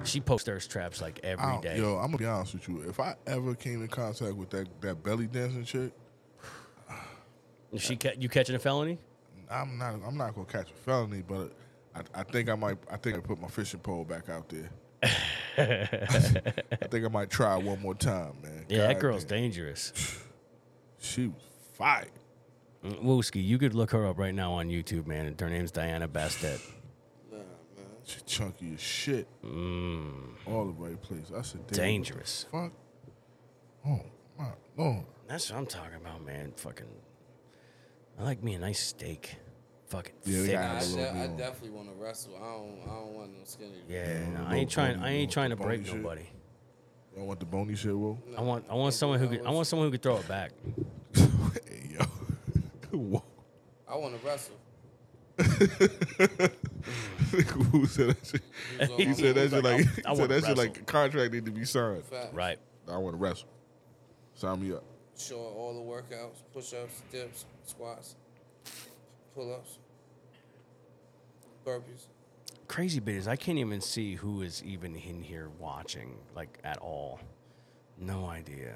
[SPEAKER 4] She posts thirst traps like
[SPEAKER 5] I
[SPEAKER 4] every
[SPEAKER 5] don't-
[SPEAKER 4] day.
[SPEAKER 5] Yo, I'm gonna be honest with you. If I ever came in contact with that, that belly dancing chick,
[SPEAKER 4] Is She ca- you catching a felony?
[SPEAKER 5] I'm not I'm not gonna catch a felony, but I, I think I might I think I put my fishing pole back out there. I think I might try one more time, man.
[SPEAKER 4] Yeah, that
[SPEAKER 5] God
[SPEAKER 4] girl's
[SPEAKER 5] damn.
[SPEAKER 4] dangerous.
[SPEAKER 5] She was fire.
[SPEAKER 4] Mm, Wooski, you could look her up right now on YouTube, man. And her name's Diana Bastet.
[SPEAKER 5] She chunky as shit.
[SPEAKER 4] Mm.
[SPEAKER 5] All the right place. I said, damn,
[SPEAKER 4] Dangerous.
[SPEAKER 5] What the fuck. Oh my lord.
[SPEAKER 4] That's what I'm talking about, man. Fucking, I like me a nice steak. Fucking
[SPEAKER 5] Yeah, we
[SPEAKER 4] thick.
[SPEAKER 5] gotta
[SPEAKER 6] I,
[SPEAKER 5] have a
[SPEAKER 6] de-
[SPEAKER 5] little bit
[SPEAKER 6] I
[SPEAKER 5] on.
[SPEAKER 6] definitely want to wrestle. I don't. I don't want no skinny.
[SPEAKER 4] Yeah,
[SPEAKER 5] Yeah,
[SPEAKER 4] no, I
[SPEAKER 5] little
[SPEAKER 4] ain't trying.
[SPEAKER 5] bony,
[SPEAKER 4] I ain't
[SPEAKER 5] little
[SPEAKER 4] trying to
[SPEAKER 5] bony
[SPEAKER 4] break
[SPEAKER 5] shit.
[SPEAKER 4] nobody.
[SPEAKER 5] Y'all want the bony shit, Will?
[SPEAKER 4] I want. I want someone who could. I want someone who could throw it back.
[SPEAKER 5] hey yo. Whoa.
[SPEAKER 6] I want to wrestle.
[SPEAKER 5] Who said that shit? He said that shit like,
[SPEAKER 4] I- I
[SPEAKER 5] he said
[SPEAKER 4] wanna
[SPEAKER 5] that shit
[SPEAKER 4] wrestle.
[SPEAKER 5] like a contract need to be signed.
[SPEAKER 6] Fat.
[SPEAKER 4] Right.
[SPEAKER 5] I want to wrestle. Sign me up.
[SPEAKER 6] Showing all the workouts, push-ups, dips, squats, pull-ups, burpees.
[SPEAKER 4] Crazy bit is I can't even see who is even in here watching like at all. No idea.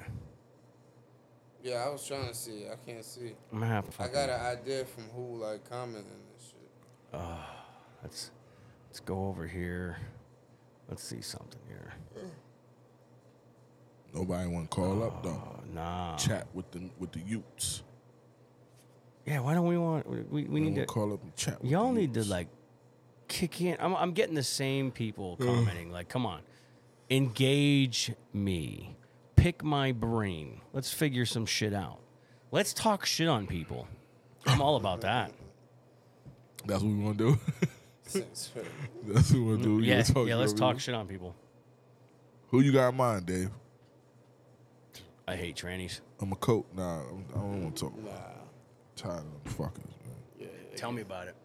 [SPEAKER 6] Yeah, I was trying to see. it. I can't see.
[SPEAKER 4] I'm gonna have to
[SPEAKER 6] I
[SPEAKER 4] fucking-
[SPEAKER 6] got an idea from who like commenting this shit.
[SPEAKER 4] Let's let's go over here. Let's see something here.
[SPEAKER 5] Nobody want to call up though.
[SPEAKER 4] Oh, nah.
[SPEAKER 5] Chat with the with the Utes.
[SPEAKER 4] Yeah. Why don't we want? We we, we
[SPEAKER 5] We
[SPEAKER 4] need
[SPEAKER 5] want to
[SPEAKER 4] to.
[SPEAKER 5] call up and chat. With
[SPEAKER 4] Y'all
[SPEAKER 5] the
[SPEAKER 4] need to
[SPEAKER 5] Utes.
[SPEAKER 4] like kick in. I'm, I'm getting the same people commenting. Like, come on, engage me, pick my brain. Let's figure some shit out. Let's talk shit on people. I'm all about that.
[SPEAKER 5] That's what we want to do.
[SPEAKER 6] Since-
[SPEAKER 5] That's what we want to do. We
[SPEAKER 4] Yeah,
[SPEAKER 5] gonna talk,
[SPEAKER 4] yeah.
[SPEAKER 5] you
[SPEAKER 4] Let's
[SPEAKER 5] know what I
[SPEAKER 4] talk
[SPEAKER 5] mean?
[SPEAKER 4] shit on people.
[SPEAKER 5] Who you got in mind, Dave?
[SPEAKER 4] I hate trannies.
[SPEAKER 5] I'm a coach. Nah, I'm, I don't want to talk. Nah. Tired of them fuckers. Man.
[SPEAKER 4] Tell me about it.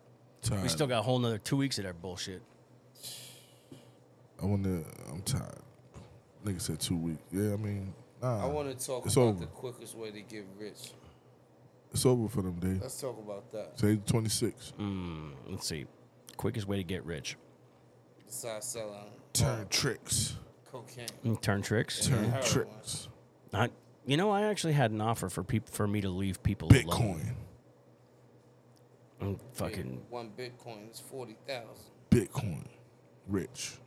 [SPEAKER 5] Tired.
[SPEAKER 4] We still got a whole nother two weeks of that bullshit.
[SPEAKER 5] I want to. I'm tired. Nigga said two weeks. Yeah, I mean, nah.
[SPEAKER 6] I want to talk
[SPEAKER 5] It's
[SPEAKER 6] about
[SPEAKER 5] over.
[SPEAKER 6] the quickest way to get rich.
[SPEAKER 5] It's over for them, Dave.
[SPEAKER 6] Let's talk about that.
[SPEAKER 5] Today's 26.
[SPEAKER 4] Mm. Let's see. Quickest way to get rich.
[SPEAKER 6] Besides selling
[SPEAKER 5] Turn tricks.
[SPEAKER 6] cocaine.
[SPEAKER 4] Mm, Turn tricks.
[SPEAKER 5] Turn
[SPEAKER 6] heroin.
[SPEAKER 5] tricks.
[SPEAKER 4] I, you know, I actually had an offer for people for me to leave people alone.
[SPEAKER 5] Bitcoin.
[SPEAKER 4] And fucking
[SPEAKER 6] One Bitcoin is 40,000.
[SPEAKER 5] Bitcoin. Rich.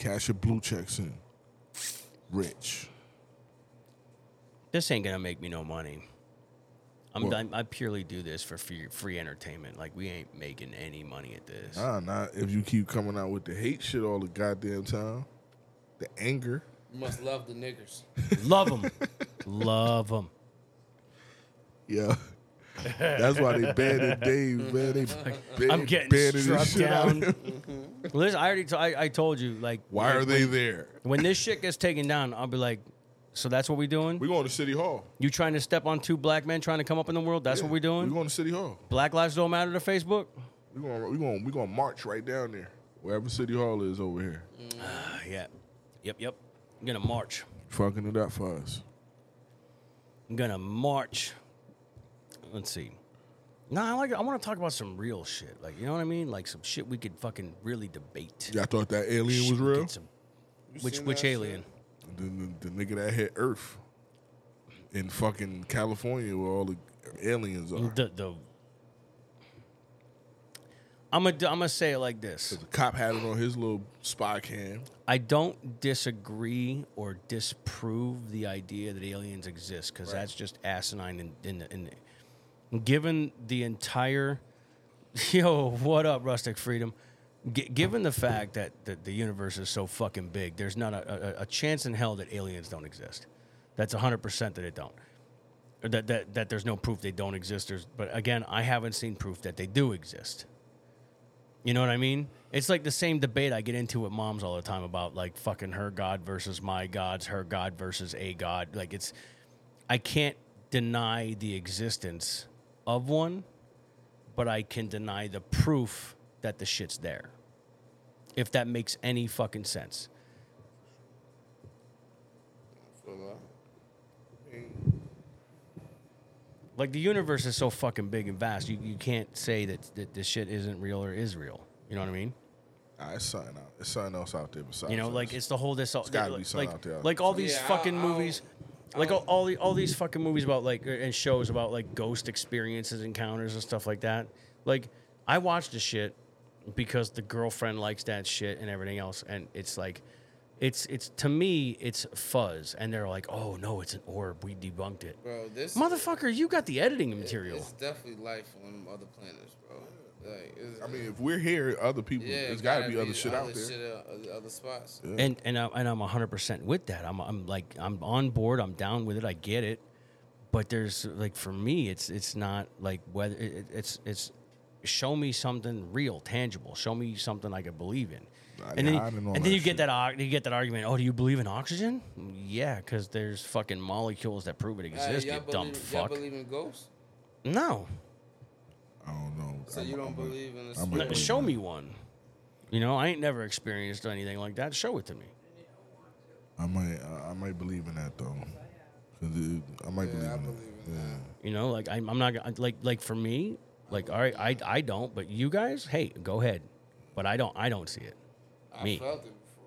[SPEAKER 5] Cash your blue checks in. Rich.
[SPEAKER 4] this ain't gonna make me no money. I'm,
[SPEAKER 5] What?
[SPEAKER 4] i I purely do this for free, free entertainment. Like we ain't making any money at this.
[SPEAKER 5] Nah, not if you keep coming out with the hate shit all the goddamn time. The anger.
[SPEAKER 6] You must love the niggers.
[SPEAKER 4] Love 'em. Love them, love them.
[SPEAKER 5] Yeah. That's why they banned Dave, man. They ban-
[SPEAKER 4] I'm getting
[SPEAKER 5] banning the
[SPEAKER 4] struck
[SPEAKER 5] shit out of
[SPEAKER 4] down.
[SPEAKER 5] him.
[SPEAKER 4] Listen, I already t- I, I told you like
[SPEAKER 5] Why
[SPEAKER 4] like,
[SPEAKER 5] are they there?
[SPEAKER 4] when this shit gets taken down, I'll be like, so that's what we doing?
[SPEAKER 5] We going to City Hall.
[SPEAKER 4] you trying to step on two black men trying to come up in the world? That's
[SPEAKER 5] Yeah,
[SPEAKER 4] what we doing?
[SPEAKER 5] We going to City Hall.
[SPEAKER 4] black lives don't matter to Facebook?
[SPEAKER 5] We going we going we going to march right down there. Wherever City Hall is over here.
[SPEAKER 4] Ah, yeah. Yep, yep. I'm gonna march.
[SPEAKER 5] Fucking it up for us.
[SPEAKER 4] I'm gonna march. Let's see. No, I like. I want to talk about some real shit. Like, you know what I mean? Like some shit we could fucking really debate.
[SPEAKER 5] Y'all thought that alien
[SPEAKER 4] Shit
[SPEAKER 5] was
[SPEAKER 4] we
[SPEAKER 5] real?
[SPEAKER 4] could some- which
[SPEAKER 6] seen
[SPEAKER 4] which
[SPEAKER 6] that shit?
[SPEAKER 4] alien?
[SPEAKER 5] The, the, the nigga that hit Earth in fucking California where all the aliens are.
[SPEAKER 4] The the. I'm gonna I'm gonna say it like this.
[SPEAKER 5] The cop had it on his little spy cam.
[SPEAKER 4] I don't disagree or disprove the idea that aliens exist because that's just asinine. In, in, the- in the, given the entire, yo, what up, rustic freedom? G- given the fact that the, the universe is so fucking big, there's not a, a, a chance in hell that aliens don't exist. That's hundred percent that it don't. Or that, that that there's no proof they don't exist. There's, but again, I haven't seen proof that they do exist. You know what I mean? It's like the same debate I get into with moms all the time about like fucking her god versus my gods, her god versus a god. Like it's, I can't deny the existence of one, but I can deny the proof that the shit's there. If that makes any fucking sense. Like the universe is so fucking big and vast, you, you can't say that, that this shit isn't real or is real. You know what I mean?
[SPEAKER 5] Nah, it's something out. It's something else out there besides.
[SPEAKER 4] You know,
[SPEAKER 5] us.
[SPEAKER 4] like it's the whole this all
[SPEAKER 5] gotta
[SPEAKER 4] like,
[SPEAKER 5] be something out there.
[SPEAKER 4] like all these
[SPEAKER 6] Yeah, I-
[SPEAKER 4] fucking
[SPEAKER 6] I don't-
[SPEAKER 4] movies, like all, all the all these fucking movies about like uh, and shows about like ghost experiences, encounters, and stuff like that. Like I watch the shit because the girlfriend likes that shit and everything else, and it's like. It's it's to me it's fuzz and they're like oh no it's an orb we debunked it
[SPEAKER 6] Bro, this
[SPEAKER 4] motherfucker you got the editing material
[SPEAKER 6] It's definitely life on them other planets, bro. Like, it's,
[SPEAKER 5] I mean, if we're here, other people,
[SPEAKER 6] yeah,
[SPEAKER 5] there's
[SPEAKER 6] it's
[SPEAKER 5] got to be other shit out there.
[SPEAKER 6] shit out- other- other spots.
[SPEAKER 4] and and I, and I'm 100 percent with that. I'm I'm like I'm on board. I'm down with it. I get it. But there's like for me, it's it's not like whether it, it- it's it's show me something real, tangible. Show me something I could believe in.
[SPEAKER 5] Nah,
[SPEAKER 4] and then,
[SPEAKER 5] yeah, I didn't know
[SPEAKER 4] and then
[SPEAKER 5] that
[SPEAKER 4] you get
[SPEAKER 5] shit.
[SPEAKER 4] that that you get that argument. Oh, do you believe in oxygen? Yeah, because there's fucking molecules that prove it
[SPEAKER 6] Hey,
[SPEAKER 4] exists.
[SPEAKER 6] y'all
[SPEAKER 4] you dumb
[SPEAKER 6] believe-
[SPEAKER 4] fuck.
[SPEAKER 6] Y'all believe in ghosts?
[SPEAKER 4] No,
[SPEAKER 5] I don't know.
[SPEAKER 6] So you don't believe in the
[SPEAKER 5] I'm
[SPEAKER 4] No,
[SPEAKER 5] a-
[SPEAKER 6] spirit?
[SPEAKER 4] show me one. You know, I ain't never experienced anything like that. Show it to me.
[SPEAKER 5] I might. I I might believe in that though. 'Cause it- I might believe in it. Yeah.
[SPEAKER 4] You know, like I'm, I'm not gonna- like like for me, like all right, I I don't, but you guys, hey, go ahead. But I don't, I don't see it.
[SPEAKER 6] I
[SPEAKER 4] me.
[SPEAKER 6] felt it before.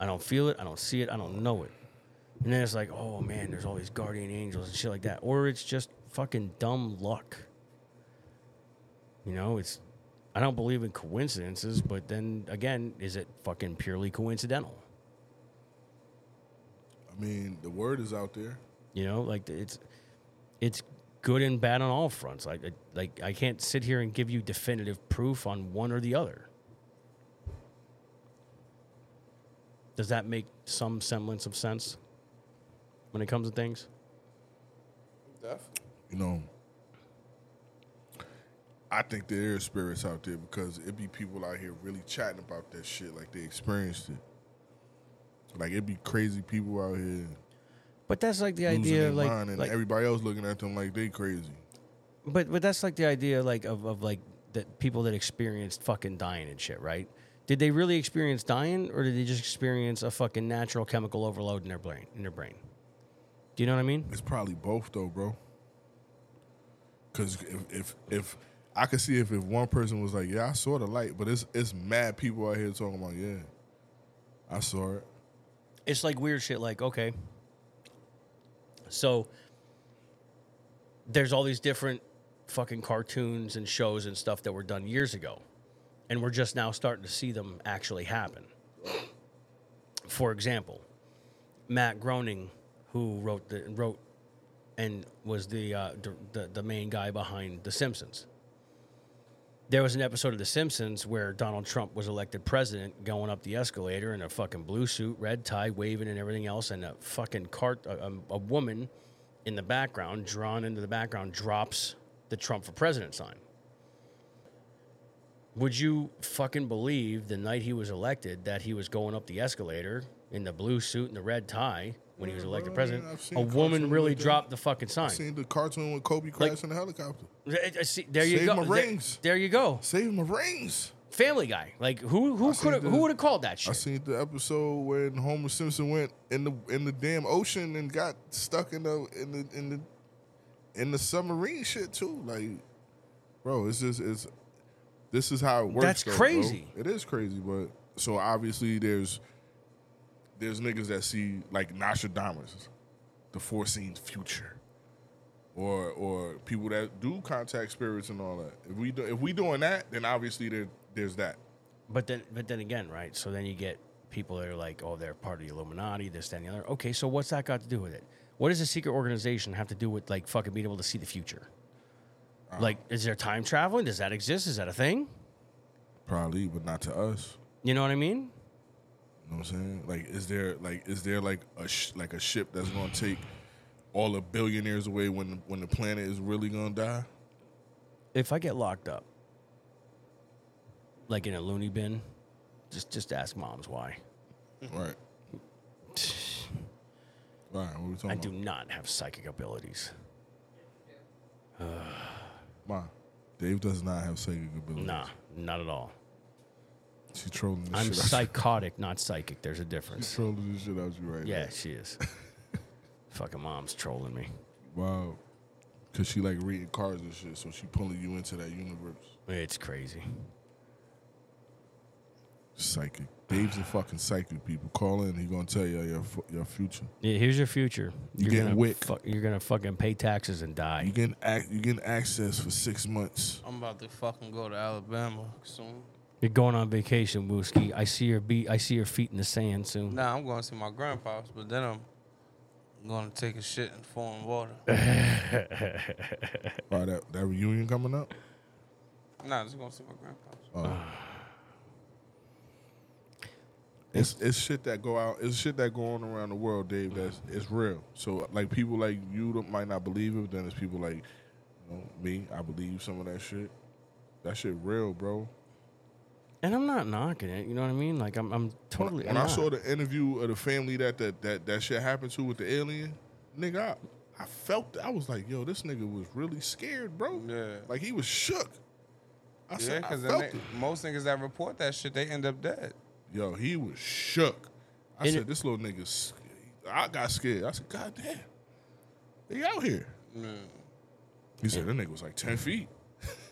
[SPEAKER 4] I don't feel it. I don't see it. I don't know it. And then it's like, oh man, there's all these guardian angels and shit like that, or it's just fucking dumb luck. You know, it's I don't believe in coincidences, but then again, is it fucking purely coincidental?
[SPEAKER 5] I mean, the word is out there.
[SPEAKER 4] You know, like it's it's good and bad on all fronts. Like like I can't sit here and give you definitive proof on one or the other. Does that make some semblance of sense when it comes to things?
[SPEAKER 6] Definitely.
[SPEAKER 5] You know. I think there is spirits out there because it be people out here really chatting about that shit like they experienced it. Like it be crazy people out here
[SPEAKER 4] But that's like the
[SPEAKER 5] losing
[SPEAKER 4] idea,
[SPEAKER 5] their
[SPEAKER 4] like,
[SPEAKER 5] mind and
[SPEAKER 4] like-
[SPEAKER 5] everybody else looking at them like they crazy.
[SPEAKER 4] but but that's like the idea, like of, of like that people that experienced fucking dying and shit, right? Did they really experience dying, or did they just experience a fucking natural chemical overload in their brain? In their brain, do you know what I mean?
[SPEAKER 5] It's probably both though, bro. Cause if if, if I could see if, if one person was like, yeah, I saw the light, but it's it's mad people out here talking about, yeah, I saw it.
[SPEAKER 4] It's like weird shit. Like okay, so there's all these different fucking cartoons and shows and stuff that were done years ago, and we're just now starting to see them actually happen. For example, Matt Groening, who wrote the wrote and was the uh, d- the, the main guy behind The Simpsons. There was an episode of The Simpsons where Donald Trump was elected president, going up the escalator in a fucking blue suit, red tie, waving and everything else, and a fucking cart, a, a, a woman in the background, drawn into the background, drops the Trump for president sign. Would you fucking believe the night he was elected that he was going up the escalator in the blue suit and the red tie when he was
[SPEAKER 5] Yeah,
[SPEAKER 4] elected
[SPEAKER 5] bro,
[SPEAKER 4] president?
[SPEAKER 5] yeah, I've seen
[SPEAKER 4] a
[SPEAKER 5] cartoons
[SPEAKER 4] woman really
[SPEAKER 5] like that.
[SPEAKER 4] dropped the fucking
[SPEAKER 5] I
[SPEAKER 4] sign.
[SPEAKER 5] seen the cartoon with Kobe crashing the helicopter.
[SPEAKER 4] I- I see- there you
[SPEAKER 5] Save
[SPEAKER 4] go.
[SPEAKER 5] my
[SPEAKER 4] There-
[SPEAKER 5] rings.
[SPEAKER 4] There, you go.
[SPEAKER 5] Save my rings.
[SPEAKER 4] Family Guy. Like who who
[SPEAKER 5] I seen
[SPEAKER 4] could
[SPEAKER 5] the-
[SPEAKER 4] who would have called that
[SPEAKER 5] I
[SPEAKER 4] shit?
[SPEAKER 5] seen the episode when Homer Simpson went in the in the damn ocean and got stuck in the in the in the in the submarine shit too. Like, bro, it's just it's this is how it works.
[SPEAKER 4] That's
[SPEAKER 5] though, bro.
[SPEAKER 4] crazy.
[SPEAKER 5] It is crazy, but so obviously there's there's niggas that see like Nostradamus, the foreseen future, or or people that do contact spirits and all that. If we do, if we doing that, then obviously there there's that.
[SPEAKER 4] But then but then again, right? So then you get people that are like, oh, they're part of the Illuminati, this, that, and the other. Okay, so what's that got to do with it? What does a secret organization have to do with like fucking being able to see the future?
[SPEAKER 5] Uh-huh.
[SPEAKER 4] Like, is there time traveling? Does that exist? Is that a thing?
[SPEAKER 5] Probably, but not to us.
[SPEAKER 4] You know what I mean?
[SPEAKER 5] You know what I'm saying? Like, is there like is there like a sh- like a ship that's gonna take all the billionaires away when when the planet is really gonna die?
[SPEAKER 4] If I get locked up, like in a loony bin, just just ask moms why. Mm-hmm.
[SPEAKER 5] Right. Right. What we talking
[SPEAKER 4] I
[SPEAKER 5] about?
[SPEAKER 4] do not have psychic abilities.
[SPEAKER 5] Ma, Dave does not have psychic abilities.
[SPEAKER 4] Nah, not at all.
[SPEAKER 5] She trolling the
[SPEAKER 4] I'm
[SPEAKER 5] shit. out you.
[SPEAKER 4] psychotic, not psychic. There's a
[SPEAKER 5] She
[SPEAKER 4] difference.
[SPEAKER 5] trolling the shit out you right
[SPEAKER 4] Yeah, she is. Fucking mom's trolling me.
[SPEAKER 5] now. Wow. Cause she like reading cards and shit, so she pulling you into that universe.
[SPEAKER 4] It's crazy.
[SPEAKER 5] Psychic. Dave's a fucking psychic. People call in. He gonna tell you your fu- your future.
[SPEAKER 4] Yeah, here's your future.
[SPEAKER 5] You
[SPEAKER 4] You're
[SPEAKER 5] getting
[SPEAKER 4] gonna
[SPEAKER 5] wick.
[SPEAKER 4] fuck- you're gonna fucking pay taxes and
[SPEAKER 5] You
[SPEAKER 4] die.
[SPEAKER 5] getting ac- you getting access for six months.
[SPEAKER 6] I'm about to fucking go to Alabama soon.
[SPEAKER 4] You're going on vacation, Wooski. I see your be- I see your feet in the sand soon.
[SPEAKER 6] Nah, I'm going to see my grandpa's, but then I'm going to take a shit in foreign water.
[SPEAKER 5] Oh, that, that reunion coming up?
[SPEAKER 6] nah, I'm just going to see my grandpa's.
[SPEAKER 5] It's it's shit that go out. It's shit that go on around the world,
[SPEAKER 6] Mm-hmm.
[SPEAKER 5] Dave. That's it's real. So like people like you don't, might not believe it. But then there's people like, you know, me. I believe some of that shit. That shit real, bro.
[SPEAKER 4] And I'm not knocking it. You know what I mean? Like I'm I'm totally.
[SPEAKER 5] When
[SPEAKER 4] I'm
[SPEAKER 5] I saw
[SPEAKER 4] not.
[SPEAKER 5] the interview of the family that that that, that shit happened to with the alien, nigga, I, I felt. that. I was like, yo, this nigga was really scared, bro.
[SPEAKER 6] Yeah.
[SPEAKER 5] Like he was shook. I
[SPEAKER 6] Yeah,
[SPEAKER 5] said, I
[SPEAKER 6] because
[SPEAKER 5] felt it.
[SPEAKER 6] most niggas that report that shit, they end up dead.
[SPEAKER 5] Yo, he was shook. I
[SPEAKER 4] And
[SPEAKER 5] said,
[SPEAKER 4] it-
[SPEAKER 5] this little nigga, s- I got scared. I said, God damn, they out here. He said, that nigga was like 10 feet.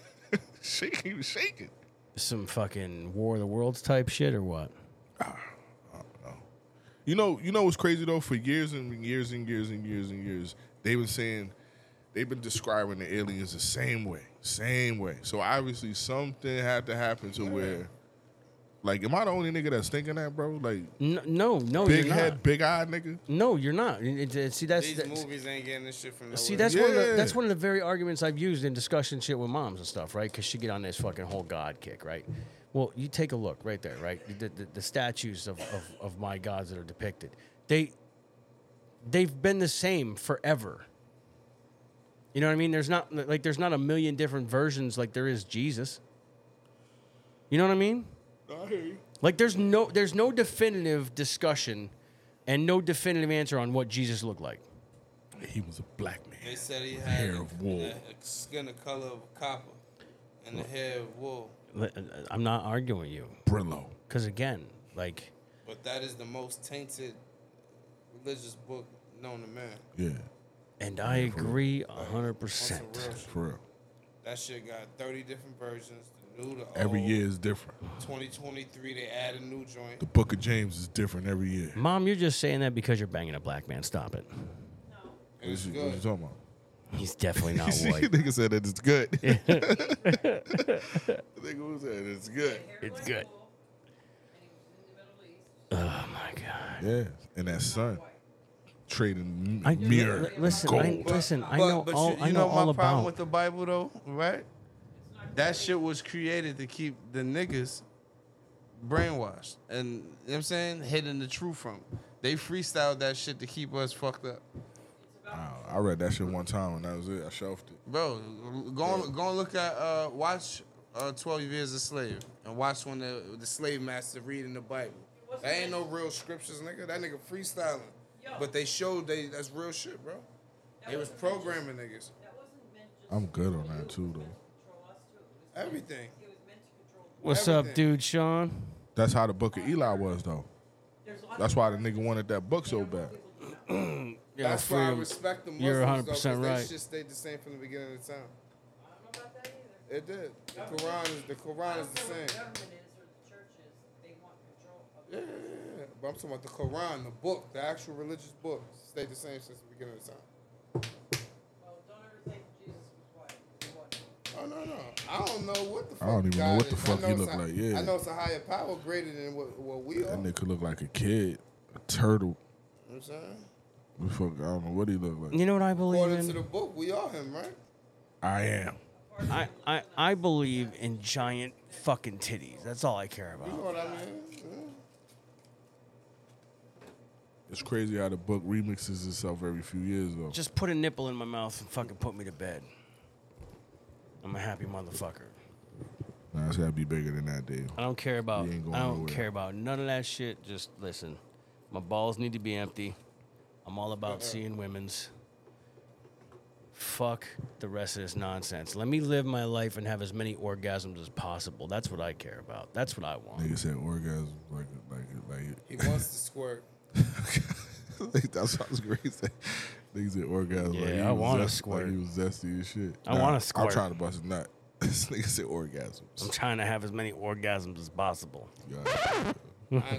[SPEAKER 5] shaking, he was shaking.
[SPEAKER 4] some fucking War of the Worlds type shit or what?
[SPEAKER 5] You know, you know what's crazy though? For years and years and years and years and years, they've been saying, they've been describing the aliens the same way, same way. So obviously something had to happen to where, like, am I the only nigga that's thinking that, bro? Like,
[SPEAKER 4] No, no, no
[SPEAKER 5] big
[SPEAKER 4] you're
[SPEAKER 5] head,
[SPEAKER 4] not.
[SPEAKER 5] big eye, nigga.
[SPEAKER 4] No, you're not. It- it- see, that's,
[SPEAKER 6] These
[SPEAKER 4] that's
[SPEAKER 6] movies ain't getting this shit from nowhere.
[SPEAKER 4] See, that's one of the,
[SPEAKER 5] Yeah.
[SPEAKER 4] that's one of the very arguments I've used in discussion shit with moms and stuff, right? Because she get on this fucking whole God kick, right? Well, you take a look right there, right? The, the, the statues of, of, of my gods that are depicted, they they've been the same forever. You know what I mean? There's not like there's not a million different versions like there is Jesus. You know what I mean? Like there's no there's no definitive discussion and no definitive answer on what Jesus looked like.
[SPEAKER 5] He was a black man.
[SPEAKER 6] They said he
[SPEAKER 5] with
[SPEAKER 6] had
[SPEAKER 5] hair of wool.
[SPEAKER 6] a- a skin the color of copper and the hair of wool.
[SPEAKER 4] Li- uh, I'm not arguing with you
[SPEAKER 5] Brillo.
[SPEAKER 4] because again, like
[SPEAKER 10] But that is the most tainted religious book known to man.
[SPEAKER 5] Yeah,
[SPEAKER 4] And I agree a hundred
[SPEAKER 10] On some
[SPEAKER 4] percent.
[SPEAKER 10] real shit.
[SPEAKER 5] for real.
[SPEAKER 10] That shit got 30 different versions. The new, the old.
[SPEAKER 5] Every year is different.
[SPEAKER 10] 2023, they add a new joint.
[SPEAKER 5] The Book of James is different every
[SPEAKER 10] Mm.
[SPEAKER 5] year.
[SPEAKER 4] Mom, you're just saying that because you're banging a black man. Stop it.
[SPEAKER 10] It's
[SPEAKER 5] What you
[SPEAKER 10] good.
[SPEAKER 5] talking about?
[SPEAKER 4] He's definitely not white.
[SPEAKER 5] nigga said that it's good. nigga was said it's good.
[SPEAKER 4] It's good. Oh my god.
[SPEAKER 5] Yeah, and that son trading m-
[SPEAKER 4] I,
[SPEAKER 5] mirror.
[SPEAKER 4] li- listen,
[SPEAKER 5] gold.
[SPEAKER 4] I, listen. I
[SPEAKER 10] But-
[SPEAKER 4] know
[SPEAKER 10] but
[SPEAKER 4] all.
[SPEAKER 10] you, you
[SPEAKER 4] I know,
[SPEAKER 10] my
[SPEAKER 4] all
[SPEAKER 10] problem with
[SPEAKER 4] about.
[SPEAKER 10] the Bible though, right? That shit was created to keep the niggas brainwashed and you know what I'm saying hidden the truth from. 'em. They freestyled that shit to keep us fucked up,
[SPEAKER 5] Wow, I read that shit one time and that was it. I shelved it.
[SPEAKER 10] bro. Go on, go and look at uh, watch uh, Twelve Years a Slave and watch when the the slave master reading the Bible. That ain't no real scriptures, nigga. That nigga freestyling, but they showed they that's real shit, bro. They was programming niggas,
[SPEAKER 5] I'm good on that too, though.
[SPEAKER 10] everything.
[SPEAKER 4] What's up,
[SPEAKER 10] everything.
[SPEAKER 4] dude? Sean.
[SPEAKER 5] That's how the Book of Eli was, though. That's why the nigga wanted that book so bad.
[SPEAKER 4] Yeah,
[SPEAKER 10] That's why I respect the Muslims.
[SPEAKER 4] You're
[SPEAKER 10] though,
[SPEAKER 4] 100%
[SPEAKER 10] 'cause
[SPEAKER 4] right.
[SPEAKER 10] They shit stayed the same from the beginning of time. I don't know about that either. It did. The Quran is the Quran is the same. Yeah, yeah, yeah. But I'm talking about the Quran, the book, the actual religious book, stayed the same since the beginning of time. Oh no no! I don't know what the fuck.
[SPEAKER 5] I don't even know
[SPEAKER 10] God
[SPEAKER 5] what the
[SPEAKER 10] is. I
[SPEAKER 5] fuck
[SPEAKER 10] know
[SPEAKER 5] he
[SPEAKER 10] it's
[SPEAKER 5] look
[SPEAKER 10] a-
[SPEAKER 5] like, yeah.
[SPEAKER 10] I know it's a higher power greater than what, what we are.
[SPEAKER 5] That nigga looked like a kid, a turtle.
[SPEAKER 10] You know what I'm saying?
[SPEAKER 5] The Fuck, I don't know what he looked like.
[SPEAKER 4] You know what I believe
[SPEAKER 10] According to the
[SPEAKER 4] in?
[SPEAKER 10] book, we are him, right?
[SPEAKER 5] I am.
[SPEAKER 4] I, I I believe in giant fucking titties. That's all I care
[SPEAKER 10] You know
[SPEAKER 4] about.
[SPEAKER 10] what I mean? Yeah.
[SPEAKER 5] It's crazy how the book remixes itself every few years, though.
[SPEAKER 4] Just put a nipple in my mouth and fucking put me to bed. I'm a happy motherfucker.
[SPEAKER 5] Nah, it's gotta be bigger than that, Dave.
[SPEAKER 4] I don't care about.
[SPEAKER 5] You ain't going
[SPEAKER 4] I don't
[SPEAKER 5] nowhere.
[SPEAKER 4] care about none of that shit. Just listen. My balls need to be empty. I'm all
[SPEAKER 10] Uh-uh.
[SPEAKER 4] about seeing women's. Fuck the rest of this nonsense. Let me live my life and have as many orgasms as possible. That's what I care about. That's what I want.
[SPEAKER 5] Nigga said orgasm, like, like, like.
[SPEAKER 10] He wants to squirt.
[SPEAKER 5] That's what I was going to say. Niggas said orgasm. like
[SPEAKER 4] Yeah,
[SPEAKER 5] he
[SPEAKER 4] I
[SPEAKER 5] was
[SPEAKER 4] wanna
[SPEAKER 5] zest-
[SPEAKER 4] squirt.
[SPEAKER 5] Like he was zesty as shit.
[SPEAKER 4] I wanna
[SPEAKER 5] I'm
[SPEAKER 4] squirt.
[SPEAKER 5] trying to bust a nut. this nigga said orgasms.
[SPEAKER 4] I'm trying to have as many orgasms as possible.
[SPEAKER 5] Yeah.
[SPEAKER 10] I ain't gonna lie,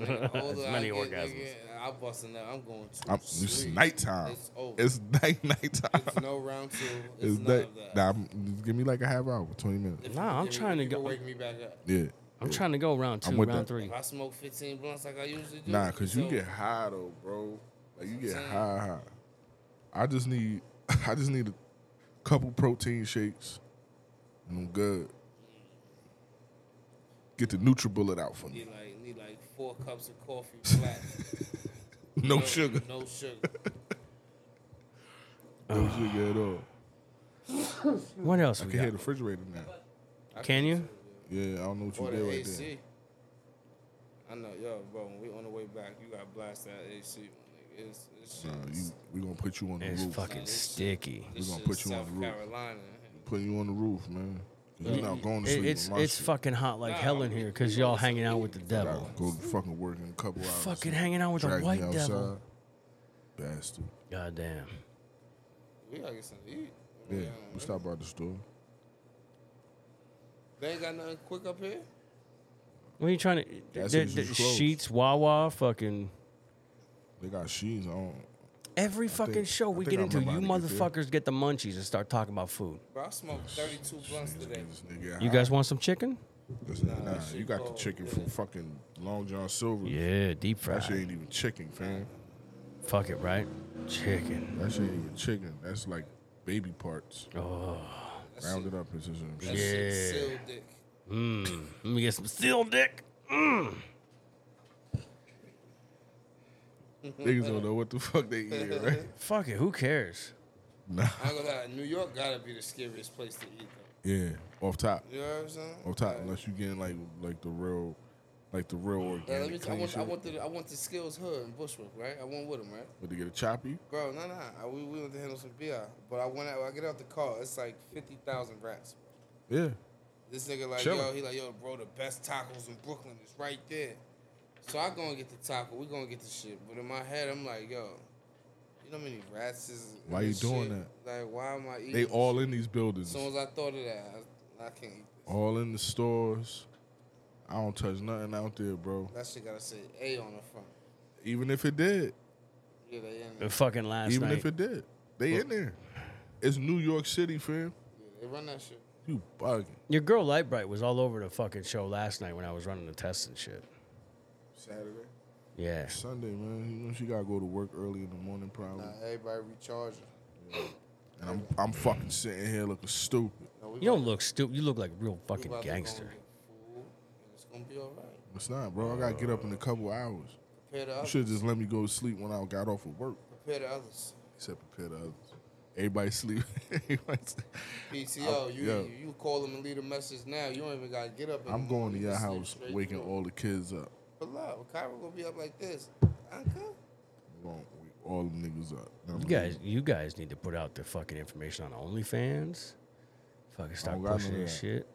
[SPEAKER 10] nigga. The older I
[SPEAKER 4] many
[SPEAKER 10] get,
[SPEAKER 4] orgasms.
[SPEAKER 10] nigga, I'm busting up. I'm going to
[SPEAKER 5] I'm, it's
[SPEAKER 10] sleep.
[SPEAKER 5] nighttime.
[SPEAKER 10] It's over.
[SPEAKER 5] It's night nighttime.
[SPEAKER 10] It's no round two. It's,
[SPEAKER 5] It's
[SPEAKER 10] none
[SPEAKER 5] night.
[SPEAKER 10] of that.
[SPEAKER 5] Nah, I'm- give me like a half hour, twenty minutes.
[SPEAKER 10] If
[SPEAKER 4] Nah, I'm
[SPEAKER 10] you give me-
[SPEAKER 4] trying to
[SPEAKER 10] you can
[SPEAKER 4] go-
[SPEAKER 10] Wake me back up.
[SPEAKER 5] Yeah.
[SPEAKER 4] I'm trying to go round
[SPEAKER 5] I'm
[SPEAKER 4] two,
[SPEAKER 5] with
[SPEAKER 4] round
[SPEAKER 5] that.
[SPEAKER 4] three.
[SPEAKER 10] If I smoke 15 blunts like I usually do.
[SPEAKER 5] Nah, cause you
[SPEAKER 10] so-
[SPEAKER 5] get high though, bro. Like you get
[SPEAKER 10] Same.
[SPEAKER 5] high, high. I just need, I just need a couple protein shakes, and I'm good. Get the NutriBullet out for me.
[SPEAKER 10] Need like need like four cups of coffee flat.
[SPEAKER 5] No sugar.
[SPEAKER 10] No sugar.
[SPEAKER 5] No sugar at all.
[SPEAKER 4] What else
[SPEAKER 5] I
[SPEAKER 4] we
[SPEAKER 5] can hear the
[SPEAKER 4] got?
[SPEAKER 5] refrigerator now.
[SPEAKER 4] Can you?
[SPEAKER 5] Yeah, I don't know what you
[SPEAKER 10] Or
[SPEAKER 5] did
[SPEAKER 10] the
[SPEAKER 5] right
[SPEAKER 10] AC. I know, yo, bro. When we on the way back, you gotta blast that AC. my nigga. It's, it's
[SPEAKER 5] there.
[SPEAKER 10] shit.
[SPEAKER 5] Nah, you, we gonna put you on the
[SPEAKER 4] It's
[SPEAKER 5] roof.
[SPEAKER 4] fucking sticky.
[SPEAKER 10] this
[SPEAKER 5] gonna
[SPEAKER 10] shit
[SPEAKER 5] put you on
[SPEAKER 10] South
[SPEAKER 5] the roof.
[SPEAKER 10] Carolina.
[SPEAKER 5] Put you on the roof, man. You're not going
[SPEAKER 4] It-
[SPEAKER 5] to sleep.
[SPEAKER 4] it's
[SPEAKER 5] with my
[SPEAKER 4] it's
[SPEAKER 5] shit.
[SPEAKER 4] fucking hot like hell in here because y'all hanging out with the
[SPEAKER 5] Gotta
[SPEAKER 4] devil.
[SPEAKER 5] Go fucking work in a couple hours.
[SPEAKER 4] Fucking hanging out with the
[SPEAKER 5] Drag me
[SPEAKER 4] white devil.
[SPEAKER 5] outside. Bastard.
[SPEAKER 4] Goddamn.
[SPEAKER 10] We gotta get something to eat.
[SPEAKER 5] Yeah, we stop by the store.
[SPEAKER 10] They ain't got nothing quick up here.
[SPEAKER 4] What are you trying to?
[SPEAKER 5] That's
[SPEAKER 4] the-
[SPEAKER 5] what
[SPEAKER 4] the
[SPEAKER 5] you close.
[SPEAKER 4] sheets, Wawa, fucking
[SPEAKER 5] They got sheets on.
[SPEAKER 4] every fucking
[SPEAKER 5] think-
[SPEAKER 4] show
[SPEAKER 5] I
[SPEAKER 4] we
[SPEAKER 5] think
[SPEAKER 4] get
[SPEAKER 5] I
[SPEAKER 4] into, you
[SPEAKER 5] remember how to get
[SPEAKER 4] motherfuckers get the munchies and start talking about food.
[SPEAKER 10] Bro, I smoked 32 blunts today.
[SPEAKER 5] This nigga
[SPEAKER 4] You
[SPEAKER 5] high.
[SPEAKER 4] guys want some chicken?
[SPEAKER 5] This nigga nah, you got the chicken from fucking Long John Silver.
[SPEAKER 4] Yeah, deep
[SPEAKER 5] That shit
[SPEAKER 4] fried.
[SPEAKER 5] ain't even chicken, fam.
[SPEAKER 4] Fuck it, right? Chicken.
[SPEAKER 5] That shit ain't even chicken. That's like baby parts.
[SPEAKER 4] Oh,
[SPEAKER 5] Rounded up into some
[SPEAKER 10] That
[SPEAKER 5] shit.
[SPEAKER 10] shit
[SPEAKER 4] Yeah.
[SPEAKER 10] sealed dick.
[SPEAKER 4] mm. Let me get some steel dick. Mm.
[SPEAKER 5] Niggas don't know what the fuck they eat, right?
[SPEAKER 4] Fuck it. Who cares?
[SPEAKER 5] Nah.
[SPEAKER 10] I ain't gonna lie, New York gotta be the scariest place to eat though.
[SPEAKER 5] Yeah. Off top.
[SPEAKER 10] You know what I'm saying?
[SPEAKER 5] Off top. Unless you getting like like the real like the real
[SPEAKER 10] Now, let
[SPEAKER 5] organic
[SPEAKER 10] me t- I,
[SPEAKER 5] clean
[SPEAKER 10] want,
[SPEAKER 5] shit.
[SPEAKER 10] I, want the, I want the skills hood and Bushwick, right? I went with him, right?
[SPEAKER 5] But to get a choppy,
[SPEAKER 10] Bro, no, no. I, we, we went to handle some BI. But I went out, I get out the car, it's like 50,000 rats.
[SPEAKER 5] yeah.
[SPEAKER 6] This nigga like,
[SPEAKER 10] Chilling.
[SPEAKER 6] yo, he like, yo, bro, the best tacos in Brooklyn is right there. So I go and get the taco. We gonna get the shit. But in my head, I'm like, yo, you know how many rats is? in
[SPEAKER 5] Why you
[SPEAKER 6] this
[SPEAKER 5] doing
[SPEAKER 6] shit? Like, why am I eating?
[SPEAKER 5] They
[SPEAKER 6] this
[SPEAKER 5] all in these buildings.
[SPEAKER 6] As soon as I thought of that, I, I can't eat this.
[SPEAKER 5] all in the stores. I don't touch nothing out there, bro.
[SPEAKER 6] That shit gotta say A on the front.
[SPEAKER 5] Even if it did,
[SPEAKER 6] Yeah, they in there.
[SPEAKER 4] But fucking last
[SPEAKER 5] even
[SPEAKER 4] night.
[SPEAKER 5] if it did, they in there. It's New York City, fam.
[SPEAKER 6] Yeah, they run that shit.
[SPEAKER 5] You bugging?
[SPEAKER 4] Your girl Lightbright was all over the fucking show last night when I was running the tests and shit.
[SPEAKER 6] Saturday.
[SPEAKER 4] Yeah.
[SPEAKER 5] Sunday, man. You know she gotta go to work early in the morning, probably.
[SPEAKER 6] Nah, everybody recharging.
[SPEAKER 5] And I'm I'm fucking sitting here looking stupid.
[SPEAKER 6] No, we
[SPEAKER 4] You
[SPEAKER 6] about-
[SPEAKER 4] don't look stupid. You look like real
[SPEAKER 6] we
[SPEAKER 4] fucking
[SPEAKER 6] about to go and
[SPEAKER 4] gangster.
[SPEAKER 6] get food, and It's gonna be alright.
[SPEAKER 5] It's not, bro. I gotta get up in a couple hours.
[SPEAKER 6] Prepare the
[SPEAKER 5] You
[SPEAKER 6] others.
[SPEAKER 5] should just let me go to sleep when I got off of work.
[SPEAKER 6] Prepare the others.
[SPEAKER 5] Except prepare the others. Everybody sleep. Everybody sleep.
[SPEAKER 6] PTO, you,
[SPEAKER 5] yeah.
[SPEAKER 6] you you call them and leave a message now. You don't even gotta get up. in the
[SPEAKER 5] I'm going to
[SPEAKER 6] morning.
[SPEAKER 5] your
[SPEAKER 6] You sleep
[SPEAKER 5] house,
[SPEAKER 6] straight
[SPEAKER 5] waking
[SPEAKER 6] through.
[SPEAKER 5] all the kids up.
[SPEAKER 6] But look, Kyra gonna be up like this. Uncle,
[SPEAKER 5] I'm gonna wake all the niggas up. Then I'm
[SPEAKER 4] You
[SPEAKER 5] gonna-
[SPEAKER 4] guys, you guys need to put out the fucking information on OnlyFans. Fucking stop
[SPEAKER 5] got none
[SPEAKER 4] pushing
[SPEAKER 5] of
[SPEAKER 4] this
[SPEAKER 5] that.
[SPEAKER 4] shit.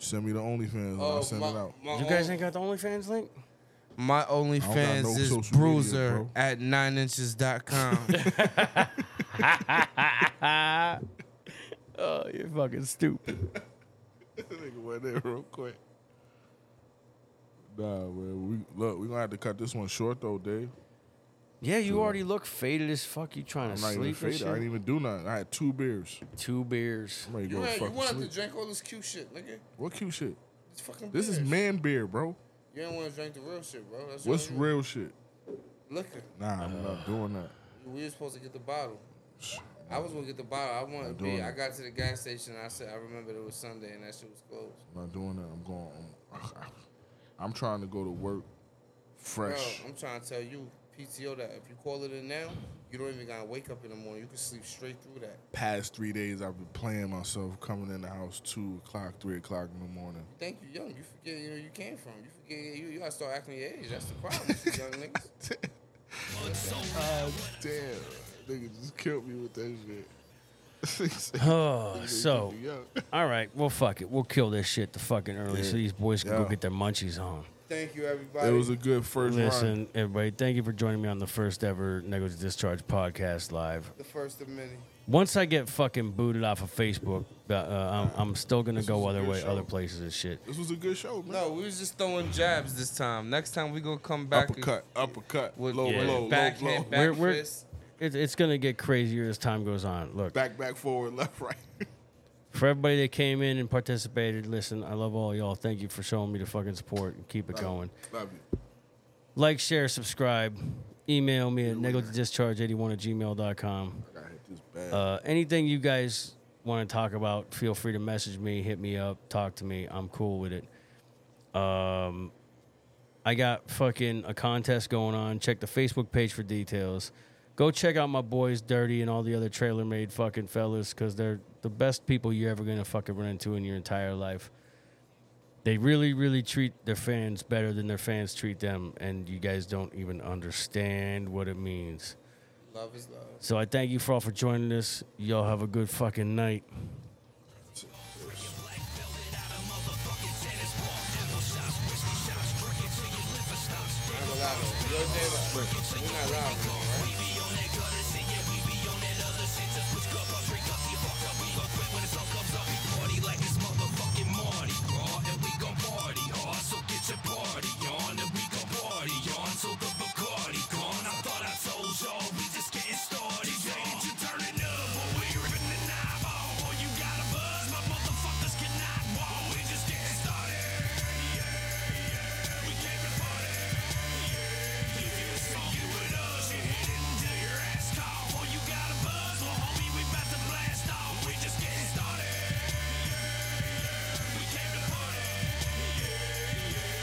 [SPEAKER 5] Send me the OnlyFans and I'll
[SPEAKER 6] oh
[SPEAKER 5] send
[SPEAKER 6] my,
[SPEAKER 5] it out.
[SPEAKER 6] my
[SPEAKER 4] You guys ain't got the OnlyFans link?
[SPEAKER 6] My
[SPEAKER 5] I don't got no
[SPEAKER 6] OnlyFans is
[SPEAKER 5] social media,
[SPEAKER 6] bruiser
[SPEAKER 5] bro.
[SPEAKER 6] at nineinches.com.
[SPEAKER 4] Ah. Oh, you're fucking stupid.
[SPEAKER 5] nigga went there real quick. Nah, man. We look. We gonna have to cut this one short though, Dave.
[SPEAKER 4] Yeah, you already look faded as fuck. You trying
[SPEAKER 5] I'm
[SPEAKER 4] to
[SPEAKER 5] not even
[SPEAKER 4] sleep and
[SPEAKER 5] faded. I didn't
[SPEAKER 4] shit?
[SPEAKER 5] even do nothing. I had two beers.
[SPEAKER 4] Two beers.
[SPEAKER 5] I'm ready to
[SPEAKER 6] you
[SPEAKER 5] go
[SPEAKER 6] ain't- you
[SPEAKER 5] fucking
[SPEAKER 6] wanted
[SPEAKER 5] sleep.
[SPEAKER 6] to drink all this cute shit, nigga.
[SPEAKER 5] What cute shit?
[SPEAKER 6] It's fucking
[SPEAKER 5] This is
[SPEAKER 6] beers.
[SPEAKER 5] man beer, bro.
[SPEAKER 6] You ain't want to drink the real shit, bro. That's
[SPEAKER 5] What's
[SPEAKER 6] all you-
[SPEAKER 5] real shit?
[SPEAKER 6] Liquor.
[SPEAKER 5] Nah, I'm not doing that.
[SPEAKER 6] We were supposed to get the bottle. I was gonna get the bottle. I wanted
[SPEAKER 5] doing
[SPEAKER 6] beer. I
[SPEAKER 5] it.
[SPEAKER 6] got to the gas station. I said I remembered it was Sunday and that shit was closed.
[SPEAKER 5] I'm not doing that. I'm going. I'm, I'm trying to go to work
[SPEAKER 6] Bro,
[SPEAKER 5] fresh.
[SPEAKER 6] I'm trying to tell you, PTO, that if you call it in now, you don't even gotta wake up in the morning. You can sleep straight through that.
[SPEAKER 5] Past three days, I've been playing myself coming in the house two o'clock, three o'clock in the morning.
[SPEAKER 6] Think you young. You forget you know you came from. You forget you, you gotta start acting your age. That's the problem, with you young niggas.
[SPEAKER 5] Damn, nigga just killed me with that shit.
[SPEAKER 4] Oh, so.
[SPEAKER 5] Yo.
[SPEAKER 4] All right, well, fuck it. We'll kill this shit the fucking early so these boys can go
[SPEAKER 5] Yeah.
[SPEAKER 4] get their munchies on.
[SPEAKER 6] Thank you, everybody.
[SPEAKER 5] It was a good first
[SPEAKER 4] Listen,
[SPEAKER 5] run.
[SPEAKER 4] everybody, thank you for joining me on the first ever Negligent Discharge podcast live.
[SPEAKER 6] the first of many.
[SPEAKER 4] Once I get fucking booted off of Facebook, uh, uh, I'm, I'm still gonna go
[SPEAKER 5] was a
[SPEAKER 4] other
[SPEAKER 5] good
[SPEAKER 4] way,
[SPEAKER 5] show.
[SPEAKER 4] other places and shit.
[SPEAKER 5] This was a good show, man.
[SPEAKER 6] No, we was just throwing jabs this time. Next time we gonna come back and-
[SPEAKER 5] uppercut, uppercut,
[SPEAKER 6] with
[SPEAKER 5] low,
[SPEAKER 4] Yeah.
[SPEAKER 5] low,
[SPEAKER 6] back
[SPEAKER 5] low, low,
[SPEAKER 6] hand, back
[SPEAKER 4] We're- we're-
[SPEAKER 6] fist.
[SPEAKER 4] It, it's gonna get crazier as time goes on. Look,
[SPEAKER 5] back, back, forward, left, right.
[SPEAKER 4] for everybody that came in and participated, listen, I love all y'all. Thank you for showing me the fucking support and keep it going.
[SPEAKER 5] Love you.
[SPEAKER 4] Like, share, subscribe. Email me at negligentdischarge81 at gmail.com.
[SPEAKER 5] I gotta hit this bad.
[SPEAKER 4] Uh, anything you guys want to talk about, feel free to message me, hit me up, talk to me. I'm cool with it. Um, I got fucking a contest going on. Check the Facebook page for details. Go check out my boys Dirty and all the other trailer made fucking fellas because they're the best people you're ever going to fucking run into in your entire life. They really, really treat their fans better than their fans treat them, and you guys don't even understand what it means.
[SPEAKER 6] Love is love.
[SPEAKER 4] So I thank you for all for joining us. Y'all have a good fucking night.
[SPEAKER 6] I'm allowed. Yo, Dave, we're not robbing.